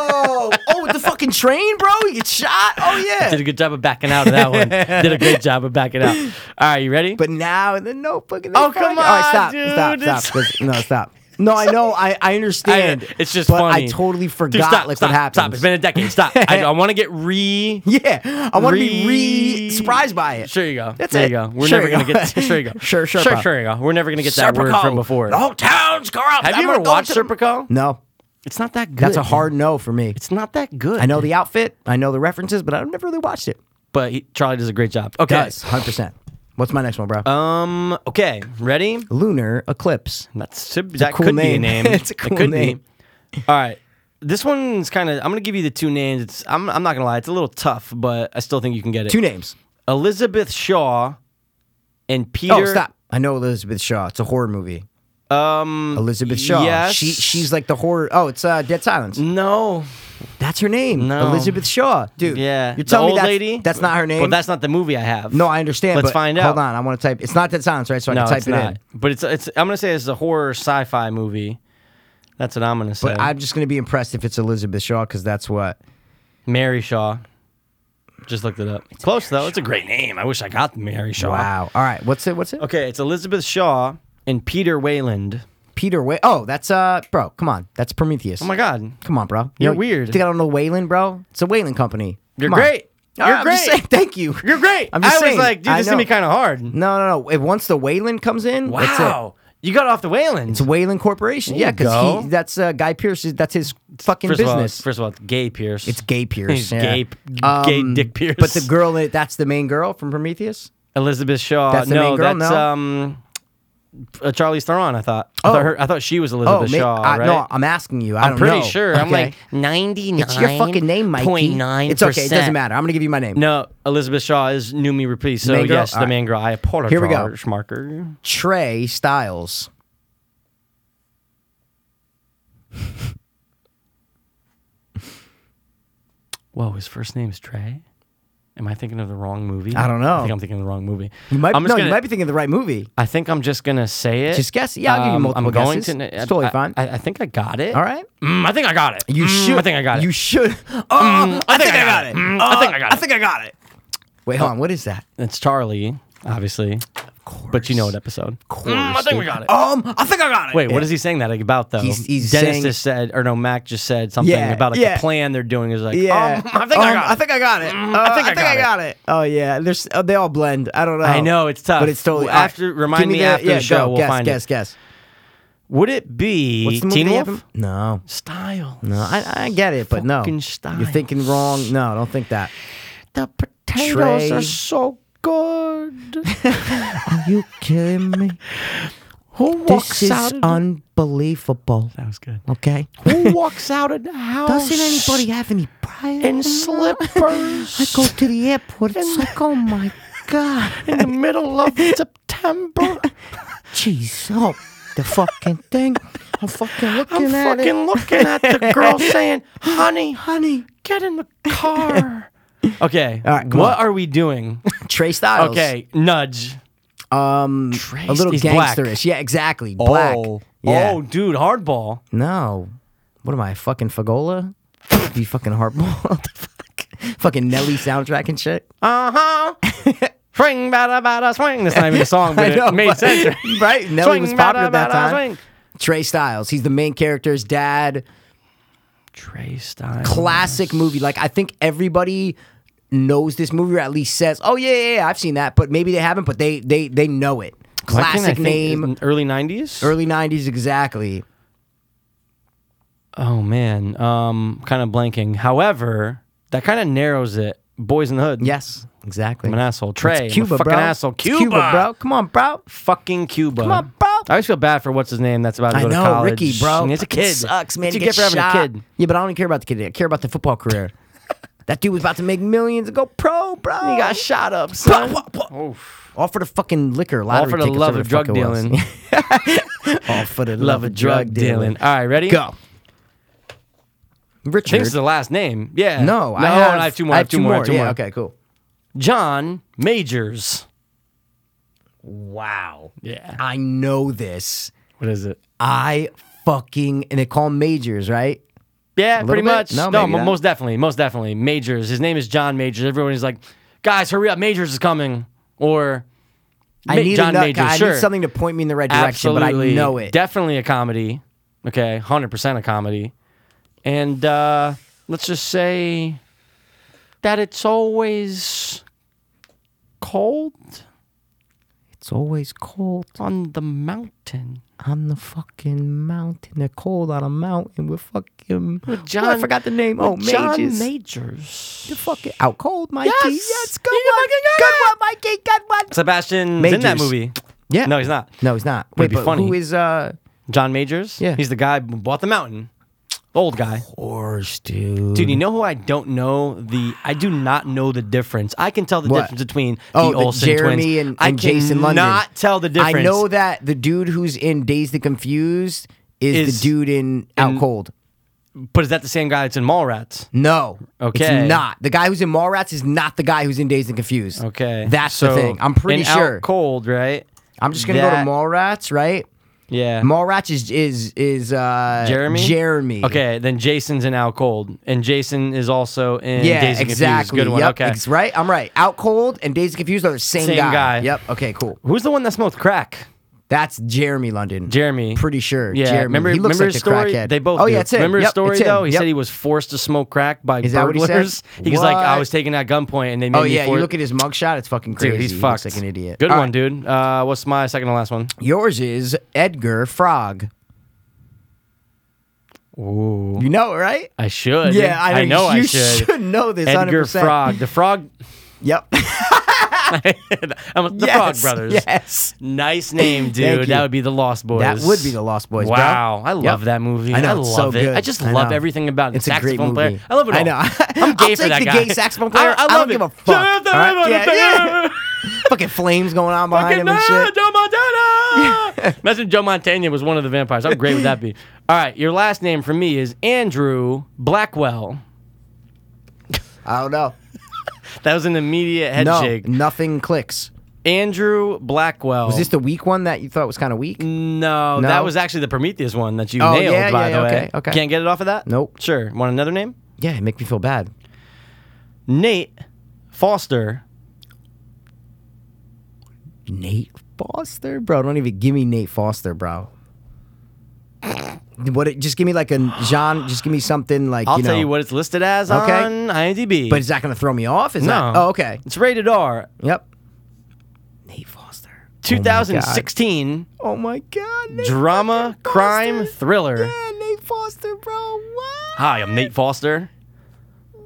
Fucking bro. oh, with the fucking train, bro. You get shot. Oh
Did a
yeah.
good job of backing out of that *laughs* one. Did a great job of backing out. All right, you ready?
But now in the notebook. And
Oh, come
All right,
on,
stop.
dude.
Stop. Stop.
It's-
'cause- No, stop. No, I know. I, I understand.
*laughs* I- it's just
but
funny.
I totally
Dude,
forgot
stop,
like
stop,
what happened.
Stop. It's been a decade. Stop. I,
*laughs*
I want to get re.
Yeah, I want to be re surprised by it.
Sure you go.
That's
there
it.
you go. We're
Sure
never
you
gonna
go.
get. Sure you go.
*laughs* Sure, sure,
Sure,
pal.
sure you go. We're never gonna get that word
Serpico.
from before.
The whole town's corrupt.
Have
Oh, I'm
you
gonna
ever
go
watched
to-
Serpico?
No,
It's not that good.
that's a hard no for me.
It's not that good.
I know the outfit, I know the references, but I've never really watched it.
but he, Charlie does a great job. Okay.
Does hundred percent. What's my next one, bro?
Um. Okay. Ready?
Lunar eclipse.
That's that
cool
could
name.
be a name.
*laughs* It's a
It
cool
could
name.
Be. All right. This one's kind of. I'm gonna give you the two names. It's. I'm. I'm not gonna lie. It's a little tough, but I still think you can get it.
Two names.
Elizabeth Shaw and Peter.
Oh, stop! I know Elizabeth Shaw. It's a horror movie.
Um.
Elizabeth Shaw.
Yes.
She she's like the horror. Oh, it's uh, Dead Silence.
No.
That's her name.
No.
Elizabeth Shaw, dude.
Yeah. The
You're telling me
old
that's,
lady?
That's not her name.
But that's not the movie I have.
no, I understand.
Let's
but
find out.
Hold on, I want to type. It's not Dead Silence, right? So I
No,
can type
it's
it
not.
in.
But it's. It's. I'm gonna say it's a horror sci-fi movie. That's what I'm gonna say.
But I'm just gonna be impressed if it's Elizabeth Shaw because that's what.
Mary Shaw. Just looked it up. Close though. It's a great name. I wish I got Mary Shaw.
Wow. All right. What's it? What's it?
Okay, it's Elizabeth Shaw and Peter Wayland.
Peter Way. Oh, that's uh, bro. Come on. That's Prometheus.
Oh my God,
Come on, bro.
You're
know-
weird.
Think I don't know Wayland, bro? It's a Wayland company.
you're
Come on.
great.
All
you're
right, I'm
great.
just saying, thank you.
You're great.
I'm just
I
saying,
was like, dude,
I
this is gonna be
know.
kind of hard.
No, no, no. If once the Wayland comes in, that's it.
Wow, you got off the Wayland.
It's Wayland Corporation.
There
yeah,
you
because
go.
that's uh, Guy Pierce. That's his fucking
first
business.
Of all, first of all, it's Gay Pierce.
it's Gay Pierce.
He's
yeah. Um,
gay- gay Dick Pierce.
But the girl, in it- that's the main girl from Prometheus.
Elizabeth Shaw.
That's the
no,
main girl,
that's
no?
um, uh, Charlie Theron. I thought. I thought,
Oh.
her, I thought she was
Oh,
Elizabeth
ma-
Shaw.
I,
right?
no, I'm asking you. I
I'm
don't
pretty
know.
sure. I'm
Okay.
like ninety nine.
it's your fucking name, Mikey. It's okay. It doesn't matter. I'm gonna give you my name.
No, Elizabeth Shaw is Numi Reprise. So
Main girl?
yes, the
Alright.
main girl. I apologize.
Here we go.
Schmarker.
Trey Styles.
Whoa, his first name's Trey. Am I thinking of the wrong movie?
I don't know.
I think I'm thinking of the wrong movie.
You might,
I'm
no,
just
you
gonna-
might be thinking of the right movie.
I think I'm just gonna say it. Um,
Just guess. Yeah, I'll give you multiple
I'm going
guesses.
To,
It's totally
I-
fine.
I, I think I got it.
All right.
Mm, I think I got it.
You
Mm,
should.
I think I got it.
You should. *laughs* Oh, I, think I got it. Oh,
Mm, I think I got
I
it. Oh.
think I got it. Wait, hold on. What is that?
it's Charlie, obviously, but you know what episode? Mm, I think we got it.
Um, I think I got it.
Wait, what
Yeah.
is he saying that about though?
He's- he's
Dennis
saying-
just said, or no, Mac just said something
Yeah,
about like
yeah.
the plan they're doing is like, um,
Yeah.
I think I
Um,
got.
I
it. Mm,
think I got it. Uh, I think I, got, it. Oh yeah. There's. Uh, they all blend. I don't know.
"Oh, I know it's tough,
But it's totally.
Well, after-
all right.
remind
Give
me after the
yeah,
show,
Go.
we'll
guess,
find it.
guess, Guess.
Would it be
What's the movie?
Teen
they
Wolf?
have him- No.
Style.
No. I, I get it, but no.
Fucking Styles.
You're thinking wrong. No, don't think that.
The potatoes
Trey.
are so good.
You
*laughs*
kidding me?
Who *laughs* walks
This is
out? Of
unbelievable.
that was good.
Okay.
Who walks out *laughs* of the house?
Doesn't anybody have any pride?
in slippers?
I go to the airport.
*laughs*
It's like, oh my god,
in the middle
*laughs*
of September.
jeez, oh, the fucking thing. I'm fucking looking
I'm
at
fucking
it.
looking at the
*laughs*
girl saying, "Honey,
Honey,
get in the car." *laughs* Okay.
All right, come
what
on.
are we doing?
Trey Styles.
Okay, nudge.
um,
Trace-
a little
he's black.
gangsterish. Yeah, exactly. Black.
Oh,
Yeah.
oh dude, hardball.
No, what am I? Fucking Fagola? Be fucking hardball. *laughs* What the fuck? Fucking Nelly soundtrack and shit. *laughs*
Uh huh. swing, bada, bada, swing. That's not even a song, but it made
but-
sense.
right? *laughs* Nelly
Swing,
was
bada,
popular at that
bada,
time.
swing.
Trey Styles. He's the main character's dad.
Trey Stein.
classic movie. Like I think everybody knows this movie or at least says, "Oh yeah, yeah, yeah, I've seen that," but maybe they haven't, but they they they know it.
Black King, I
Classic
think, is
name,
in Early nineties.
early '90s, exactly.
Oh man. Um, kind of blanking. However, that kind of narrows it. Boys in the Hood.
Yes, exactly.
I'm an asshole. Trey. I'm a
It's Cuba,
fucking
bro.
asshole.
It's
Cuba.
bro. Come on, bro.
Fucking Cuba.
Come on, bro.
I always feel bad for what's his name that's about to
I
go to
know,
college.
Ricky, bro.
And he's a
Fucking
kid.
Sucks, man.
What
to
you
get
get for having
shot.
a kid?
Yeah, but I don't care about the kid. I care about the
*laughs*
football career. that dude was about to make millions and go pro, bro.
He got shot up.
Wah,
Son.
wah, wah. All for the fucking liquor lottery
for the
tickets,
love
whatever
of
the fuck
drug
it was. *laughs*
dealing.
All for
*laughs*
the
Love of drug dealing. All right, ready?
Go.
I think
Richard.
this is the last name. Yeah.
no, I,
no,
have,
I have two more. I have two more. I have two
yeah,
more.
okay, cool.
John Majors.
Wow.
Yeah.
I know this.
What is it?
I fucking and they call 'em majors, right?
Yeah,
little
pretty
bit?
much.
No,
No,
maybe
mo-
not.
most definitely, most definitely. Majors. His name is John Majors. Everyone is like, guys, hurry up, Majors is coming. Or
I
Ma-
need
John
enough-
Majors.
I
sure.
need something to point me in the right direction,
Absolutely.
but I know it.
Definitely a comedy. Okay, hundred percent a comedy. And uh, let's just say that it's always cold
it's always cold
on the mountain.
on the fucking mountain. They're cold on a mountain. We're fucking.
John-
Oh, I forgot the name. Oh,
John
Majors.
Majors.
You're fucking out cold, Mikey.
Yes!
yes good
You
one.
fucking got
Good
it!
one, Mikey. Good one.
Sebastian's in that
Majors.
movie.
Yeah.
No, he's not.
No, he's not.
Would
Wait,
be
but
funny.
who is uh?
John Majors.
Yeah.
he's the guy who bought the mountain. Old guy.
Horse, dude.
Dude, you know who I don't know the I do not know the difference. I can tell the
What?
difference between
Oh,
the
the
Olsen
Jeremy
twins.
and,
I
and Jason London.
cannot tell the difference.
I know that the dude who's in Dazed and Confused is,
Is
the dude in Out
in-
Cold.
But is that the same guy that's in Mallrats?
No.
Okay.
It's not. The guy who's in Mallrats is not the guy who's in Dazed and Confused.
Okay.
That's
so,
the thing. I'm pretty
in
sure.
Out cold, right?
I'm just gonna go
that-
to Mallrats, right?
Yeah.
Mallrats is is is uh
Jeremy?
Jeremy.
okay, then Jason's in Out Cold. And Jason is also in
Yeah,
Days and Confused.
exactly.
Good one.
Yep,
Okay.
ex- right? I'm right. Out cold and Dazed and Confused are the same,
Same
guy.
guy.
Yep. Okay, cool.
Who's the one that smoked crack?
That's Jeremy London.
Jeremy.
Pretty sure.
Yeah,
Jeremy.
remember,
he looks
remember
like
his
a
story?
crackhead.
They both
Oh
do.
yeah, it's him.
Remember his
Yep,
story
it's him.
though? He
Yep.
said he was forced to smoke crack by
Is that what he said?
burglars. *laughs* He's like, I was
What?
taken at gunpoint and they made
Oh
me
yeah, you
for-
look at his mugshot. It's fucking crazy.
Dude, he's
he
fucked.
looks like an idiot.
Good
All
one,
right.
dude. Uh, what's my second to last one?
Yours is Edgar Frog.
Ooh.
You know it, right?
I should.
Yeah, I,
know
you
I
*laughs*
should.
know this.
Edgar
100%.
Frog. The Frog.
Yep. *laughs*
I'm- the Frog
yes.
Brothers.
Yes.
Nice name,
Thank
dude.
you.
That would be the Lost Boys.
That would be the Lost Boys. bro.
Wow, I love
Yep.
that movie.
I know,
love
it's so
it.
good.
I just
I
love
know.
everything about it.
It's
the
a great
saxophone player.
movie.
I love it.
I
all.
know. *laughs*
I'm gay
I'll
for
take
that
the
guy.
gay saxophone player.
I, I
I
love
don't
it.
give a
*laughs*
fuck.
Yeah,
All right?
yeah,
Yeah, Fucking flames going on behind him and
Fucking
shit.
Joe Montana. Imagine Joe Montana was one of the vampires. How great would that be? All right, your last name for me is Andrew Blackwell.
I don't know.
That was an immediate head
no,
shake.
nothing clicks.
Andrew Blackwell.
Was this the weak one that you thought was kind of weak?
No,
No?
that was actually the Prometheus one that you
Oh,
nailed,
yeah,
by
yeah,
the way.
okay, okay.
Can't get it off of that?
Nope.
Sure. Want another name?
Yeah, it make me feel bad.
Nate Foster.
Nate Foster, bro. Don't even give me Nate Foster,
*laughs*
bro. What? It, just give me like a John. Just give me something like
I'll
you know.
tell you what it's listed as
Okay.
on IMDb.
But Oh is that going to throw me off? Is
no.
that? Oh, okay.
It's rated R.
Yep. Nate Foster.
2016
Oh my god. Nate
drama
fucking
crime
Foster.
thriller.
Yeah, Nate Foster, bro. What?
Hi, I'm Nate Foster.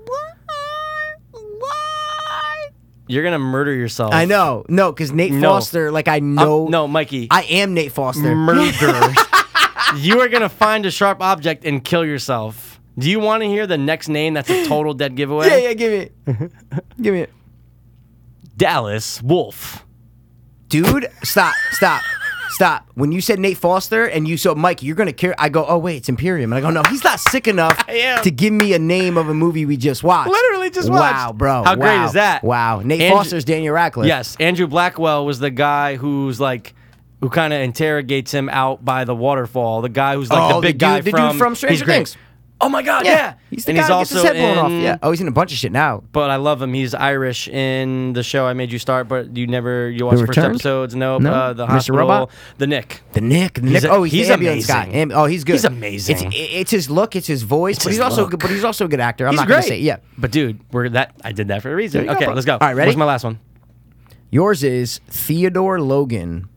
What? What?
You're gonna murder yourself.
I know. No, because Nate
No.
Foster, like I
I'm-
know.
no, Mikey.
I am Nate Foster. *laughs*
murder. you are gonna find a sharp object and kill yourself. Do you want to hear the next name? That's a total dead giveaway.
yeah, yeah. Give me it. *laughs* give me it.
Dallas Wolf.
dude, stop, stop, stop. When you said Nate Foster and you said Mike, you're gonna care. I go, oh wait, it's Imperium, and I go, no, he's not sick *laughs* enough
I am.
to give me a name of a movie we just watched.
Literally just
Wow,
watched.
bro.
How great
wow,
is that?
Wow, Nate
Andrew-
Foster's Daniel Radcliffe.
Yes, Andrew Blackwell was the guy who's like, who kind of interrogates him out by the waterfall. The guy who's like the
Oh, the
big
dude-
guy
the dude
from
from Stranger
he's great.
Things.
Oh my God, yeah.
He's the guy who gets his head blown off.
in-
Yeah. Oh, he's in a bunch of shit now.
But I love him. He's Irish in the show I made you start, but you never you watched the first
Returned?
episodes. No,
No.
Uh, the
Mr.
hospital,
Robot?
the Nick.
The Nick, the Nick.
a-
oh, he's,
he's
the ambulance
amazing.
guy. Am- oh, he's good.
He's amazing.
It's, it- it's his look. It's his voice. but
his
he's also,
look.
good, but he's also a good actor. I'm
he's
not
great.
gonna say yeah.
But dude, we're that I did that for a reason.
you go,
okay,
bro.
let's go.
All right, ready?
What's my last one?
Yours is Theodore Logan,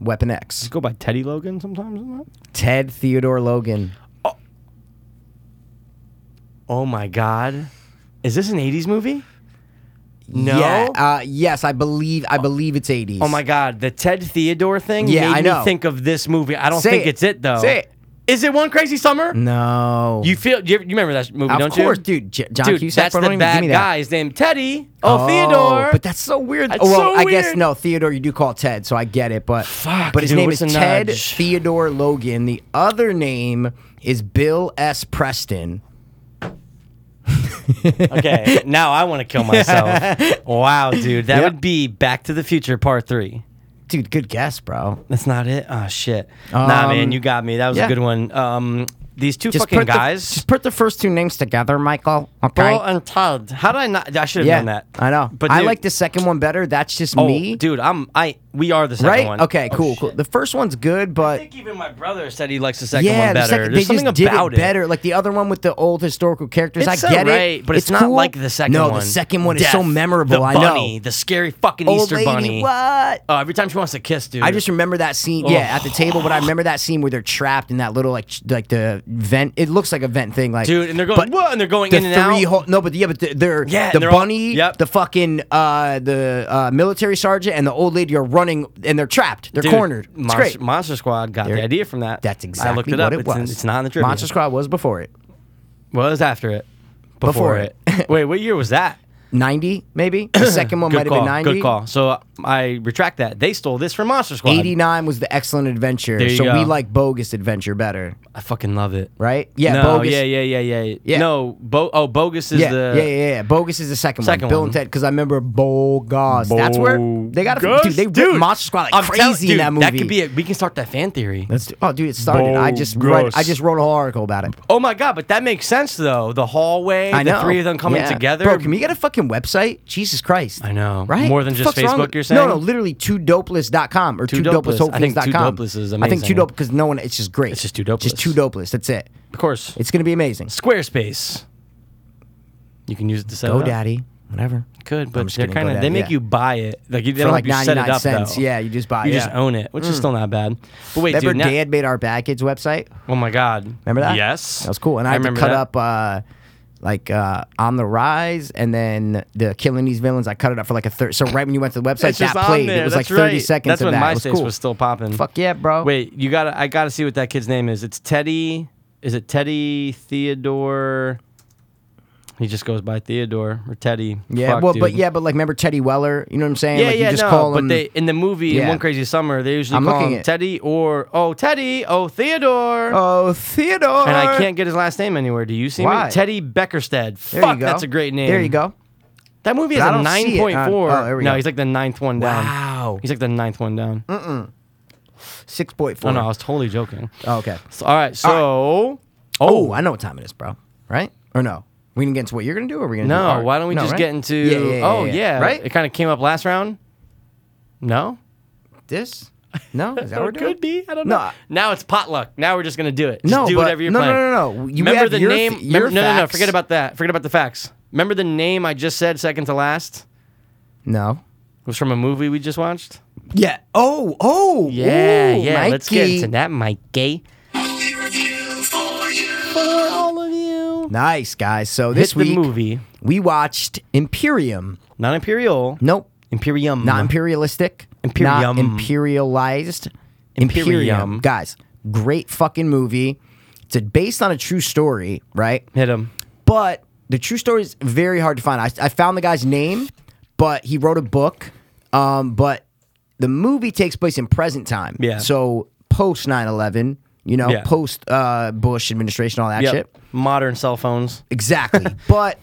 Weapon X.
Go by Teddy Logan sometimes. isn't it?
Ted Theodore Logan.
Oh my God, is this an '80s movie? No.
Yeah, uh, yes, I believe. I believe it's 80s.
Oh my God, the Ted Theodore thing
Yeah,
made
I
me
know.
think of this movie. I don't
Say
think
it.
it's it though.
Say it.
Is it One Crazy Summer?
No.
You feel you, you remember that movie,
Of
don't
course,
you?
dude. J- John
Dude,
Cusack.
that's
bro,
the
don't even give
bad
me that.
guy. His name Teddy. Oh, Theodore.
But that's so weird.
That's
Oh,
so
well, I guess
weird.
no, Theodore. You do call Ted, so I get it. But
Fuck,
but his
dude,
name is
what's a
Ted
nudge?
Theodore Logan. The other name is Bill S. Preston.
Okay, now I want to kill myself. wow, dude, that would be Back to the Future Part Three.
*laughs* Dude, good guess, bro.
That's not it. Oh shit. nah, man,
Um,
you got me. That was a
yeah.
good one. Um, these two
Just
fucking
put the-
guys,
just put the first two names together, Michael. Okay.
Bill and Todd. How did I not? I should have
yeah,
done that.
I know.
But
I
dude-
like the second one better. That's just
Oh,
me.
dude, I'm. I we are the second
right?
one. Oh,
Okay. Cool. cool. The first one's good, but
I think even my brother said he likes the second
yeah,
one
the
better.
second, they
There's something
just did
about
it better. Like the other one with the old historical characters,
It's
I get
alright,
it,
but it's, not
cool.
like the second
no,
one.
the second one is so
Death,
memorable.
The
I
bunny,
know.
the scary fucking
Old
Easter
lady,
bunny.
What?
Oh, every time she wants to kiss, dude.
I just remember that scene. Yeah, at the table, but I remember that scene where they're trapped in that little like ch- like the vent. It looks like a vent thing, like
Dude, and they're going,
but
"Whoa," and they're going
the
in and
three
out.
whole- no, but yeah, but the- they're
Yeah, and
the
they're all-
bunny,
yep.
the fucking uh, the uh, military sergeant, and the old lady are running, and they're trapped. They're
Dude,
cornered. It's
Monster,
great.
Monster Squad got the
They're-
idea from that.
That's exactly
I looked it
what
up.
it
it's,
was.
in- it's not in the trivia.
Monster Squad was before it.
Well, it was after it. Before,
Before
it. Wait, what year was
*laughs*
that?
90 maybe
*coughs*
the second one
Good
might have
call.
been 90
Good call. So uh, I retract that. They stole this from Monster Squad.
89 was the excellent adventure
There you
so
go.
we like bogus adventure better
I fucking love it.
right yeah
no,
bogus
Yeah, yeah, yeah, yeah,
Yeah.
No, bo- oh, bogus is
yeah,
the
yeah, yeah, yeah. Bogus is the second,
Second
one. Bill
one.
and Ted, because I remember Bogus. That's where they got
Bogus?
it. Dude, they ripped
Dude,
Monster Squad like
I'm
crazy
telling-
in
dude,
that movie.
That could be it. We can start that fan theory.
Let's do- oh, dude, it started. I just read, I just wrote a whole article about it.
Oh my god, but that makes sense though. The hallway,
I know
the three of them coming
Yeah.
together.
Bro, can we get a fucking website? Jesus Christ!
I know.
right?
More than
The
just
fuck's wrong
Facebook,
with-
you're saying?
No, no, literally two dopeless.com or two dopeless.
Dopeless. I think Two
hopefulness.com.
Dopeless is
I think two
amazing.
dopeless because no one. It's just great.
It's just Two
Just
Dopeless.
two dopeless. That's it.
of course.
It's gonna be amazing.
Squarespace. You can use it to set it up.
GoDaddy, whatever.
Good,
I'm
but
just
they're
kidding,
kind
GoDaddy,
of they make
yeah.
you buy it. Like you, they
For
don't
like
like you set it
99
up
cents.
though.
Yeah, you just buy it,
You just
yeah. Mm.
own it, which is still not bad. But wait,
Remember
dude, now-
Dad made our Bad Kids website?
oh my god,
Remember that?
Yes,
That was cool. And I, had to
remember
cut
that.
up uh, like uh, On the Rise and then the Killing These Villains. I cut it up for like a third. So right when you went to the website,
It's
that
just on
played.
there.
It was
That's
like 30
right.
seconds
That's
of
when
that. It was
MySpace
cool.
was still popping.
Fuck yeah, bro.
Wait, you gotta. I gotta see what that kid's name is. It's Teddy. Is it Teddy Theodore? He just goes by Theodore or Teddy.
Yeah,
Fuck,
well, but
dude.
yeah, but like remember Teddy Weller? You know what I'm saying?
Yeah,
like,
yeah,
you just
no.
call
but
him.
they in the movie in
Yeah.
One Crazy Summer, they usually
I'm
call
looking
him
at-
Teddy or oh Teddy, oh Theodore.
oh, Theodore.
and I can't get his last name anywhere. Do you see
Why?
me? Teddy Beckerstead.
There
Fuck,
you go.
that's a great name.
There you go.
That movie is
But I
a
don't
nine
see it on-
point four.
oh, there we
no,
go.
he's like the ninth one down.
Wow.
He's like the ninth one down. No,
6.4.
Oh, no, I was totally joking.
Oh, okay.
So, all right, so
Oh, I know what time it is, bro. Right? Or no? We didn't get into what you're gonna do, or we gonna do
No,
art?
why don't we
No,
just
right?
get into?
Yeah, yeah, yeah,
oh yeah,
yeah. right?
It kind of came up last round. No,
this? No, is that what we're
it
doing?
could be. I don't
No,
know.
I-
Now it's potluck. Now we're just gonna do it. Just
No,
do
but-
whatever you're
no, no,
playing.
no, no. You- we
Remember
have
the
your
name?
th- your
remember- no, no, no.
facts.
Forget about that. Forget about the facts. Remember the name I just said second to last
No.
It was from a movie we just watched.
Yeah. Oh, oh.
Yeah,
ooh,
yeah. Let's get
Mikey.
into that, Mikey. For all of you.
Nice guys. So this
Hit the
week
movie,
we watched Imperium.
not Imperial.
Nope.
Imperium.
Not imperialistic.
Imperium.
Not imperialized.
Imperium.
Guys, great fucking movie. It's based on a true story, right?
Hit him.
But the true story is very hard to find. I, I found the guy's name, but he wrote a book. Um, but the movie takes place in present time.
Yeah.
So post 9 11, you know,
Yeah.
post uh, Bush administration, all that
Yep.
shit.
*laughs* Modern cell phones.
Exactly. but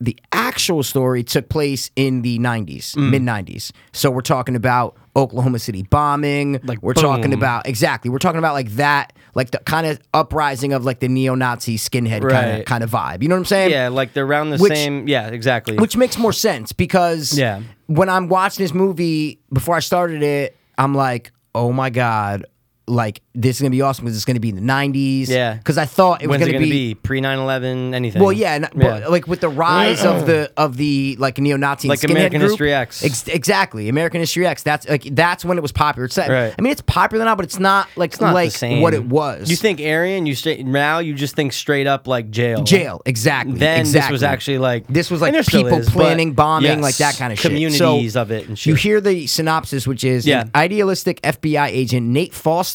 the actual story took place in the 90s,
Mm.
mid 90s. So we're talking about Oklahoma City bombing. Like we're talking
boom.
about exactly. We're talking about like that, like the kind of uprising of like the neo-Nazi skinhead kind of
Right.
kind of vibe. You know what I'm saying?
Yeah, like they're around the
Which-
same. Yeah, exactly.
Which makes more sense because
Yeah.
when I'm watching this movie before I started it, I'm like, oh my God, like this is gonna be awesome because it's gonna be in the 90s.
Yeah.
Because I thought it was
When's
gonna,
it gonna
be,
be, pre 9/11 anything?
well, uh, yeah, and, But, like with the rise of the of the like neo-Nazi and
Like
skinhead
American
group,
History X.
ex- exactly, American History X. That's like that's when it was popular. It's,
Right.
I mean, it's popular now, but it's not like
It's not the
like
same.
what it was.
You think Aryan? You straight now? You just think straight up like jail.
jail? Exactly.
Then this
exactly.
was actually like
This was
and
like
there still
people
is, but
planning, bombing,
yes,
like that kind of shit. So,
communities of it and shit.
You hear the synopsis, which is
Yeah.
an idealistic FBI agent Nate Foster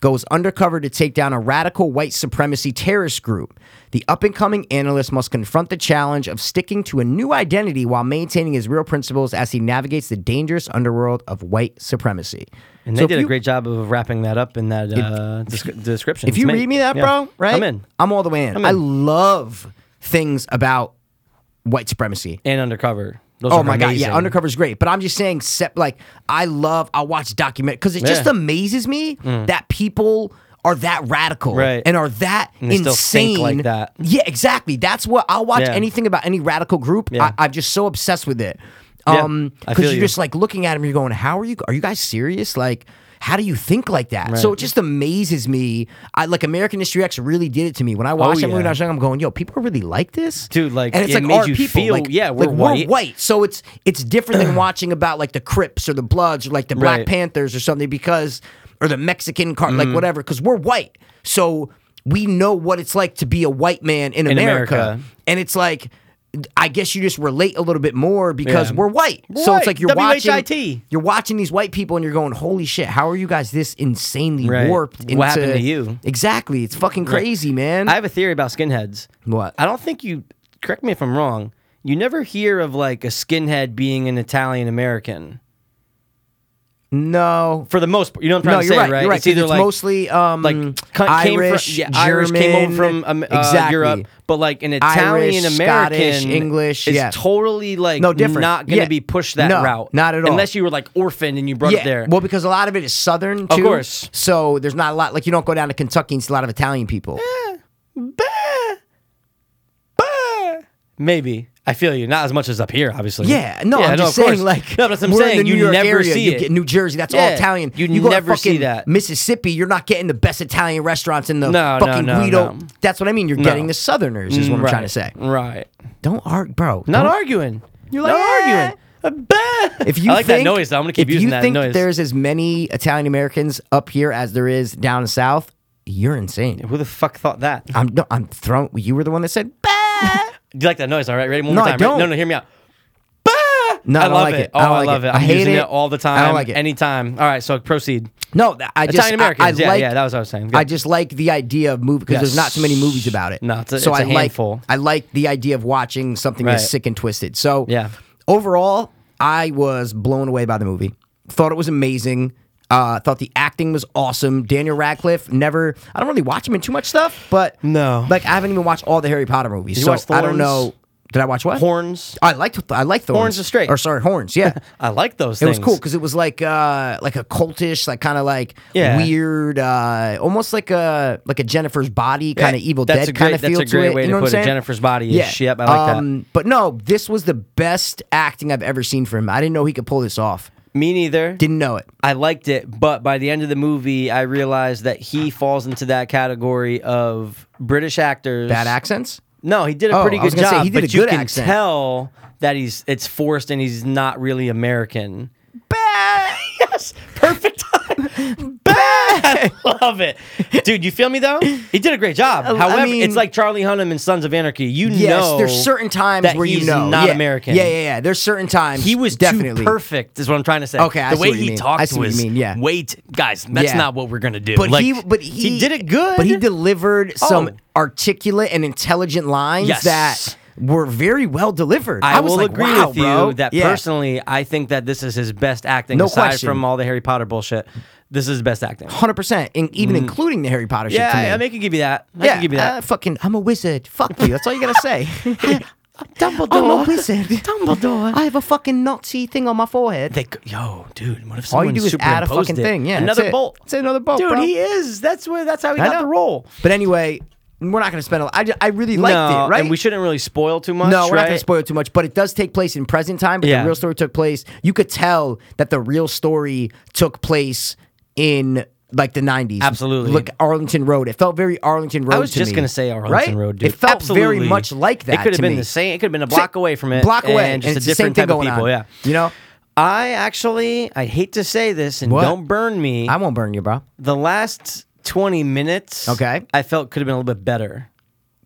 goes undercover to take down a radical white supremacy terrorist group. The up and coming analyst must confront the challenge of sticking to a new identity while maintaining his real principles as he navigates the dangerous underworld of white supremacy.
and
So
they
if
did a
you-
great job of wrapping that up in that uh, descri- description.
If
It's
you
ma-
read me that,
yeah.
bro, right?
I'm in
I'm all the way in.
I'm
I
in.
love things about white supremacy.
and undercover. Those
Oh
are
my god,
amazing.
yeah, undercover's great. But I'm just saying, sep- like, I love. I watch document because it just
Yeah. Mm.
amazes me that people are that radical
Right.
and are that
And they
insane
still think like that.
Yeah, exactly. That's what I'll watch
Yeah.
anything about any radical group.
Yeah.
I, I'm just so obsessed with it.
Yeah,
Um,
I
because
feel
you're
you.
just like looking at them, you're going, "How are you? Are you guys serious? Like." How do you think like that? So
Right.
it just amazes me. I like American History X really did it to me. When I watched that movie, when
Oh, yeah.
I was young, I'm going, "Yo, people really like this,
Dude, like,
and it's
it
like
made
our
you
people,
feel-
like,
yeah, we're
like,
white.
white. So it's it's different
*clears throat*
than watching about like the Crips or the Bloods or like the Black
Right. Mm.
Panthers or something because or the Mexican car like whatever because we're white. So we know what it's like to be a white man in, America.
America.
and it's like. I guess you just relate a little bit more because
Yeah.
we're white. So it's
white.
like you're watching
WHIT.
you're watching these white people and you're going, "Holy shit, how are you guys this insanely
Right.
warped
What happened
into-
to you?
Exactly. It's fucking crazy, man.
I have a theory about skinheads.
What?
I don't think you. Correct me if I'm wrong. You never hear of like a skinhead being an Italian American
no.
for the most part. You know what I'm trying
No,
to
you're
say,
right. You're right.
It's
'cause
either
it's
like
mostly um,
like cu- came
Irish,
from, yeah, Irish came over
German.
from um, uh,
exactly.
Europe, but like an
Irish,
Italian
Scottish,
American,
English,
is
yeah.
totally like
No, different.
Not going to
Yeah.
be pushed that
No,
route,
not at all.
Unless you were like orphaned and you brought
Yeah,
it there.
well, because a lot of it is Southern too.
course.
So there's not a lot. Like you don't go down to Kentucky and see a lot of Italian people.
Eh. *laughs* Maybe I feel you. Not as much as up here, obviously.
Yeah, no, I'm
no,
just
of course.
saying, like,
no, but that's what I'm
we're in
saying.
the
You
New York
never
area,
see
you
it.
Get New Jersey, that's all
Yeah,
Italian.
you
go
never
to
see
fucking
that.
Mississippi, you're not getting the best Italian restaurants in the
No, no,
fucking
no,
Guido.
no. Mm,
That's what I mean. You're getting the Southerners, is what I'm
Right,
trying to say.
Right.
Don't argue, bro.
Not
don't-
arguing. You're
like,
not
"Eh."
arguing. Uh, bah.
If you
I like
think,
that noise, though. I'm gonna keep
if
using
you
that
think
noise.
there's as many Italian Americans up here as there is down south, you're insane.
Who the fuck thought that?
I'm no, I'm thrown. You were the one that said. "Bah."
*laughs* Do you like that noise? All right, ready? One
No,
more
I
time. Ready?
don't.
No, no, hear me out.
No, I,
I,
don't
love
like it.
it. Oh,
I, don't
I
like
love it.
I
I'm
hate
using
it.
it. all the time.
I don't like it.
Anytime. All right, so proceed.
No, th- I just
Italian
I, I
Americans. Yeah,
like,
yeah, that was what I was saying. Good.
I just like the idea of movie because there's not so many movies about it.
No, it's a-
so
it's
I
a
like
handful.
I like the idea of watching something
Right.
as sick and twisted. So
Yeah.
overall, I was blown away by the movie. Thought it was amazing. Uh, thought the acting was awesome. Daniel Radcliffe never. I don't really watch him in too much stuff, but
No.
like I haven't even watched all the Harry Potter movies.
you
so
watch
I
Thorns?
don't know. Did I watch what?
Horns.
I liked I liked thorns.
Horns is straight.
Or sorry, horns. Yeah.
*laughs* I like those
It
things.
was cool because it was like uh like a cultish, like kind of like
Yeah.
weird, uh almost like a like a Jennifer's body kind of evil
that's
dead
a great-
kind of
that's
feel
a great
to it.
way
you
to
know
put
what
it,
I'm saying? Um,
Jennifer's Body-ish. Yep, I like that.
But no, this was the best acting I've ever seen for him. I didn't know he could pull this off.
Me neither.
Didn't know it.
I liked it, but by the end of the movie, I realized that he falls into that category of British actors.
Bad accents.
No, he did a
Oh,
pretty
I was
good
gonna
job.
say, he did
but
a
you
good
can
accent.
tell that he's it's forced and he's not really American.
Bad.
Yes, perfect time. Bad. Love it, dude. You feel me though? He did a great job. However,
mean-
it's like Charlie Hunnam and Sons of Anarchy. You
Yes,
know,
there's certain times
that
where you
he's
know
not
Yeah.
American.
Yeah, yeah, yeah. There's certain times
He was
definitely
too perfect, is what I'm trying to say.
Okay, I
the
see
way
what you
he
mean.
talked
I see what you
was,
mean, yeah.
Wait, guys, that's
Yeah.
not what we're gonna do.
But
Like,
he, but he,
did it good.
But he delivered some
Oh.
articulate and intelligent lines
Yes.
that were very well delivered.
I,
was
will
like,
agree
wow,
with you
bro.
that
Yeah.
personally, I think that this is his best acting.
No
aside
question.
from all the Harry Potter bullshit, this is his best acting.
100%, in, even including the Harry Potter shit.
Mm. Yeah,
to me.
I, I mean, I can give you that. I
yeah,
can give you that. *laughs*
uh, fucking, I'm a wizard. Fuck you. That's all you gotta say. *laughs*
Dumbledore.
wizard.
Dumbledore.
I have a fucking Nazi thing on my forehead.
They could, yo, dude. What if
All
someone
you do is add a
superimposed
fucking
it?
thing. Yeah,
another
that's it.
bolt.
It's another bolt,
dude.
bro.
He is. That's where. That's how he
I
got
know.
the role.
But anyway, we're not going to spend. A, I ju- I really liked
no,
it, right?
and we shouldn't really spoil too much.
No, we're not going to
right?
spoil too much, but it does take place in present time. But
Yeah.
the real story took place. You could tell that the real story took place in like the nineties.
Absolutely.
Look, Arlington Road. It felt very Arlington Road.
I was
to
just
me,
gonna say Arlington
right?
Road, dude.
It felt very
Absolutely.
much like that.
It could have
to
been
me.
the same. It could have been a block away from it.
Block away,
and just
it's
a different
the same
type
thing going
of people.
on.
Yeah,
you know.
I actually, I hate to say this, and
What?
don't burn me.
I won't burn you, bro.
the last twenty minutes,
Okay.
I felt could have been a little bit better.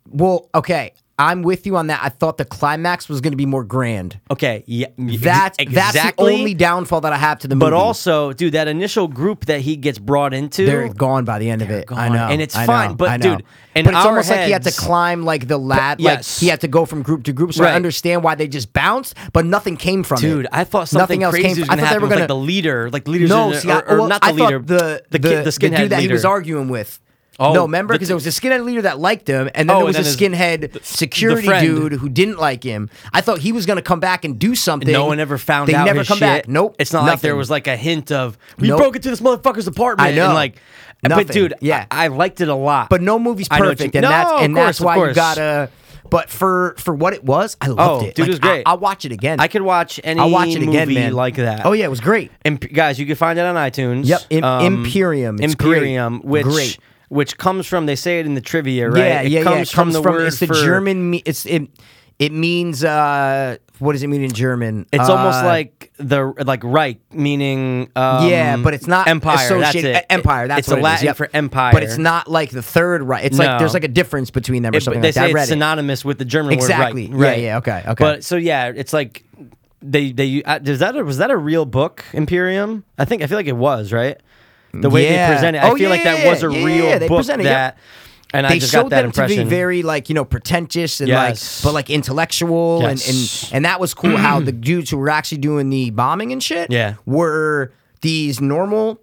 Well, okay, I'm with you on that. I thought the climax was going to be more grand.
Okay, yeah, ex-
That's
exactly.
that's the only downfall that I have to the movie.
but also, dude, that initial group that he gets brought into,
They're gone by the end of it. I
gone.
know,
And it's
I
fine,
know,
but
I know.
dude, in
but it's
our
almost like he had to
heads-
climb like the lat. Like
yes.
he had to go from group to group. So I
Right.
understand why they just bounced, but nothing came from it.
Dude, I thought something
nothing else
crazy
came.
was
I
going to
thought they
happen.
were
with,
gonna
like the leader, like leaders,
no,
in the,
see, I-
or, or
well,
not the
I thought
leader,
The
the,
the,
kid, the skinhead
dude that
leader.
he was arguing with.
Oh,
no, remember
the-
because there was a skinhead leader that liked him, and then
Oh, and
there was
then
a
there's
skinhead security
friend.
dude who didn't like him. I thought he was going to come back and do something.
No one ever found
they
out.
never
his
come
shit.
back. Nope.
It's not like there
nothing.
was like a hint of we
Nope.
broke into this motherfucker's apartment.
I know.
And like,
Nothing.
but dude,
Yeah.
I, I liked it a lot.
but no movie's
I know what you-
perfect, and that's
No,
and
of
that's
course, of
why you
course.
gotta. But for for what it was, I loved
Oh,
it.
dude,
Like,
it was great.
I, will watch it again.
I could watch any.
I'll watch it again,
movie
man.
Like that.
Oh yeah, it was great.
And p- guys, you can find it on iTunes. Um,
Yep, Im- Imperium. It's great.
Imperium, which
Great.
which comes from they say it in the trivia, right?
Yeah,
it
yeah,
comes
yeah. It
from the word
it's the
for,
German. me- It's it. It means uh, what does it mean in German?
It's almost
Uh,
like the like Reich, meaning um,
yeah, but it's not
empire.
Associated,
that's it.
uh, Empire. That's
it's
what
a
it is,
Latin
yep.
for empire,
But it's not like the third right. It's like
No.
there's like a difference between them or
It-
something
they
like
say
that. I
it's
read it.
synonymous with the German
Exactly.
word
Yeah,
right. right.
yeah, okay, okay.
But so yeah, it's like they they uh, is that a, was that a real book Imperium? I think I feel like it was right. The way
Yeah.
they presented, it,
Oh,
I feel like that
yeah,
was a
yeah,
real
yeah, they
book
presented, yep.
that, and I
they
just
showed
got that
them
impression.
to be very like you know pretentious and
Yes.
like but like intellectual
Yes.
and, and and that was cool
*clears throat*
how the dudes who were actually doing the bombing and shit
Yeah.
were these normal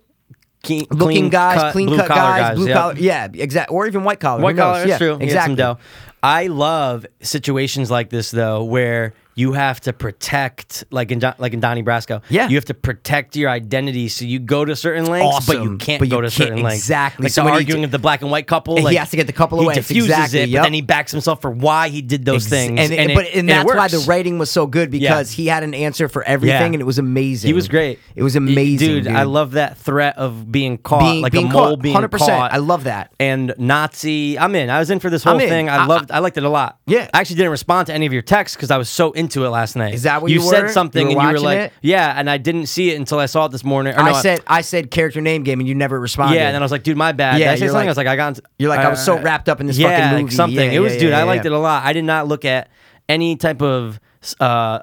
Keen-
looking
clean
guys
cut,
clean
blue
cut
collar
guys, blue
yep.
collar yeah exactly or even white collar who
White
knows?
collar, that's
yeah,
true. He had some
exactly
dough. I love situations like this though, where you have to protect, like in Don, like in Donnie Brasco.
Yeah.
you have to protect your identity, so you go to certain lengths, but you
Awesome,
can't
but
go
you
to
can't-
certain lengths.
exactly.
Like
So
the
when he-
arguing of the black and white couple,
He
like,
has to get the couple away.
He
It's
diffuses
exactly,
it,
yep.
but then he backs himself for why he did those things,
and, it- but
it-
and
it
that's why the
works.
rating was so good because he had an answer for everything and it was amazing
He was great.
it was
Y-
amazing
dude. I love that threat of being caught,
Being-
like
being
a mole
caught,
being
100%.
caught.
I love that.
And Nazi, I'm in. I was in for this
I'm
whole
in.
thing.
I-
I loved. I, liked it a lot.
Yeah.
I actually didn't respond to any of your texts because I was so into it last night.
Is that what you
said
were?
something
You were
and you were
watching
like,
it?
yeah, and I didn't see it until I saw it this morning. Or no,
I said I said character name game and you never responded
yeah, and then I was like, dude, my bad.
Yeah,
Did I say
you're
something?
like-
I was like, I got. into-
You're like, I was so
Uh,
wrapped up in this
yeah,
fucking
like
movie.
something.
Yeah,
it was,
yeah,
dude.
yeah,
I
yeah.
liked it a lot. I did not look at any type of uh,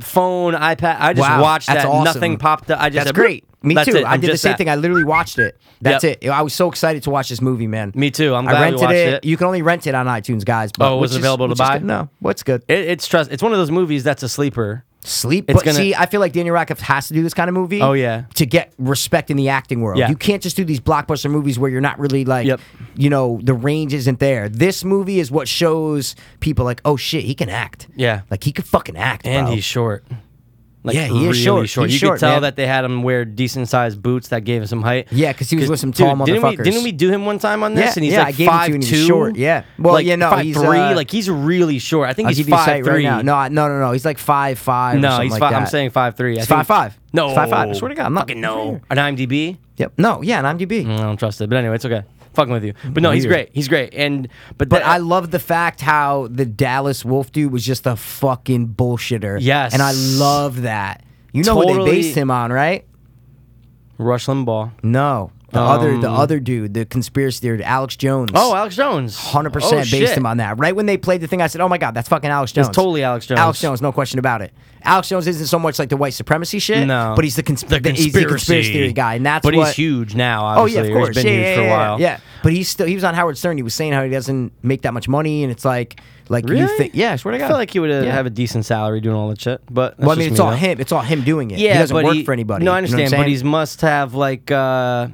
phone, iPad. I just
Wow,
watched
that's
that.
awesome.
Nothing popped up. I just
That's
said,
great.
"Bloop."
Me
That's
too.
it.
I
I'm
did the
just
same
that.
thing. I literally watched it. That's
Yep.
it. I was so excited to watch this movie, man.
Me too. I'm glad
I
we
rented
watched
it.
it.
You can only rent it on iTunes, guys. But
Oh, was
which
it
is-
available to
which is
buy?
good. No, what's good?
It, it's trust. It's one of those movies that's a sleeper.
Sleep.
It's
but
gonna-
see, I feel like Daniel Radcliffe has to do this kind of movie.
Oh, yeah.
to get respect in the acting world.
Yeah.
You can't just do these blockbuster movies where you're not really like,
Yep.
you know, the range isn't there. This movie is what shows people like, oh shit, he can act.
Yeah.
like he could fucking act.
And
bro.
he's short. Like,
Yeah, he is
really
short. He's
you
short,
could tell
man.
that they had him wear decent sized boots that gave him some height.
Yeah, 'cause he was with some tall
didn't we,
motherfuckers.
didn't we do him one time on this?
Yeah,
and he's
yeah, I
like
gave it to you
five
and
two.
he's short, yeah. Well,
like
yeah, no,
five
he's,
three.
uh, Oh,
like he's really short. I think
I'll
he's
give you a
five
sight right
three.
now. No, I- no, no, no. He's like five five.
No,
or something
he's
like
five. I'm
that.
saying five three.
He's five five.
No,
It's five five. I swear to God, I'm not
fucking no. Mm. On IMDb,
Yep. No, yeah, and IMDb.
I don't trust it. But anyway, it's okay. Fucking with you. But no, he's
Weird.
great. He's great. And but
But
that-
I love the fact how the Dallas Wolf dude was just a fucking bullshitter.
Yes.
and I love that. You know who they
Totally.
based him on, right?
Rush Limbaugh.
No, the other the other dude, the conspiracy theory, Alex Jones.
Um. Oh, Alex Jones.
100%
Oh,
based
shit.
him on that. Right when they played the thing, I said, "Oh my god, that's fucking Alex Jones."
totally Alex Jones.
Alex Jones, no question about it. Alex Jones isn't so much like the white supremacy shit,
No.
but he's the, cons- the, he's the conspiracy theory guy, and that's
But
what
he's huge now,
Oh yeah,
obviously.
of
or
course.
He's been
yeah,
huge
yeah,
for a
yeah,
while.
Yeah, but he's still he was on Howard Stern. He was saying how he doesn't make that much money, and it's like like you
Really?
think yeah, I swear to God.
I feel like he would uh
Yeah.
have a decent salary doing all that shit. But that's
Well, I
just
mean, it's
me,
all
though.
him. It's all him doing it.
Yeah,
he doesn't
but
work
he-
for anybody.
No, I
You know what I'm
understand. but
saying?
he's must have like. uh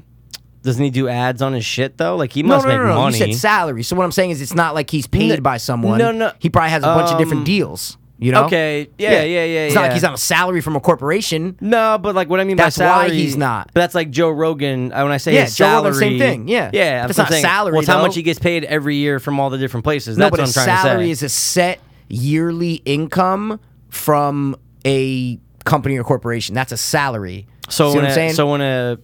Doesn't he do ads on his shit though? Like he
no,
must
no, no,
make
no.
money.
You said salary. So what I'm saying is, it's not like he's paid
No-
by someone.
no, no.
He probably has a bunch of different
Um,
deals. You know?
Okay. Yeah, yeah, yeah,
It's
yeah.
not like he's on a salary from a corporation.
No, but like what I mean
That's
by
why
salary,
he's not.
But that's like Joe Rogan. uh, When I say
Yeah,
his
Joe
salary,
Rogan, same thing, yeah.
yeah.
But
that's
it's
what
not
I'm saying.
salary,
Well, it's how
though.
much he gets paid every year from all the different places.
No,
that's what
but
I'm
his
trying to
salary
say.
is a set yearly income from a company or corporation. That's a salary.
so
See
when
what I'm
a,
saying?
so when a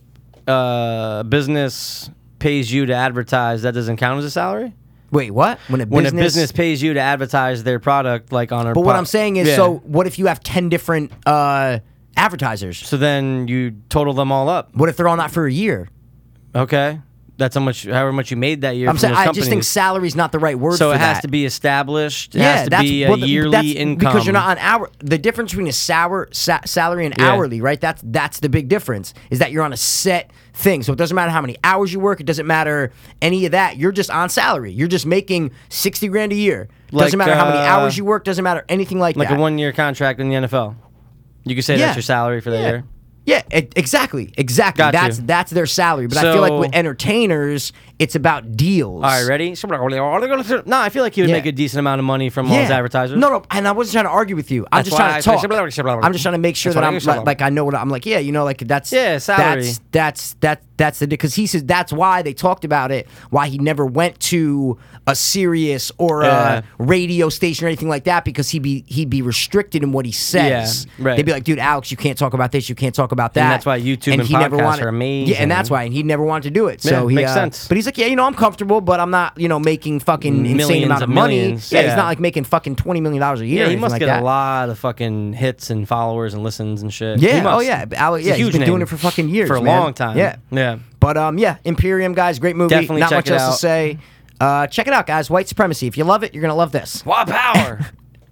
uh, business pays you to advertise, that doesn't count as a salary.
Wait, what? When a
When
business,
a business pays you to advertise their product, like on a
But what I'm saying is,
yeah.
so what if you have ten different uh, advertisers?
so then you total them all up.
What if they're all not for a year?
Okay, that's how much however much you made that year.
I'm
from
saying
those
I just think
companies.
salary's not the right word.
so.
for
It has
that.
to be established. It
yeah,
has to
that's
be
well,
a
th-
yearly
that's
income
because you're not on hour. The difference between a sour sa- salary and
Yeah.
hourly, right? That's that's the big difference. Is that you're on a set thing, so it doesn't matter how many hours you work. It doesn't matter any of that. You're just on salary. You're just making sixty grand a year.
Like,
doesn't matter how many
uh,
hours you work. Doesn't matter anything like,
like
that.
a one year contract in the NFL. You could say
Yeah.
that's your salary for the
Yeah.
year.
Yeah, e- exactly, exactly.
Got
that's
you.
that's their salary. But I feel like
So-
with entertainers, it's about deals.
All right, ready? No, I feel like he would
Yeah.
make a decent amount of money from all his advertisers.
No, no, and I wasn't trying to argue with you. I'm
That's
just trying to
why I-
talk. I'm just trying to make sure
That's why I
that I'm
said-
like, like I know what I'm like. Yeah, you know, like that's
Yeah, salary.
That's that's that that's the because he says that's why they talked about it. Why he never went to a serious or
Yeah.
a radio station or anything like that because he'd be he'd be restricted in what he says.
Yeah, right.
They'd be like, dude, Alex, you can't talk about this. You can't talk about that.
that's why YouTube and
he never
podcasts
wanted,
are amazing.
Yeah, and that's why and he never wanted to do it. So
Yeah,
he
makes
uh,
sense.
But he's like, yeah, you know, I'm comfortable, but I'm not, you know, making fucking insane
Millions
amount of
of
money.
millions,
Yeah,
yeah.
he's not like making fucking twenty million dollars a year.
yeah,
or
he
anything
must
like
get
that.
a lot of fucking hits and followers and listens and shit.
Yeah,
He must.
oh yeah, but Alex,
He's a
yeah, he's
huge
been doing
name.
it for fucking years,
for a
man.
long time.
Yeah,
yeah.
But um, yeah, Imperium guys, great movie.
Definitely
not
check
much
it
else
out.
to say. Uh, check it out, guys. White supremacy. If you love it, you're gonna love this.
Wow, power.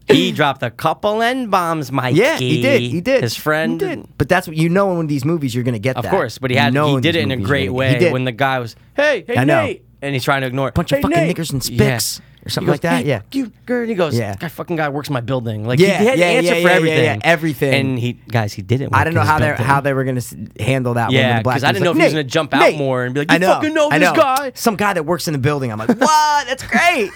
he *coughs* dropped a couple n bombs, Mikey.
Yeah, he did. He did.
His friend.
He did. But that's what you know in one of these movies. You're gonna get
Of
that.
course, but he
You
had
know
he
in
did
these
it in a
movies
great
you're gonna- he
way
did.
when the guy was, hey, hey,
I know.
Nate, and he's trying to ignore it.
bunch
hey,
of fucking
Nate.
niggers and
Yeah.
spics or something
He
like that.
goes,
yeah.
You, girl, he goes,
Yeah.
yeah. Guy fucking guy works in my building. Like
Yeah,
he had
yeah,
an answer for
yeah, yeah, yeah,
everything.
yeah, everything.
And he guys, he didn't.
I
work
don't
in
know
his
how they
building.
how they were gonna s- handle that.
Yeah,
one in black
'cause I
dude's
didn't know if
like,
he was gonna
"Nate,
jump out
Nate."
more and be like, "You
I know,
fucking know
I
this
know.
guy."
some guy that works in the building." I'm like, *laughs* "What?
*laughs*
That's great."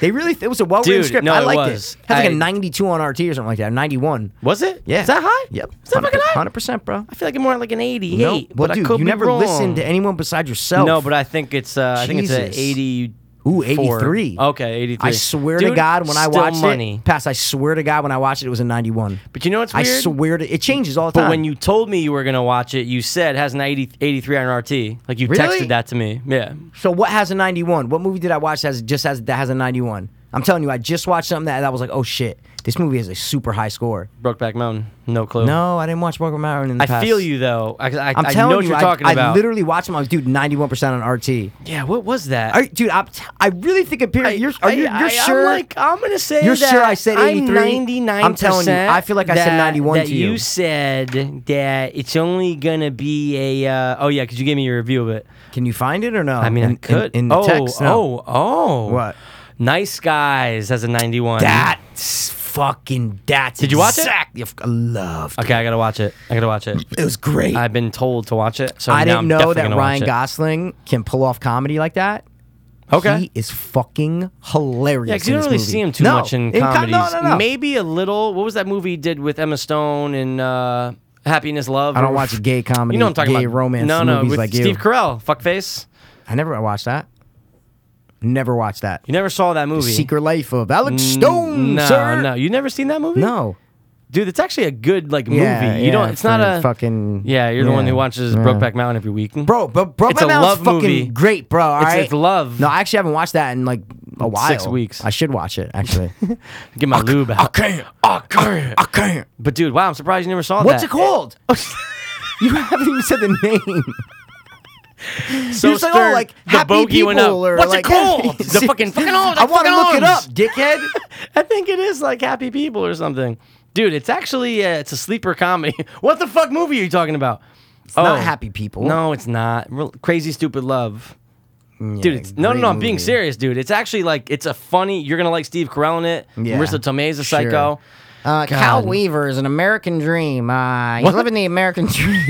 they really it was a well written
Dude,
script.
no,
I
it
liked
was.
Had like a
I-
92 on RT or something like that. 91.
Was it?
Yeah,
Is that high?
Yep,
Is that fucking high?
100 percent, bro.
I feel like I'm more like an 88.
No, well,
but
dude,
I could
you
be
never
wrong.
listened to anyone besides yourself.
No, but I think it's uh, I think it's an
Oh. Jesus.
80.
Ooh, 83.
Okay, 83.
I swear to
Dude,
God, when I
still
watched
money.
it, pass. I swear to God, when I watched it, it was a 91.
But you know what's
I
weird?
swear to it changes all the
But
time.
when you told me you were gonna watch it, you said it has an 80, 83 on RT. Like you
Really?
texted that to me. Yeah.
So what has a 91? What movie did I watch that has, just has that has a 91? I'm telling you, I just watched something that, that was like, oh shit, this movie has a super high score.
Brokeback Mountain. No clue.
No, I didn't watch Broken Mountain in
Oh.
the
I
past.
feel you though. I, I,
I'm
I
telling
know what
you,
you're
I-
talking
I,
about.
literally watched them. I was, dude, 91% on RT.
yeah. What was that?
Are, dude, I'm t- I really think Imperial.
I-
you're, are you,
I-
you're
I-
sure?
I'm like I'm gonna say
You're
that
sure I said
I'm
83?
99.
I'm telling you, I feel like I said 91
That
to you.
you said that it's only gonna be a. Uh, oh yeah, because you gave me your review of it.
Can you find it or no?
I mean,
in,
I could.
in, in the
oh,
text. No.
oh, oh.
What?
Nice guys has a 91.
that's fucking that's.
Did you watch it?
exactly, it? I loved.
Okay, I gotta watch it. I gotta watch it.
It It was great.
I've been told to watch it, so
I
now I'm
didn't know
definitely
that
gonna
Ryan
watch it.
Gosling can pull off comedy like that.
Okay.
He is fucking hilarious.
Yeah, 'cause you
in
don't really
this movie.
see him too
No,
much in,
com-
comedies.
no, no, no.
Maybe a little. What was that movie he did with Emma Stone in uh, Happiness Love?
I don't
or-
watch gay comedy.
You know what I'm talking
gay
about?
romance
No, no,
movies
with
like
Steve
you.
Carell, fuckface.
I never watched that. Never watched that.
You never saw that movie.
Secret Life of Alex
N-
Stone,
No,
sir.
no, you never seen that movie?
no.
dude, it's actually a good like movie.
Yeah,
you
yeah,
don't. It's not
for
a
fucking.
Yeah, you're the one who watches Brokeback Mountain every week,
Bro, but Brokeback
It's a
Mountain's
love
fucking
movie.
great, bro. All right,
It's- it's love.
No, I actually haven't watched that in like a while.
Six weeks.
I should watch it
*laughs*
actually.
Get my lube out.
can't. I can't. I can't.
But dude, wow, I'm surprised you never saw
What's
that.
it called? Uh, *laughs* you haven't even said the name.
So
You're just like,
stirred,
oh, like
the
happy
bogey
people
went up.
or
What's
like,
it
*laughs*
called? the fucking fucking old.
I want to look it up,
arms.
dickhead.
*laughs* I think it is like Happy People or something. Dude, it's actually uh, it's a sleeper comedy. *laughs* what the fuck movie are you talking about? It's
not Happy People.
Oh. No, it's not. Real, crazy Stupid Love. Dude, it's, no, no,
great
no! I'm being
movie.
serious, dude. It's actually like it's a funny. You're gonna like Steve Carell in it.
Yeah.
Marissa Tomei's a
Sure.
psycho.
Uh,
God.
Weaver is an American dream. Uh, he's
What?
the American *laughs* dream.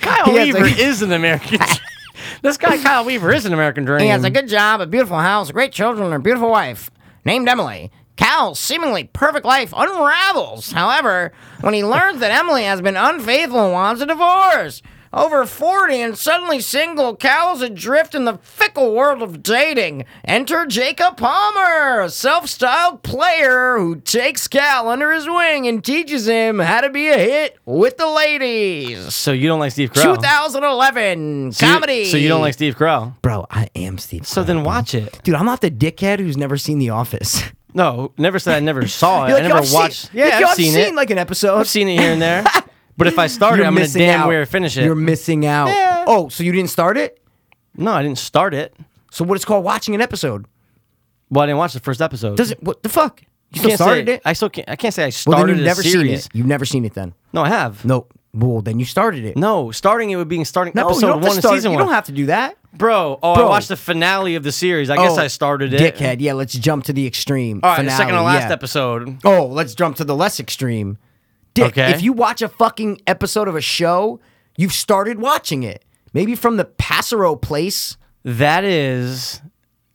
Kyle
*laughs* He has
Weaver
a-
is an
*laughs*
American. *laughs* this guy Kyle Weaver is an American dream.
good job, a beautiful house, great children, and a beautiful wife named Emily. Cal's seemingly perfect life unravels, however, when he learns that Emily has been unfaithful and wants a divorce. Over 40 and suddenly single, Cal is adrift in the fickle world of dating. Enter Jacob Palmer, a self styled player who takes Cal under his wing and teaches him how to be a hit with the ladies.
So you don't like Steve Carell?
2011
So you-
comedy.
So you don't like Steve Carell?
Bro, I am Steve.
So then watch it.
Dude, I'm not the dickhead who's never seen The
*laughs*
Office.
No, never said I
*laughs*
never saw it.
You're
I
like,
never
"Yo, I've seen-
watched.
like,
Yeah,
yo,
I've seen it.
like an episode.
I've seen it here and
*laughs*
there. But if I start it, I'm gonna
missing
damn
out.
well finish it.
You're missing out.
Yeah.
Oh, so you didn't start it?
no, I didn't start it.
So what it's called watching an episode?
Well, I didn't watch the first episode.
Does it? What the fuck? You
I
still
can't say-
started it?
I still can't. I can't say I
well,
started
then you've
a
never seen
series.
it. You've never seen it then.
No, I have.
No. Well, then you started it.
No, starting it would be starting
No, you
episode
don't have
one
to
of
start.
season
you
one.
don't have to do that.
Bro, oh, I
Bro.
watched the finale of the series. I guess
Oh,
I started it.
Dickhead. Yeah, let's jump to the extreme.
All right,
finale.
the second to last
yeah.
episode.
Oh, let's jump to the less extreme. Dick,
Okay.
if you watch a fucking episode of a show, you've started watching it. Maybe from the Passero place.
That is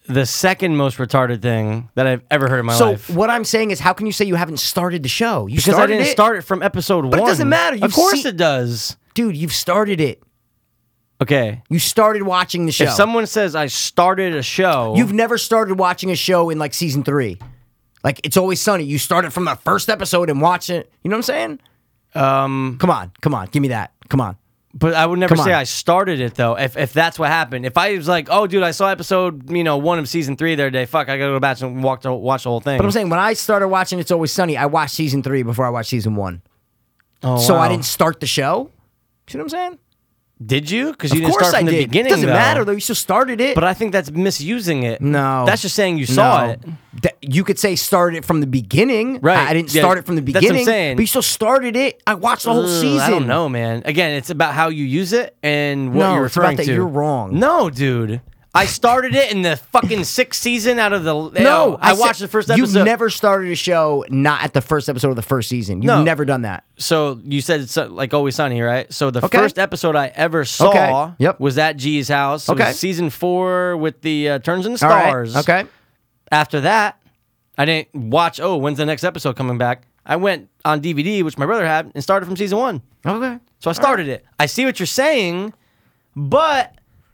the second most retarded thing that I've ever heard in my
So
life.
what I'm saying is, how can you say you haven't started the show? You
because I
started
didn't
it?
start it from episode
But it
one.
doesn't matter,
of
you've
course
seen-
it does.
dude. You've started it.
Okay.
You started watching the show.
If someone says I started a show,
You've never started watching a show in like season three. Like it's always sunny. You started from the first episode and watch it. You know what I'm saying?
um,
Come on, come on, give me that. Come on.
but I would never
Come
say
on.
I started it though. If if that's what happened, if I was like, oh dude, I saw episode you know one of season three the other day. Fuck, I gotta go to the bathroom and walk to watch the whole thing.
But I'm saying when I started watching It's Always Sunny, I watched season three before I watched season one.
oh,
So I
wow.
didn't start the show. See what I'm saying?
Did you? Because you
of
didn't
course
start from
I
the
did.
beginning.
it doesn't
though.
matter though. You still started it.
But I think that's misusing it.
no,
that's just saying you saw
No.
it.
That- you could say started it from the beginning.
Right.
I, I didn't
Yeah,
start it from the
that's what I'm
beginning.
saying.
But you still started it. I watched the whole
Ugh,
season.
I don't know, man. Again, it's about how you use it and what
No,
you're
it's about
referring
that
to.
you're wrong.
No, dude. I started it in the fucking sixth season out of the.
No,
I,
said-
watched the first episode.
You've never started a show not at the first episode of the first season. You've
No.
never done that.
So you said it's uh, like Always Sunny, right? So the
Okay.
first episode I ever saw
Okay. Yep.
was at G's house. It was
Okay.
season four with the uh, Turns and
All right,
Stars.
Okay.
After that, I didn't watch. Oh, when's the next episode coming back? I went on DVD, which my brother had, and started from season one.
Okay.
So I started it. I see what you're saying, but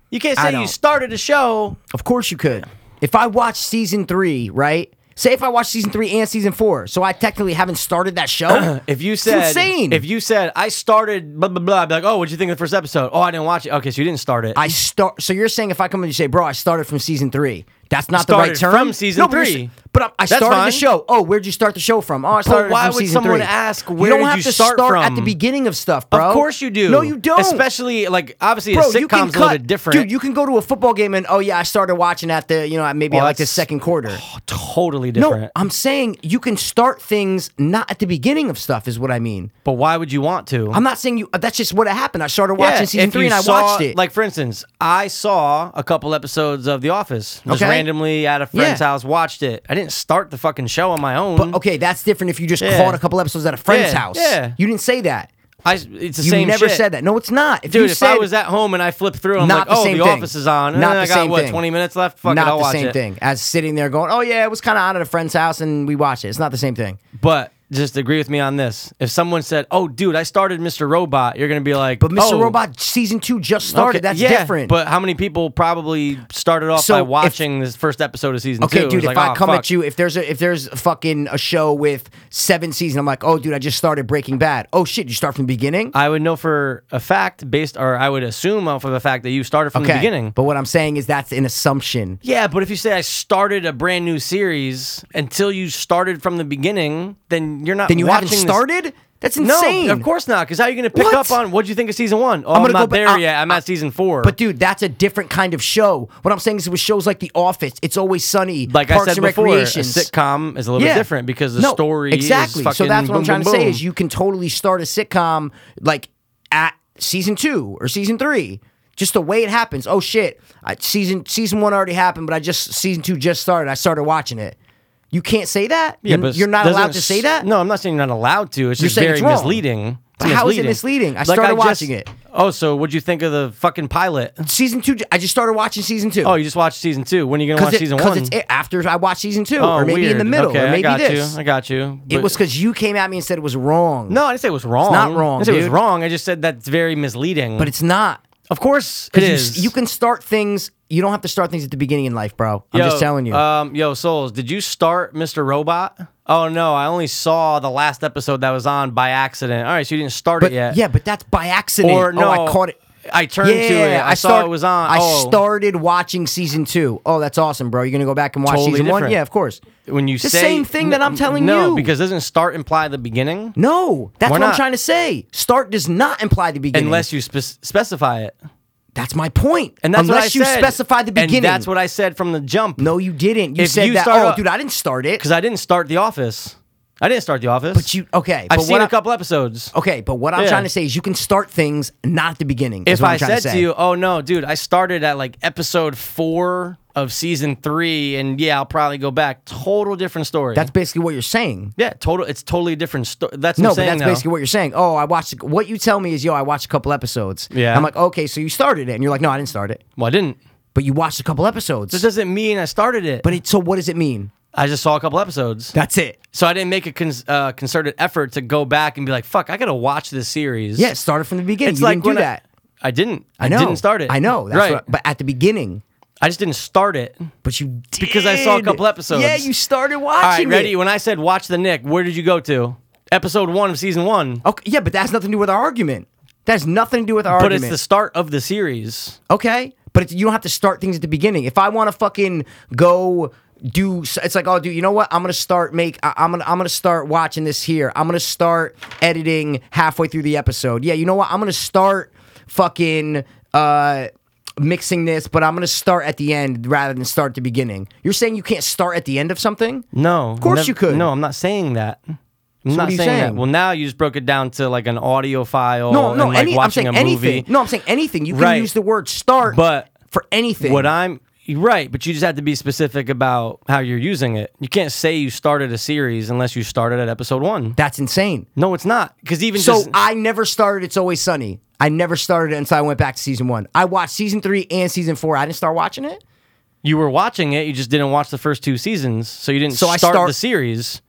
you can't
I
say you
don't.
started a show.
Of course you could. If I watch season three, right? Say if I watch season three and season four, so I technically haven't started
*clears throat*
that show.
If you said,
insane.
if you said I started blah blah blah, I'd be like, oh, what'd you think of the first episode? Oh, I didn't watch it. Okay, so you didn't start it.
I start. So you're saying if I come in and you say, "Bro, I started from season three. That's not the right
Started
term.
from season
no, but you're
three.
s- But I, I
That's
started
fine.
the show. Oh, where'd you start the show from? Oh, I started
why
from
would
season
someone
three.
ask,
you
where
don't
did
have
you
to
start
at the
from?
beginning of stuff, bro.
Of course you do.
No, you don't.
Especially like obviously a
Bro, you can
sitcom's a little
cut,
bit different.
dude. You can go to a football game and oh yeah, I started watching at the you know at maybe
Oh,
like the
that's-
second
*sighs*
quarter.
Oh, totally different.
No, I'm saying you can start things not at the beginning of stuff is what I mean.
but why would you want to?
I'm not saying you. That's just what happened. I started
Yeah,
watching season
if
three
you
and I
saw-
watched it.
Like for instance, I saw a couple episodes of The Office just
Okay.
randomly at a friend's
Yeah.
house. Watched it. I didn't start the fucking show on my own.
But okay, that's different if you just
Mm-hmm. Yeah.
caught a couple episodes at a friend's
Yeah,
house.
yeah.
You didn't say that.
I, it's the
You
same.
never
shit.
said that. No, it's not. If
Dude,
you
if
said,
I was at home and I flipped through, I'm like,
Not the
oh,
same
the
thing.
office is on.
Not
Eh, I
the
got
same
what,
thing.
20 minutes left? Fuck
not
it, I'll
the
watch
same
it.
thing as sitting there going, "Oh yeah, it was kind of on at a friend's house and we watched it." It's not the same thing.
But just agree with me on this. If someone said, oh, dude, I started Mr. Robot, you're going to be like,
But Mr.
oh,
Robot season two just
okay,
started. That's
yeah,
different.
But how many people probably started off
So
by
if-
watching this first episode of season two?
Okay,
It
dude.
was
If
like,
I
"Oh,
come
fuck."
at you, if there's a if there's a fucking a show with seven seasons, I'm like, oh, dude, I just started Breaking Bad. Oh shit, you start from the beginning.
I would know for a fact based, or I would assume off of the fact that you started from the beginning.
But what I'm saying is that's an assumption.
yeah, but if you say I started a brand new series until you started from the beginning, then you're not.
Then you
watching
haven't
this-
started. That's
No,
insane.
of course not. Because how are you going to pick
What?
up on what'd you think of season one? Oh, I'm,
gonna go
not
ba-
there
I-
yet. I'm
I-
at season four.
But dude, that's a different kind of show. What I'm saying is, with shows like The Office, It's Always Sunny,
like
Parks
I said
and
before, a
Recreation,
sitcom is a little bit different because the
no,
story is
exactly. so
fucking
that's what I'm
boom,
trying
boom,
to say
boom.
is you can totally start a sitcom like at season two or season three. Just the way it happens. Oh shit! I, season season one already happened, but I just season two just started. I started watching it. You can't say that.
Yeah,
you're,
but
you're not
doesn't
allowed
it
to
s-
say that.
No, I'm not saying you're not allowed to. It's
You're
just
saying
very
it's wrong.
misleading. It's
How is it misleading? I started watching it.
Oh, so what'd you think of the fucking pilot?
Season two. I just started watching season two.
Oh, you just watched season two. When are you gonna watch
it-
season one?
it's it after I watched season two,
oh,
or maybe in
weird.
the middle,
Okay,
or maybe
I got
this.
you. I got you.
It
But-
was because you came at me and said it was wrong.
no. I didn't say it was wrong.
not wrong,
I didn't say it was
dude.
wrong. I just said that's very misleading.
but it's not.
of course it
'Cause you-
is.
You, can start things. You don't have to start things at the beginning in life, bro. I'm just
Yo,
telling you.
Um, yo, Souls, did you start Mr. Robot? Oh no, I only saw the last episode that was on by accident. All right, so you didn't start
but
it yet.
yeah, but that's by accident.
Or no,
oh, I caught it.
I turned to it. I, saw
start-
it was on.
I
oh,
started watching season two. Oh, that's awesome, bro. You're gonna go back and watch
Totally
season one?
different.
Yeah, of course.
when you
the
say
same thing that I'm telling
no,
you.
because doesn't start imply the beginning
No, that's
Why
what
not?
I'm trying to say. Start does not imply the beginning.
unless you spe- specify it.
that's my point.
And that's what
unless
I
you
said.
specify the beginning.
And that's what I said from the jump.
No, you didn't. You
If
said
you
that.
start
Oh,
up-
dude, I didn't start it.
because I didn't start The Office. I didn't start The Office.
But you okay?
I've
but
seen
what
a
I- Oh,
couple episodes.
Okay, but what I'm
Yeah.
trying to say is you can start things not at the beginning. is
if
what I'm
I
trying
said
to,
to,
say.
you, "Oh no, dude, I started at like episode four of season three, and yeah, I'll probably go back." Total different story.
that's basically what you're saying.
yeah, total. It's totally different story. That's what I'm
No, but
saying,
that's
though.
basically what you're saying. Oh, I watched. What you tell me is, yo, I watched a couple episodes.
Yeah.
I'm like, okay, so you started it, and you're like, no, I didn't start it,
well, I didn't.
but you watched a couple episodes.
This doesn't mean I started it.
But it, so what does it mean?
I just saw a couple episodes.
That's it.
so I didn't make a cons- uh, concerted effort to go back and be like, "Fuck, I gotta watch this series."
Yeah, it started from the beginning.
it's
you
like
didn't do
when I-
that.
I, didn't.
I know.
didn't start it.
I know. That's
right.
what- but at the beginning,
I just didn't start it.
but you did.
Because I saw a couple episodes.
Yeah, you started watching.
All right, ready?
It.
When I said watch the Nick, where did you go to? Episode one of season one.
Okay. Yeah, but that's nothing to do with our argument. That has nothing to do with our
but
argument.
it's the start of the series.
Okay, but it's, you don't have to start things at the beginning. If I want to fucking go do, s- it's like, oh, dude, you know what? I'm gonna start make. I, I'm gonna I'm gonna start watching this here. I'm gonna start editing halfway through the episode. Yeah, you know what? I'm gonna start fucking uh mixing this, but I'm gonna start at the end rather than start at the beginning. You're saying you can't start at the end of something?
No, of
course you could.
No, I'm not saying that. I'm not
are you
that.
saying?
Well, now you just broke it down to like an audio file.
No, no.
Oh, and, like
any, I'm
watching
saying
a movie.
anything. No, I'm saying anything. You can
Right.
use the word start,
But
for anything.
what I'm right, but you just have to be specific about how you're using it. You can't say you started a series unless you started at episode one.
that's insane.
No, it's not because even
So
just,
I never started It's Always Sunny. I never started it until I went back to season one. I watched season three and season four. I didn't start watching it.
you were watching it, you just didn't watch the first two seasons, so you didn't
So I
start,
start-
the series.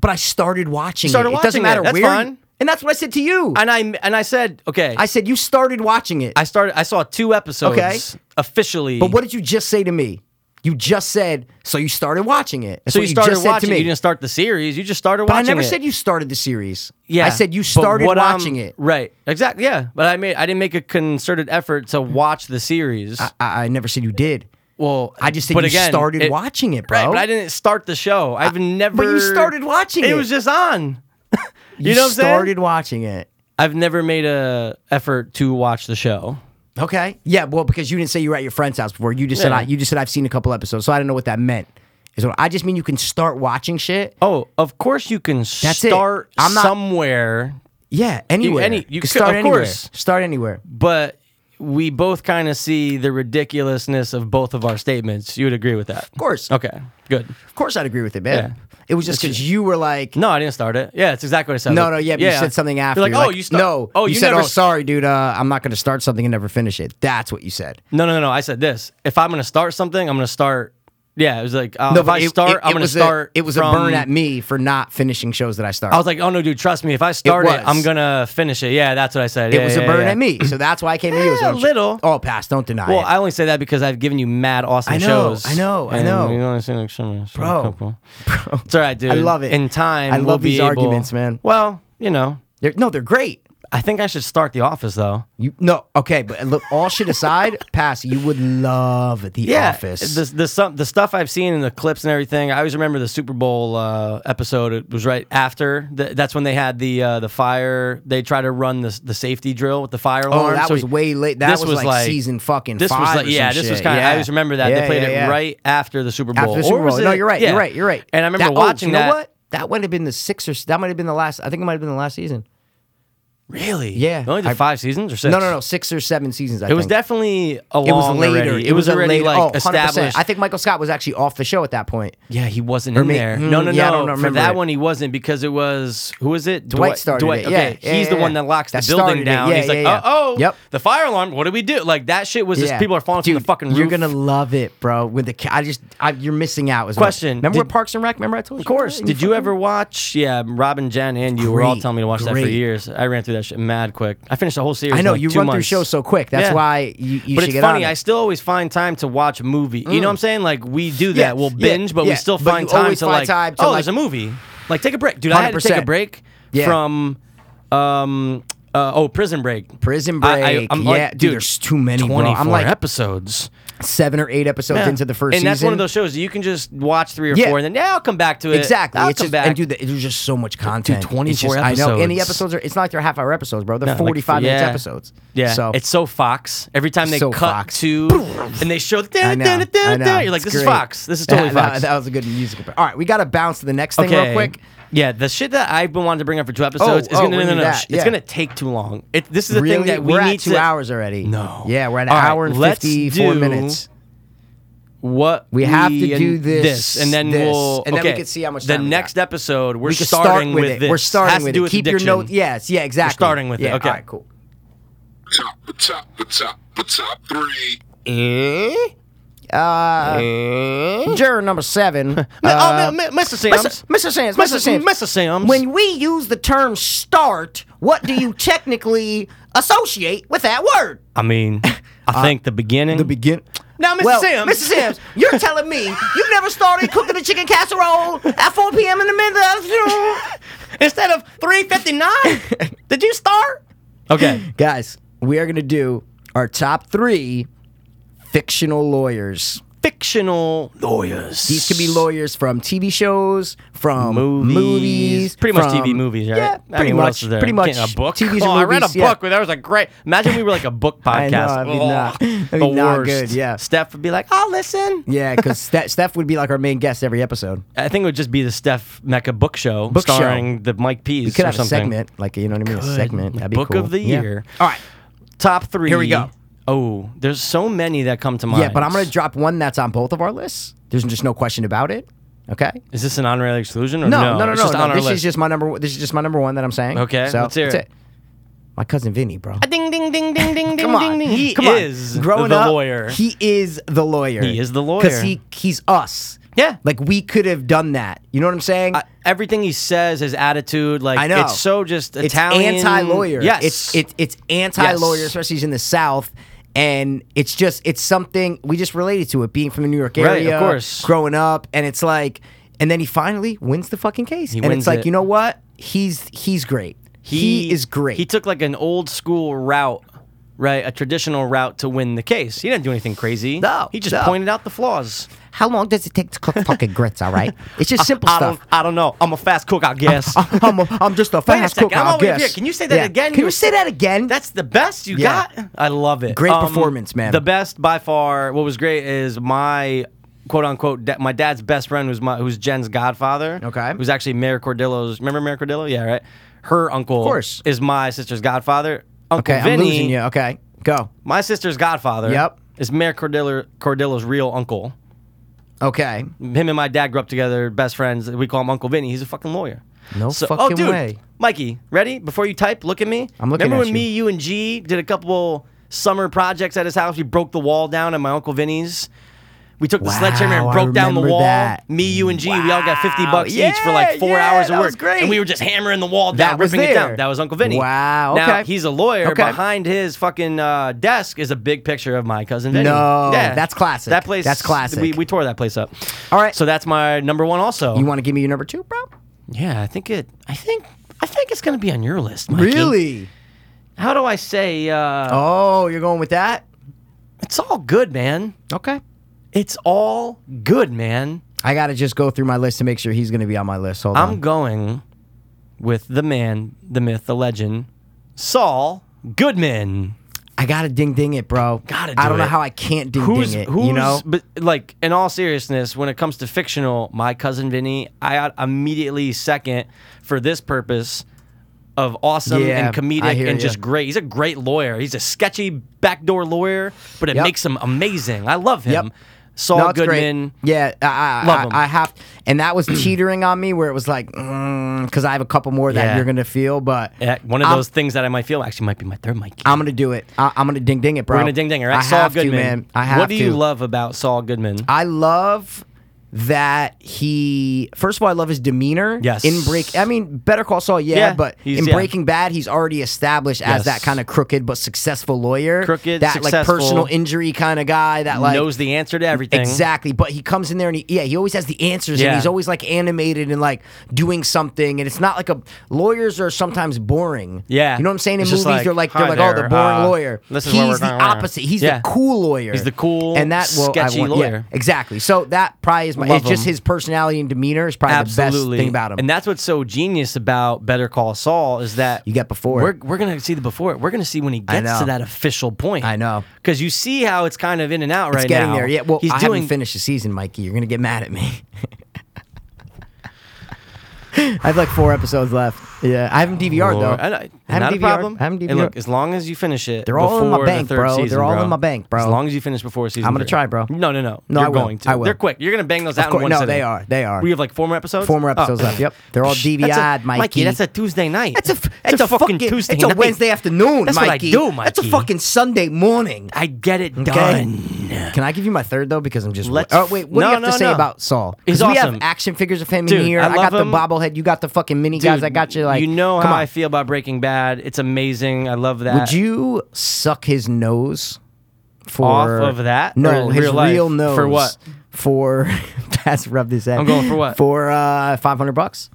But I started watching
started
it.
watching
it doesn't
it.
matter
That's
where. you-
fine.
and that's what I said to you. I,
And I and I said, okay, I,
said you started watching it.
started. I saw two episodes
Okay.
officially.
but what did you just say to me? You just said so you started watching it. That's
So
what
you started
just
watching.
said
it.
to me.
You didn't start the series. You just started
but I
watching.
never
it.
said you started the series.
Yeah,
I said you
but
started
what um, I'm-
watching it.
Right. Exactly. Yeah, but I made I didn't make a concerted effort to watch the series.
I, I never said you did.
well,
I just said
but
you
again,
started watching it, bro.
Right, but I didn't start the show. I've never.
but you started watching it.
It was just
*laughs*
on.
You,
know what I'm saying?
started watching it.
I've never made a effort to watch the show.
Okay. Yeah. Well, because you didn't say you were at your friend's house before. You just said
Yeah.
I, you just said I've seen a couple episodes, so I don't know what that meant. Is what I just mean you can start watching shit.
Oh, of course you can
it.
start
I'm not-
somewhere,
Yeah. Anywhere.
any- you
you
could-
can start
of
anywhere.
course.
Start anywhere.
but we both kind of see the ridiculousness of both of our statements. You would agree with that? Of
course.
Okay. Good.
Of course, I'd agree with it, man.
Yeah.
It was just because you were like.
No, I didn't start it. Yeah, it's exactly what I said.
No,
Like,
no, yeah, but you said something
You're
after.
like,
You're
oh, you start.
No,
oh,
you,
you,
said,
never.
oh, sorry, dude. Uh, I'm not going to start something and never finish it. That's what you said.
No, no, no, no. I said this. If I'm gonna start something, I'm gonna start. Yeah, it was like uh,
No,
if
but
I
it-
start,
it-
I'm
it
gonna
was a-
start.
It was
from-
a burn at me for not finishing shows that I started.
I was like, oh no, dude, trust me. If I start it,
was.
I'm gonna finish it. Yeah, that's what I said.
it
Yeah,
was
yeah,
a burn
yeah.
at me, so that's why I came to you.
Yeah, *laughs*
So
a
don't-
little.
Oh, pass. Don't deny
Well,
it.
I only say that because I've given you mad awesome
I know,
shows.
I know, I
and
know.
You only seen like some, some
Bro,
*laughs* couple. It's all right, dude.
I love it.
In time,
I
we'll
love
be
these
able-
arguments, man.
Well, you know,
They're- no, they're great.
I think I should start The Office though.
You no okay, but look, all shit aside, pass. You would love the
yeah,
office.
The, the, some, the stuff I've seen in the clips and everything. I always remember the Super Bowl uh, episode. It was right after. The, that's when they had the uh, the fire. They tried to run the, the safety drill with the fire alarm.
oh, that
So
was
he-
way late. That
this
was, like, season fucking
This
five.
was like
or
yeah.
some
This was
shit.
kind of.
Yeah.
I always remember that
Yeah,
they played
yeah, yeah.
it right after the Super Bowl.
after the
Or
Super
was
Bowl. No,
it-
you're right.
yeah.
You're right. You're right.
And I remember
That- oh,
watching
you know
that.
What? That would have been the six or that might have been the last. I think it might have been the last season.
Really?
Yeah.
They only did
I-
five seasons or six?
No, no, no, six or seven seasons. I
It was
think.
definitely along
It was later.
already. It was
a
already
later-
like
oh, 100%.
established.
I think Michael Scott was actually off the show at that point.
Yeah, he wasn't in
may-
there.
mm,
no, no,
yeah, I
no.
don't
For
remember
that
it.
one, he wasn't because it was who was it?
Dwight started
Dwight.
it.
Okay,
Yeah, yeah,
he's the
yeah,
one
yeah.
that locks
That
the building
started it.
down.
Yeah,
he's like,
yeah, yeah.
uh oh,
Yep.
the fire alarm. What do we do? Like that shit was
Yeah.
just people are falling from
Dude,
the fucking roof.
You're gonna love it, bro. With the ca- I just I, you're missing out. Is what-
Question,
Remember
did-
with Parks and Rec? Remember I told you.
Of course. Did you ever watch? Yeah, Robin, Jen, and you were all
Great,
telling me to watch that for
great.
years. I ran through that shit mad quick. I finished the whole series.
I
in,
know
like,
you
two
run through
months.
shows so quick. That's
Yeah.
why you, you
but
should
it's
get
funny.
on it.
I still always find time to watch a movie. You know what I'm saying? Like we do
Mm. Yeah,
that. We'll
yeah,
binge, but
yeah.
we still
But
find
you
time
always
to
find
like.
time to,
oh,
like-
there's a movie. Like take a break, dude. I had to take a
100%.
break
Yeah.
from, um, uh, oh, Prison Break.
Prison
I- I-
Break.
I'm
yeah,
like,
dude,
dude,
there's too many. Bro.
24
I'm like
episodes
seven or eight episodes
Yeah.
into the first
and
season.
that's one of those shows that you can just watch three or
Yeah.
four, and then yeah, I'll come back to it.
Exactly.
I'll
it's
come
just,
back.
And dude, the- there's just so much content. It's
24
just- I know. And the
episodes.
episodes are. It's not like they're half hour episodes, bro. They're
No, like,
45 minutes
yeah.
episodes.
Yeah,
So
it's so Fox. Every time they
So
cut
Fox.
to and they show,
I know, I know.
*laughs* you're like,
It's
this is
great.
Fox. This is totally
Yeah, *laughs* that-
Fox.
That, was a good musical. break. All right, we got to bounce to the next thing real quick.
Yeah, the shit that I've been wanting to bring up for two episodes
Oh,
is
oh,
gonna
we
no, no,
need
no,
that,
sh-
yeah.
It's gonna take too long. It, this is the
really,
thing that we
we're
need
at two
to-
hours already.
No.
Yeah, we're at an
All right,
hour and
let's
54
do
minutes.
What
We have to do this,
and then
this,
we'll
and then we
okay,
can see how much
the
time we
next
got.
episode we're
We can start
starting
with,
with,
it.
this.
We're
Has
starting
to
with
do
it.
with
Keep
addiction.
your note. Yes, yeah, exactly.
starting with it,
yeah,
okay.
All right, cool.
top, the top, the top, the top three.
Uh, Juror number seven.
oh,
*laughs* uh,
mi- mi- Mr. Sims.
Mr. Mr. Sands,
Mr.
Mr. Sands,
Mr. Sims.
When we use the term "start," what do you technically associate with that word?
I mean, I think the beginning. The
begin.
Now, Mr.
Well,
Sims.
Mr. Sims, *laughs* you're telling me you've never started cooking a chicken casserole at 4 p.m. in the middle of the afternoon?
instead of 359 did you start okay
Guys, we are going to do our top three fictional lawyers.
fictional lawyers
These could be lawyers from TV shows, from movies,
Movies. Pretty much TV movies, right?
Yeah,
I
pretty
mean,
much.
what else is there?
Pretty much.
Can't- a book.
TVs and
*laughs* oh, I read a
movies, yeah.
book. That was a great. Imagine we were like a *laughs* book
I know,
podcast.
that'd be
Ugh,
not-
*laughs*
that'd be
the
not
worst.
good, yeah.
Steph would be like, "I'll listen."
Yeah,
*laughs*
because Steph, Steph would be like our main guest every episode.
I think it would just be the Steph Mecca book show
Book show.
starring the Mike Pease.
We
or
could have a
something.
segment, like you know what I mean, a segment. That'd be
book
cool.
of the
Yeah.
year.
All right.
Top three.
Here we go.
Oh, there's so many that come to mind.
Yeah, but I'm gonna drop one that's on both of our lists. There's just no question about it. Okay.
Is this an honorary exclusion or
No,
Oh, no?
no, no, no.
It's just
no.
on our
this
list.
is just my number. One, this is just my number one that I'm saying.
Okay,
So
let's hear
that's
it.
My cousin Vinny, bro.
ding ding ding ding ding ding
Come
ding
on,
ding. He
Come
is
on. growing
the
up.
lawyer.
He is the lawyer.
He is the
because
lawyer.
he he's us.
Yeah.
Like we could have done that. You know what I'm saying?
I- everything he says, his attitude, like
I know.
it's so just
it's
Italian.
anti-lawyer.
Yes,
It's it, it's anti-lawyer,
Yes.
especially he's in the South. And it's just it's something we just related to it being from the New York area,
Right, of course.
growing up, and it's like, and then he finally wins the fucking case, and it's
wins
like
it.
you know what? He's he's great. He, is great.
He took like an old school route, right? A traditional route to win the case. He didn't do anything crazy.
No,
he just
no.
pointed out the flaws.
How long does it take to cook fucking grits? All right, it's just
*laughs*
simple
I
stuff.
don't. I don't know. I'm a fast cook, I guess.
*laughs* I'm, a, I'm just a
Wait a
fast
second,
cook.
I'm
I
over here.
guess.
Can you say that again?
Can you
You-
say that again?
That's the best you
Yeah.
got. I love it. Um,
Great performance, man.
The best by far. What was great is my quote unquote da- my dad's best friend who's my who's Jen's godfather.
Okay.
Who's actually Mary Cordillo's remember Mary Cordillo? Yeah, right. Her uncle of
course.
is my sister's godfather. Uncle
okay.
Vinny,
I'm losing you. Okay, go.
my sister's godfather.
Yep.
Is Mayor Cordillo Cordillo's real uncle.
Okay.
Him and my dad grew up together, best friends. We call him Uncle Vinny. He's a fucking lawyer.
No
oh,
fucking
dude,
way.
Mikey, ready? Before you type, look at me.
I'm looking
Remember
at
when
you.
me, you, and G did a couple summer projects at his house? We broke the wall down at my Uncle Vinny's. We took the
Wow,
sledgehammer and
I
broke down the
remember
wall.
that.
Me, you, and G, we all got 50 bucks
Wow.
each for like four
Yeah,
hours of
that
work.
was great.
And we were just hammering the wall
That
down,
was
ripping it
there.
down. That was Uncle Vinny.
Wow, okay.
Now, he's a lawyer.
Okay.
Behind his fucking uh, desk is a big picture of my cousin Vinny.
No, that's classic.
That place.
That's classic.
We, we tore that place up.
All right.
So that's my number one also.
You want to give me your number two, bro?
Yeah, I think it. I think. I think it's gonna be on your list. Mikey. How do I say? Uh,
Oh, you're going with that?
It's all good, man.
Okay.
It's all good, man.
I gotta just go through my list to make sure he's gonna be on my list. Hold
I'm
on.
going with the man, the myth, the legend, Saul Goodman.
I gotta ding ding it, bro.
Gotta
I
do
don't know
it.
how I can't ding
Who's
ding it.
who's
you know?
but like in all seriousness, when it comes to fictional, my cousin Vinny, I got immediately second for this purpose. of awesome
Yeah,
and
I
comedic
hear
and
ya.
just great. He's a great lawyer. He's a sketchy backdoor lawyer, but it
Yep.
makes him amazing. I love him.
Yep.
Saul
No, it's
Goodman.
Great. Yeah, I, I,
Love
I-
'em.
I have, and that was *clears throat* teetering on me where it was like, because I have a couple more that
Yeah.
you're gonna feel, but
Yeah, eh, one of
I'm-
those things that I might feel actually might be my third mic.
I'm gonna do it. I, I'm gonna ding ding it, bro.
We're gonna ding ding. All right,
I
Saul
have
Goodman.
to, man. I have
what do you
to.
love about Saul Goodman?
I love that he. First of all, I love his demeanor.
Yes.
In break, I mean, Better Call Saul, yeah,
Yeah,
but
he's-
in
yeah.
Breaking Bad, he's already established as
Yes.
that kind of crooked but successful lawyer.
Crooked,
that like
successful.
personal injury kind of guy. That like
Knows the answer to everything.
Exactly. But he comes in there and he, yeah, he always has the answers and
Yeah.
he's always like animated and like doing something. And it's not like a lawyers are sometimes boring.
Yeah.
You know what I'm saying? In
It's
movies,
just like,
they're like,
"Hi
they're like, oh, the
there,
boring
uh,
lawyer.
this is where
he's
we're
the
going, uh,
opposite. He's
yeah.
the cool lawyer.
He's the cool,
well, I
sketchy
want-
lawyer.
exactly. So that probably is my,
Love
it's just
him.
his personality and demeanor is probably the best
Absolutely.
thing about him.
And that's what's so genius about Better Call Saul is that
You get before
We're,
it.
we're gonna see the before it. We're gonna see when he
I
gets
know.
to that official point.
I know.
Because you see how it's kind of in and out right
it's getting
now.
there. Yeah. Well,
he's
I
doing
haven't finished the season, Mikey. You're going to get mad at me. *laughs* I have like four episodes left. Yeah. I haven't DVR'd
Lord,
though.
I- I-
I haven't
not a
DVR'd.
problem.
I haven't
And
DVR'd.
look, as long as you finish it,
They're all in my
before the
bank,
third
bro. They're
Season,
all in my bank, bro.
As long as you finish before season,
I'm gonna
three.
try, bro.
No, no, no.
No,
You're
I will.
going to.
I will.
They're quick. You're gonna bang those out
Of course,
in one
no,
sitting.
they are. They are.
We have like four more episodes.
Four more
Oh.
episodes left. Yep. They're all
That's a-
DVR'd, Mikey.
Mikey, that's a Tuesday night.
That's a, f-
That's
it's
a fucking Tuesday
It's a
night.
Wednesday afternoon,
That's what I
Mikey.
do,
That's a
Mikey.
fucking Sunday morning.
I get it
Okay.
done.
Can I give you my third though? Because I'm just.
Let's-
oh wait, what do
No,
you have
no,
to say
no.
about Saul? 'Cause
He's
we have
awesome.
action figures of him in
Dude,
here.
I love
got the
him.
bobblehead. You got the fucking mini guys.
Dude,
I got you. Like
you know
come
how
on.
I feel about Breaking Bad. It's amazing. I love that.
Would you suck his nose for
Off of that, or
No,
in
his
real life?
real nose
For what?
For *laughs* that's rubbed his head.
I'm going for what?
For uh, five hundred bucks.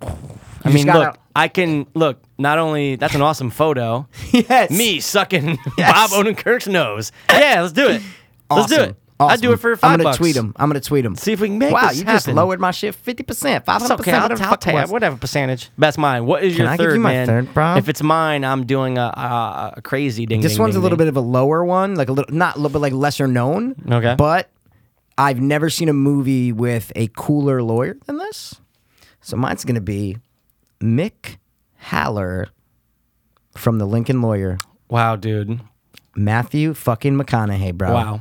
I
You just
mean,
gotta-
look, I can look. Not only that's an awesome
*laughs*
photo. *laughs*
Yes.
Me sucking
Yes.
*laughs* Bob Odenkirk's nose. Yeah, let's do it. Let's do
Awesome.
it. I'd do
Awesome.
it for five
I'm gonna
bucks.
tweet him. I'm gonna tweet him.
See if we can make
wow,
this
you just
happen.
lowered my shit fifty percent, five
It's
hundred
okay.
percent.
I'll, I'll take whatever percentage. That's mine. What is your
I give
third,
you my
man?
third, bro?
If it's mine, I'm doing a, a, a crazy ding.
This
ding,
one's
ding,
a little
ding.
bit of a lower one, like a little not a little bit like lesser known.
Okay.
But I've never seen a movie with a cooler lawyer than this. So mine's gonna be Mick Haller from the Lincoln Lawyer.
Wow, dude.
Matthew fucking McConaughey, bro.
Wow.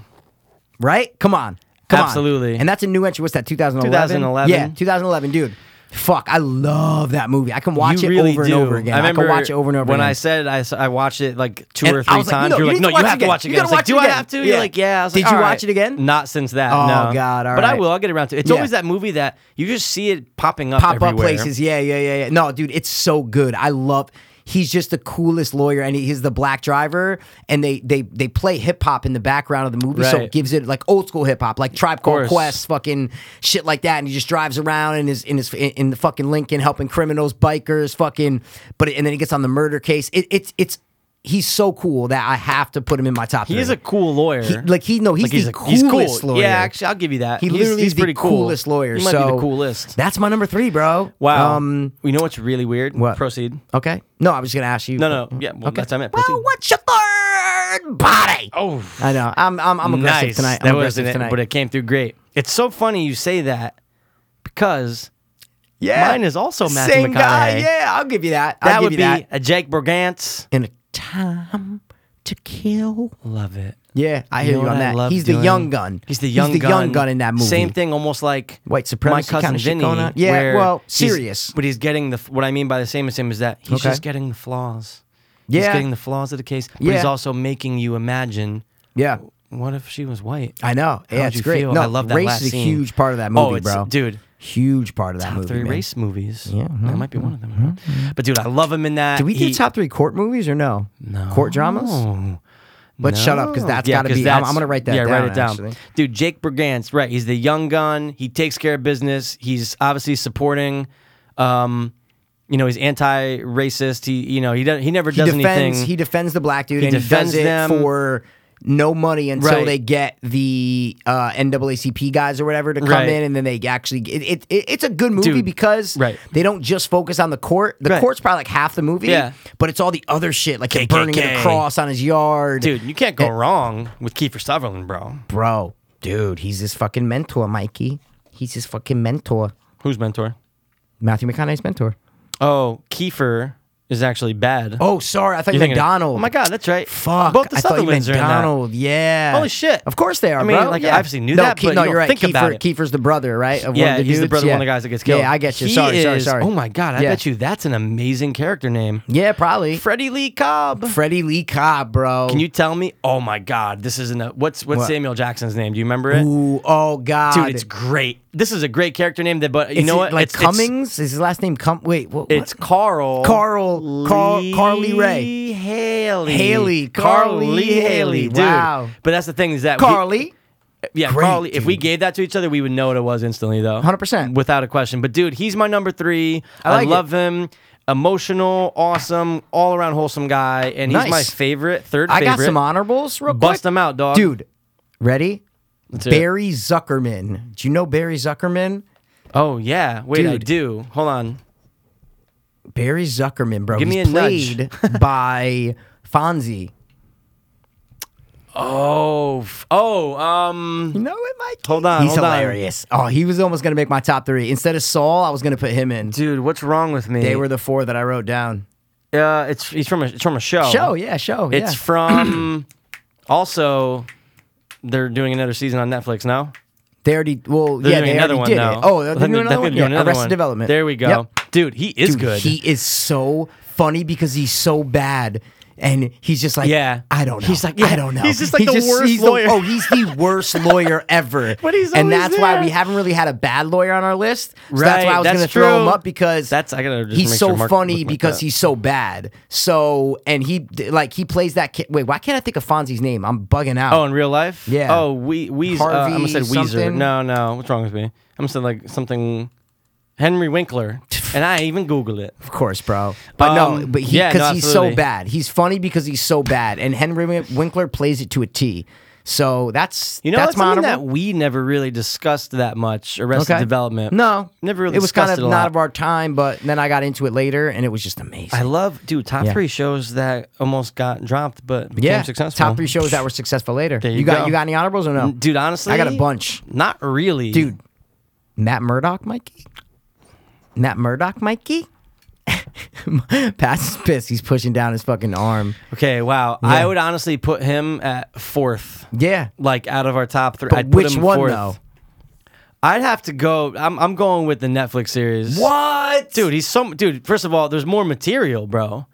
Right? Come on. Come on.
Absolutely.
And that's a new entry. What's that? 2011?
2011.
Yeah, 2011, dude. Fuck, I love that movie. I can watch
you
it
really
over
do.
and over again. I,
remember
can watch it over and over
when
again.
I said I, s- I watched it like two
And
or
I
three
was like,
times.
no,
you're
you
like,
need
no,
to
you
watch
have to
again.
watch it
You
again. I
gotta
was like,
watch it
do I
again."
have to?
Yeah.
You're like, yeah. I was like,
Did you
all
watch
right.
it again?
Not since that.
Oh,
no.
God, all
but I
right.
will. I'll get around to it. It's
Yeah.
always that movie that you just see it popping up.
pop up
everywhere.
places. Yeah, yeah, yeah, yeah. No, dude, it's so good. I love. He's just the coolest lawyer, and he- he's the black driver, and they they they play hip hop in the background of the movie, so it
Right.
gives it like old school hip hop, like Tribe Called
course.
Quest, fucking shit like that. And he just drives around in his in his in, in the fucking Lincoln, helping criminals, bikers, fucking. But and then he gets on the murder case. It, it's it's he's so cool that I have to put him in my top.
He is
three.
a cool lawyer.
He- like, he- no, he's
Like,
the
a- he's
coolest
cool.
lawyer.
Yeah, actually, I'll give you that.
he
He's-
literally
he's,
is the
pretty cool.
coolest lawyer.
He might
so
be the coolest.
That's my number three, bro.
Wow.
Um,
you know what's really weird?
what?
Proceed.
Okay. No, I was gonna ask you.
No, no. Yeah. Well, that's what I meant. Proceed.
Well, what's your third body?
Oh,
I know. I'm I'm, I'm aggressive
nice.
tonight.
that
I'm aggressive
wasn't it,
tonight.
but it came through great. It's so funny you say that because
yeah.
mine is also Matthew
Same guy.
McConaughey.
Yeah, I'll give you that.
that
I'll
would
give
be
you that.
a Jake Brigance.
in a time to kill.
Love it.
Yeah, I hear you,
know
on
what I
that.
love
He's the
doing?
young gun.
He's the young
He's the
gun.
young gun in that movie.
Same thing, almost like
White supremacy
My cousin
kinda shit
Vinny.
going on. Yeah,
where
well,
he's-
serious.
But he's getting the. What I mean by the same as him is that he's
Okay.
just getting the flaws. He's
Yeah.
getting the flaws of the case, but
Yeah.
he's also making you imagine.
Yeah.
What if she was white?
I know. Yeah,
How'd
it's
you
great.
feel?
No,
I love that
race
last
is a
scene.
huge part of that
Oh,
movie,
it's-
bro.
dude.
Huge part of that
Top
movie.
three
man.
race movies. Yeah, that might be one of them. But dude, I love him in that.
Did we do
He-
top three court movies or no? No. Court dramas? Let's shut up because that's
Yeah,
got to
'cause
be. I'm,
that's-
I'm gonna write that.
yeah,
down,
write it down,
actually.
dude. Jake Brigance, right? He's the young gun. He takes care of business. He's obviously supporting. Um, you know, he's anti-racist. He, you know, he doesn't. He never
He
does
defends.
anything.
He defends the black dude,
He
and he does
defends
it
them.
for no money until
Right.
they get the uh, NAACP guys or whatever to come
Right.
in, and then they actually. It, it, it- it's a good movie
Dude,
because
right.
they don't just focus on the court. The
Right.
court's probably like half the movie,
Yeah.
but it's all the other shit, like the burning of the
KKK.
cross on his yard,
dude, you
Eh.
can't go wrong with Kiefer Sutherland, bro.
bro, dude. He's his fucking mentor, Mikey. He's his fucking mentor,
Who's mentor?
Matthew McConaughey's mentor.
Oh, Kiefer is actually bad.
Oh, sorry. I thought you
You're
meant
thinking-
Donald.
Oh my God, that's right.
Fuck.
Both the
I thought you meant
Sutherlands are in that.
Donald. Yeah.
Holy shit.
Of course they are.
I mean,
bro.
like, I
yeah.
obviously knew
no,
that,
Keith-
but
no,
you
you're
don't think
right. Kiefer,
about it.
Kiefer's the brother, right? Of one
Yeah,
of the
he's the
dudes?
brother of
yeah.
one of the guys that gets killed.
Yeah, I get you.
He
Sorry, sorry,
is-
sorry.
Oh my God, I
Yeah.
bet you that's an amazing character name.
Yeah, probably.
Freddie Lee Cobb.
Freddie Lee Cobb, bro.
Can you tell me? Oh my God, this isn't a what's what's
What?
Samuel Jackson's name? Do you remember it?
Ooh, oh God,
Dude, it's great. This is a great character name. That, but you
Is
know
it
what?
Like
it's, it's-
Cummings is his last name. Cum. Wait, what? what?
It's, Carl.
Carl- Carl- Carly Ray.
Haley.
Haley. Carly Haley.
Dude.
Wow.
But that's the thing is that we-
Carly.
yeah,
Great,
Carly. If we
dude.
gave that to each other, we would know what it was instantly, though.
100%.
Without a question. But, dude, he's my number three. I,
like it.
love him. Emotional, awesome, all around wholesome guy. And he's my
Nice.
favorite, third
I
favorite.
got some honorables. Real
Bust
quick.
him out, dog.
dude. Ready?
Let's hear it.
Barry Zuckerman. Do you know Barry Zuckerman?
Oh, yeah. Wait, I
Dude.
do. Hold on.
Barry Zuckerman, bro.
Give me
He's
a nudge. *laughs*
played by Fonzie.
Oh, f- oh, um,
You know it, Mike.
Hold on,
He's
hold on.
hilarious. Oh, he was almost gonna make my top three. Instead of Saul, I was gonna put him in.
dude, what's wrong with me?
They were the four that I wrote down.
Uh, it's he's from a it's from a show.
Show, yeah, show.
Oh. It's
yeah. *clears throat*
from also they're doing another season on Netflix now.
They already well,
They're
yeah,
doing
they
another
already
one
did
now.
it. Oh, they're
I think
doing another
they're
one.
doing
Yeah,
another
Arrested
one.
Development.
There we go,
Yep.
dude. He is
Dude,
good.
He is so funny because he's so bad. And he's just like,
Yeah.
I don't know.
He's like, yeah.
I don't know.
He's just like the worst
he's
lawyer.
oh, he's the
*laughs*
worst lawyer ever.
But he's
and
always
that's why
there.
we haven't really had a bad lawyer on our list. So that's
Right,
why I was
that's
gonna throw him
true.
up because
That's- I gotta just
he's
make
so
sure Mark
funny
looked like
because
that.
he's so bad. So and he like he plays that. Ki- Wait, why can't I think of Fonzie's name? I'm bugging out.
oh, in real life.
Yeah.
Oh, we Weezer. Uh, I
Harvey
almost said Weezer.
something?
No, no. What's wrong with me? I almost said like something. Henry *laughs* Winkler, and I even Googled it.
Of course, bro. But no,
Um,
but he
yeah,
because
no,
he's
absolutely.
so bad. He's funny because he's so bad, and Henry Win- Winkler plays it to a T. So that's
You know,
that's
that's
my
something
honorable.
that we never really discussed that much. Arrested Development.
No,
never really.
It was kind of
discussed it a
not
lot.
of our time, but then I got into it later, and it was just amazing.
I love, dude. Top
Yeah.
three shows that almost got dropped but became
yeah,
successful.
top three shows that were successful later.
There you
got
go.
you got any honorables or no,
dude. Honestly,
I got a bunch,
Not really,
dude. Matt Murdock, Mikey. Matt Murdock, Mikey. *laughs* Pat's pissed. He's pushing down his fucking arm.
Okay, wow. I would honestly put him at fourth,
Yeah,
like out of our top three.
but
I'd put
which
him
one
fourth.
though?
I'd have to go. I'm, I'm going with the Netflix series.
What,
dude? He's so dude. First of all, there's more material, bro.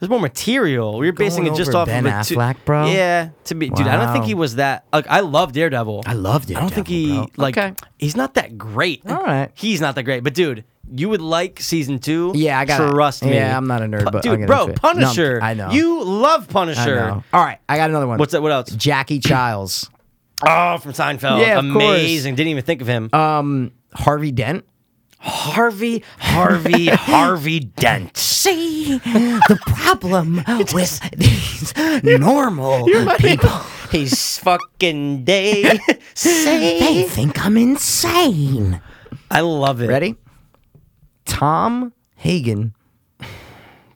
There's more material. You're basing it
Going
just
over
off
Ben
of a two-
Affleck, bro?
Yeah, to be dude. I don't think
Wow.
he was that. Like, I love Daredevil.
I loved it.
I don't think he like
Okay.
he's not that great.
All right.
He's not that great. But dude, you would like season two.
Yeah, I got.
trust me.
Yeah, I'm not a nerd,
Pu-
but I'll
dude,
get
bro,
into it. No, I'm-
Punisher.
I know.
You love
I
Punisher.
know. All right, I got another one.
What's that? What else?
Jackie Childs,
Oh, from Seinfeld.
Yeah, of course.
amazing. Didn't even think of him.
um, Harvey Dent.
Harvey,
*laughs*
Harvey, Harvey Dent.
See, the problem with these normal people,
He's fucking day.
they think I'm insane.
*laughs* I love it,
Ready? Tom Hagen,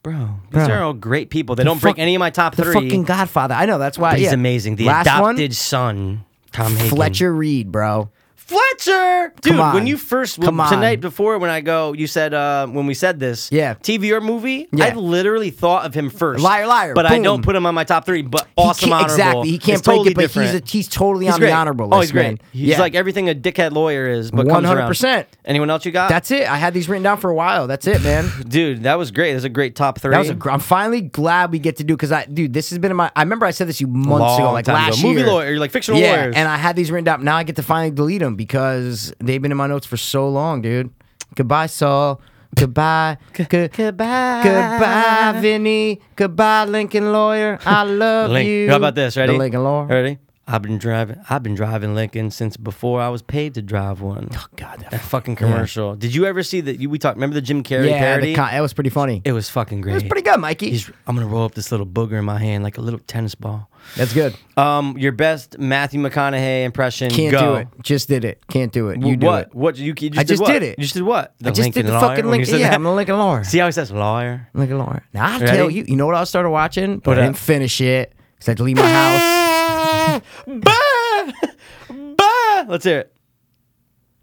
bro. These
Bro.
are all great people. They don't break
fuck-
any of my top
the
three.
fucking Godfather. I know that's why
He's
yeah.
amazing. The
Last one,
adopted son, Tom Hagen.
Fletcher Reed, bro.
Fletcher, dude.
Come
When
on.
you first
Come on.
tonight before when I go, you said uh, when we said this,
Yeah.
TV or movie.
Yeah.
I literally thought of him first.
Liar, liar,
But I
boom.
don't put him on my top three. But
He
awesome,
can't-
honorable.
Exactly. He can't
It's
break
totally
it, but he's
different.
a, he's totally
He's
on the
great.
honorable list.
Oh, he's great.
man.
He's
Yeah.
like everything a dickhead lawyer is, but comes around.
100%.
Anyone else you got?
That's it. I had these written down for a while. That's
*sighs*
it, man.
dude. That was great. That was a great top three.
That was a gr- I'm finally glad we get to do because I, dude, this has been in my. I remember I said this you months ago,
Long
like
time ago.
last
movie
year.
lawyer, like fictional
Yeah,
lawyers.
and I had these written down. Now I get to finally delete them because they've been in my notes for so long, dude. Goodbye, Saul. Goodbye.
*laughs*
Good-
goodbye.
Goodbye, Vinny. Goodbye, Lincoln lawyer. I love
Link-
you.
How about this? Ready? Er,
The Lincoln lawyer.
Ready? I've been driving. I've been driving Lincoln since before I was paid to drive one. Oh
God, that
that *laughs* fucking commercial. Did you ever see that? You we talked. Remember the Jim Carrey
Yeah,
parody?
the con- that was pretty funny.
it was fucking great.
It was pretty good, Mikey.
He's- I'm gonna roll up this little booger in my hand like a little tennis ball.
That's good.
Um, your best Matthew McConaughey impression?
Can't
go.
do it. Just did it. Can't do it. You do
what?
it.
What you, you just
I
did
just
what?
did it.
You just did what? The
I just did
Lincoln
the
lawyer when
fucking
you
Lincoln.
said
Yeah,
that?
I'm a Lincoln *laughs* lawyer.
See how he says
*laughs*
lawyer?
Lincoln Lawyer. Now I
Ready?
tell you, you know what I started watching, but
What
I
up?
didn't finish it because I had to leave
*laughs*
my house.
bah! Bah! Let's hear it.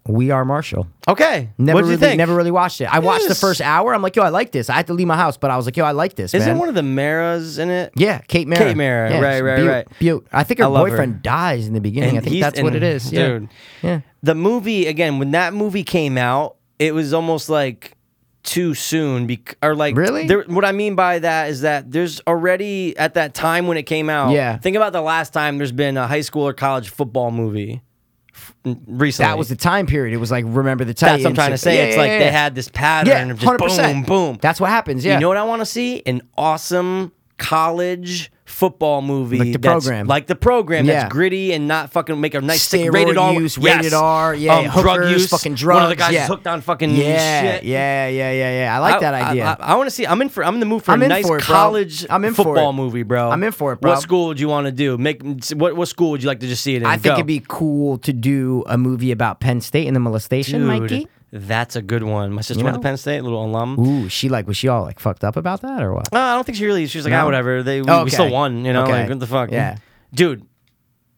We Are Marshall.
Okay.
Never
What'd
really,
you think?
never really watched it. I watched the
Yes.
first hour. I'm like, yo, I like this. I had to leave my house, but I was like, yo, I like this.
Isn't
man.
one of the Maras in it?
Yeah, Kate Mara.
Kate Mara,
Yeah,
right,
she's
right,
Butte-
right.
Butte. I think
I
her
love her.
boyfriend dies in the beginning. I think
he's-
that's what it
and-
is. Yeah.
Dude.
Yeah.
The movie again, when that movie came out, it was almost like too soon bec- or like
Really?
there, what i mean by that is that there's already at that time when it came out
Yeah.
think about the last time there's been a high school or college football movie f- recently
That was the time period. It was like remember the time.
that's what i'm trying to say it's like they had this pattern
yeah,
of just
100%.
boom boom
That's what happens. Yeah.
You know what I want to see? An awesome college football movie.
Like the
that's-
program.
Like the program
Yeah.
that's gritty and not fucking make a nice sick
Steroid
rated R.
use, rated R, yeah,
Um, drug
hookers,
use.
fucking
One of the
drugs,
guys
yeah.
is hooked on fucking
yeah,
shit.
yeah, yeah, yeah, yeah. I like that idea.
I, want to see. I'm in for. I'm in the mood for
I'm
a
in
nice
for it, bro.
college
I'm in for
football
it.
movie, bro.
I'm in for it, bro.
What school would you want to do? Make what? What school would you like to just see it in?
I think
Go.
it'd be cool to do a movie about Penn State and the molestation,
Dude,
Mikey.
That's a good one. My sister went to
know?
Penn State, a little alum.
Ooh, she like was she all like fucked up about that or what?
Uh, I don't think she really. She's like, ah,
No?
whatever. They we, we
Okay.
still won. You know,
Okay.
like what the fuck.
Yeah.
dude.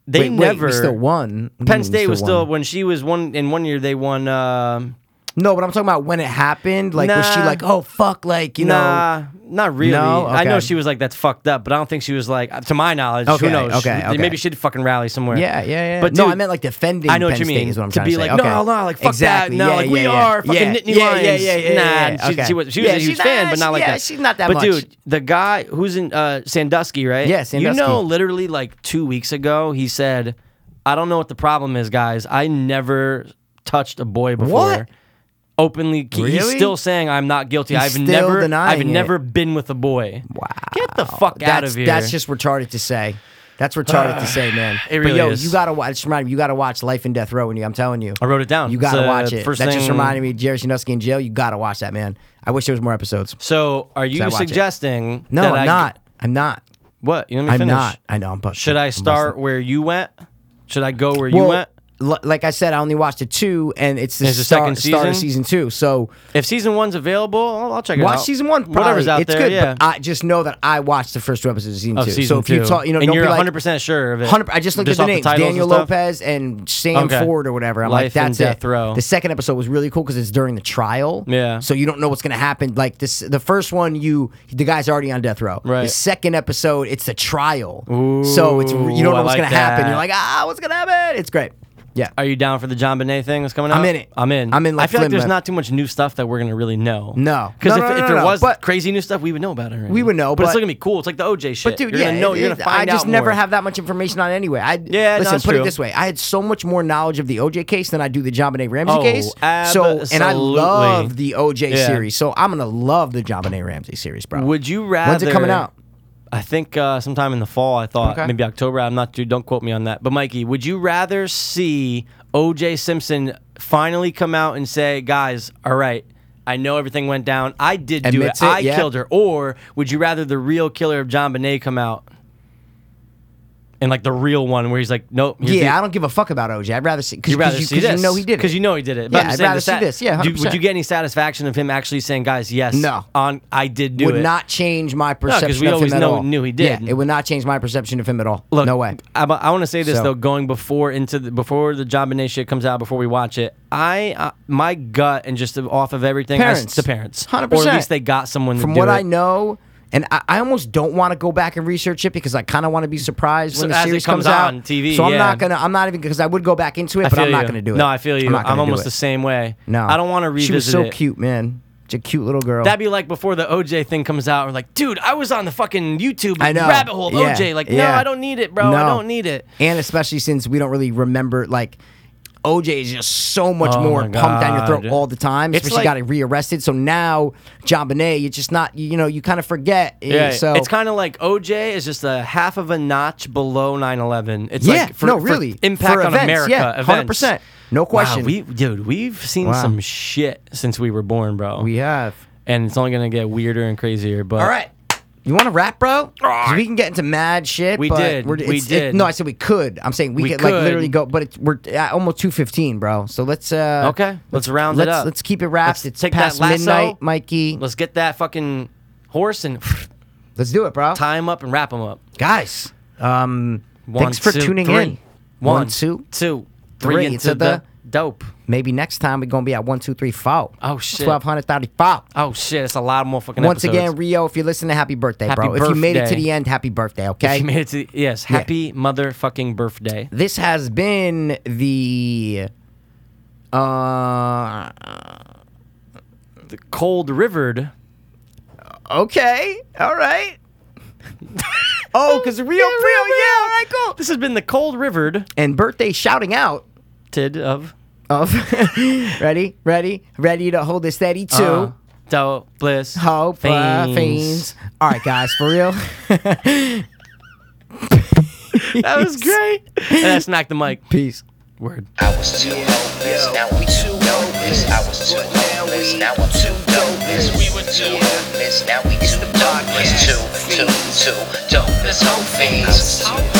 They
Wait,
never.
wait, we still won. What do you mean
Penn
we
State was
won?
still when she was one in one year. They won. Um,
No, but I'm talking about when it happened. Like, was she
Nah.
like, oh fuck, like you know?
nah, not really.
No?
I know
Okay.
she was like, "That's fucked up," but I don't think she was like, to my knowledge.
Okay,
Who knows?
okay,
She-
okay.
Maybe she did fucking rally somewhere.
Yeah, yeah, yeah.
But
no,
dude,
I meant like defending.
I know
Penn
what you mean.
State is what I'm
to
trying
be
to say.
like,
okay.
no, no, like fuck
exactly.
that. No,
yeah,
like
yeah,
we
yeah.
are fucking
yeah,
Nittany
yeah,
Lions.
Yeah, yeah, yeah, yeah,
nah,
yeah.
she,
okay.
she was she was
yeah,
a huge
she's
fan,
not-
but not like
yeah,
that.
She's not that
but
much.
dude, the guy who's in uh, Sandusky, right?
Yeah,
You
Sandusky.
know, literally like two weeks ago, he said, "I don't know what the problem is, guys. I never touched a boy before."
What?
Openly, he- he's
Really?
still saying I'm not guilty.
He's
I've
still
never,
denying
I've
it.
never been with a boy. Wow, get the fuck out
that's
of here.
that's just retarded to say. That's retarded to *sighs* say, man.
It
but
really
yo,
is.
you gotta watch. Just remind me, you gotta watch Life and Death Row. And I'm telling you,
I wrote it down.
You gotta
It's, uh,
watch it.
first
that just
thing-
reminded me, of Jerry Sandusky in jail. You gotta watch that, man. I wish there was more episodes.
So, are
I
you
watch it?
suggesting?
No,
that
I'm
I-
not. I'm not.
What? You let me
I'm
finish.
not. I know. I'm busted.
Should I
I'm
start where you went? Should I go where you
Well,
went?
li- like I said, I only watched the two, and it's the,
It's the
start,
second
start of
season?
season two. So
If season one's available, I'll, I'll check it out.
watch season one. Probably.
Whatever's out
it's
there,
good,
yeah.
but I just know that I watched the first two episodes of season
of
two.
season
so if you
two.
talk, you know,
and
don't
you're
be like
100% sure of it.
100 I just looked
Just
at
off
the
the
names,
titles and
Daniel
stuff?
Lopez and Sam
Okay.
Ford or whatever. I'm like,
Life and
that's
Death
it.
Row.
The second episode was really cool because it's during the trial.
Yeah.
So you don't know what's gonna happen. Like this, the first one, you the guy's already on death row.
Right.
The second episode, it's the trial. so it's you
Ooh,
don't know
I
what's
like
gonna happen.
that.
You're like, ah, what's gonna happen? It's great. Yeah.
Are you down for the John Bonet thing that's coming out?
I'm in it.
I'm in.
I'm in like
I feel like
Flynn
there's
Lip.
not too much new stuff that we're going to really know.
No.
Because if,
No, no, no,
if
no,
there
no.
was
But-
crazy new stuff, we would know about it already.
We would know,
But, it's
but-
still going to be cool. It's like the OJ shit.
But dude,
you're
yeah,
gonna know, you're
it-
going to find
I just
out
never
more.
have that much information on it anyway. I
Yeah, no,
listen,
that's
put
true.
it this way: I had so much more knowledge of the OJ case than I do the JonBenet Ramsey
Oh,
case. So, and I
absolutely.
love the OJ
Yeah.
series, so I'm gonna love the JonBenet Ramsey series, bro.
Would you rather.
When's it coming out?
I think uh, sometime in the fall. I thought
Okay.
maybe October. I'm not. Dude, don't quote me on that. But Mikey, would you rather see O.J. Simpson finally come out and say, "Guys, all right, I know everything went down. I did do
Admits
it.
it,
I
yeah.
killed her," or would you rather the real killer of John Bonet come out? And like the real one, where he's like, nope. here's
Yeah,
the-
I don't give a fuck about OJ. I'd rather see because
You'd rather see
you,
this
know he did it
because you know he did it.
Yeah,
I'm
I'd
saying
rather
the
see
sat-
this. Yeah,
Do- would
100%.
you get any satisfaction of him actually saying, "Guys, yes,
No.
on I did do
would
it"?
not change my
we
perception of
always
him at
know-
all.
knew he
Yeah,
did.
it would not change my perception of him at all.
Look,
no way.
I, want to say this
So-
though, going before into the, before the John Bonet shit comes out, before we watch it, I uh, my gut and just off of everything, I s-
Parents.
the parents,
100%.
or at least they got someone.
From
to do
what
it.
I know. And I, I almost don't want to go back and research it because I kind of want to be surprised
So
when
as
the
it
series
comes
comes,
on
out.
TV,
so I'm
yeah.
not gonna. I'm not even because I would go back into it,
I
but
feel
I'm not
you.
gonna do it.
No, I feel you.
I'm,
I'm,
not gonna do
almost
it.
the same way.
No,
I don't want to revisit
She was so
it.
cute, man. She's a cute little girl.
That'd be like before the OJ thing comes out. We're like, dude, I was on the fucking YouTube
I know.
rabbit hole. of
Yeah.
OJ, like, no,
Yeah.
I don't need it, bro. I
No.
don't need it.
and especially since we don't really remember like OJ is just so much
Oh
more
my
pumped down your
God.
throat all the time.
It's
Especially
like-
got it rearrested. So now John Bonet, you just not you know, you kind of forget. Yeah, so
it's kind of like OJ is just a half of a notch below 9/11. It's
yeah,
like for,
no,
for
really
impact
For
on
events,
America.
Yeah,
events.
hundred percent, no question.
Wow, we dude, we've seen
Wow.
some shit since we were born, bro.
we have.
and it's only gonna get weirder and crazier. But
All right. You want to rap, bro? 'Cause We can get into mad shit.
We
but
did.
We're,
We
it's- it-
did.
no, I said we could. I'm saying we,
We
could, like literally
could.
go, but it's, we're at almost two fifteen, bro. So let's uh
okay, let's round
let's
it up.
let's keep it wrapped.
Let's
it's
take
past
that lasso.
midnight, Mikey. Let's,
let's get that fucking horse and *sighs*
do it, bro.
tie him up and wrap him up.
Guys, um,
One,
thanks for
two,
tuning
three.
in.
One,
One, two,
two,
three
three into the Dope.
Maybe next time we're gonna be at one, two, three, four.
Oh, shit.
Twelve hundred thirty-four.
Oh shit, it's a lot more fucking.
Once
episodes.
again, Rio, if you're listening, happy birthday,
Happy
bro. If you made it to
birthday.
the end, happy birthday.
If *laughs*
Okay.
you made it to the, yes, happy motherfucking birthday.
this has been the uh
The cold rivered.
okay all right *laughs* oh because real real yeah all right cool
This has been the cold rivered
and birthday shouting out
tid of
of *laughs* ready ready ready to hold it steady too
uh, dope bliss
hope uh, fiends all right guys for *laughs* real
That
*laughs*
was great. and I smacked the mic.
peace
Word.
I was too hopeless, now we too hopeless. I was too hopeless, now I'm too dopeless. We were too hopeless, now we too dopeless. Two, two, two, dopeless, hope fiends.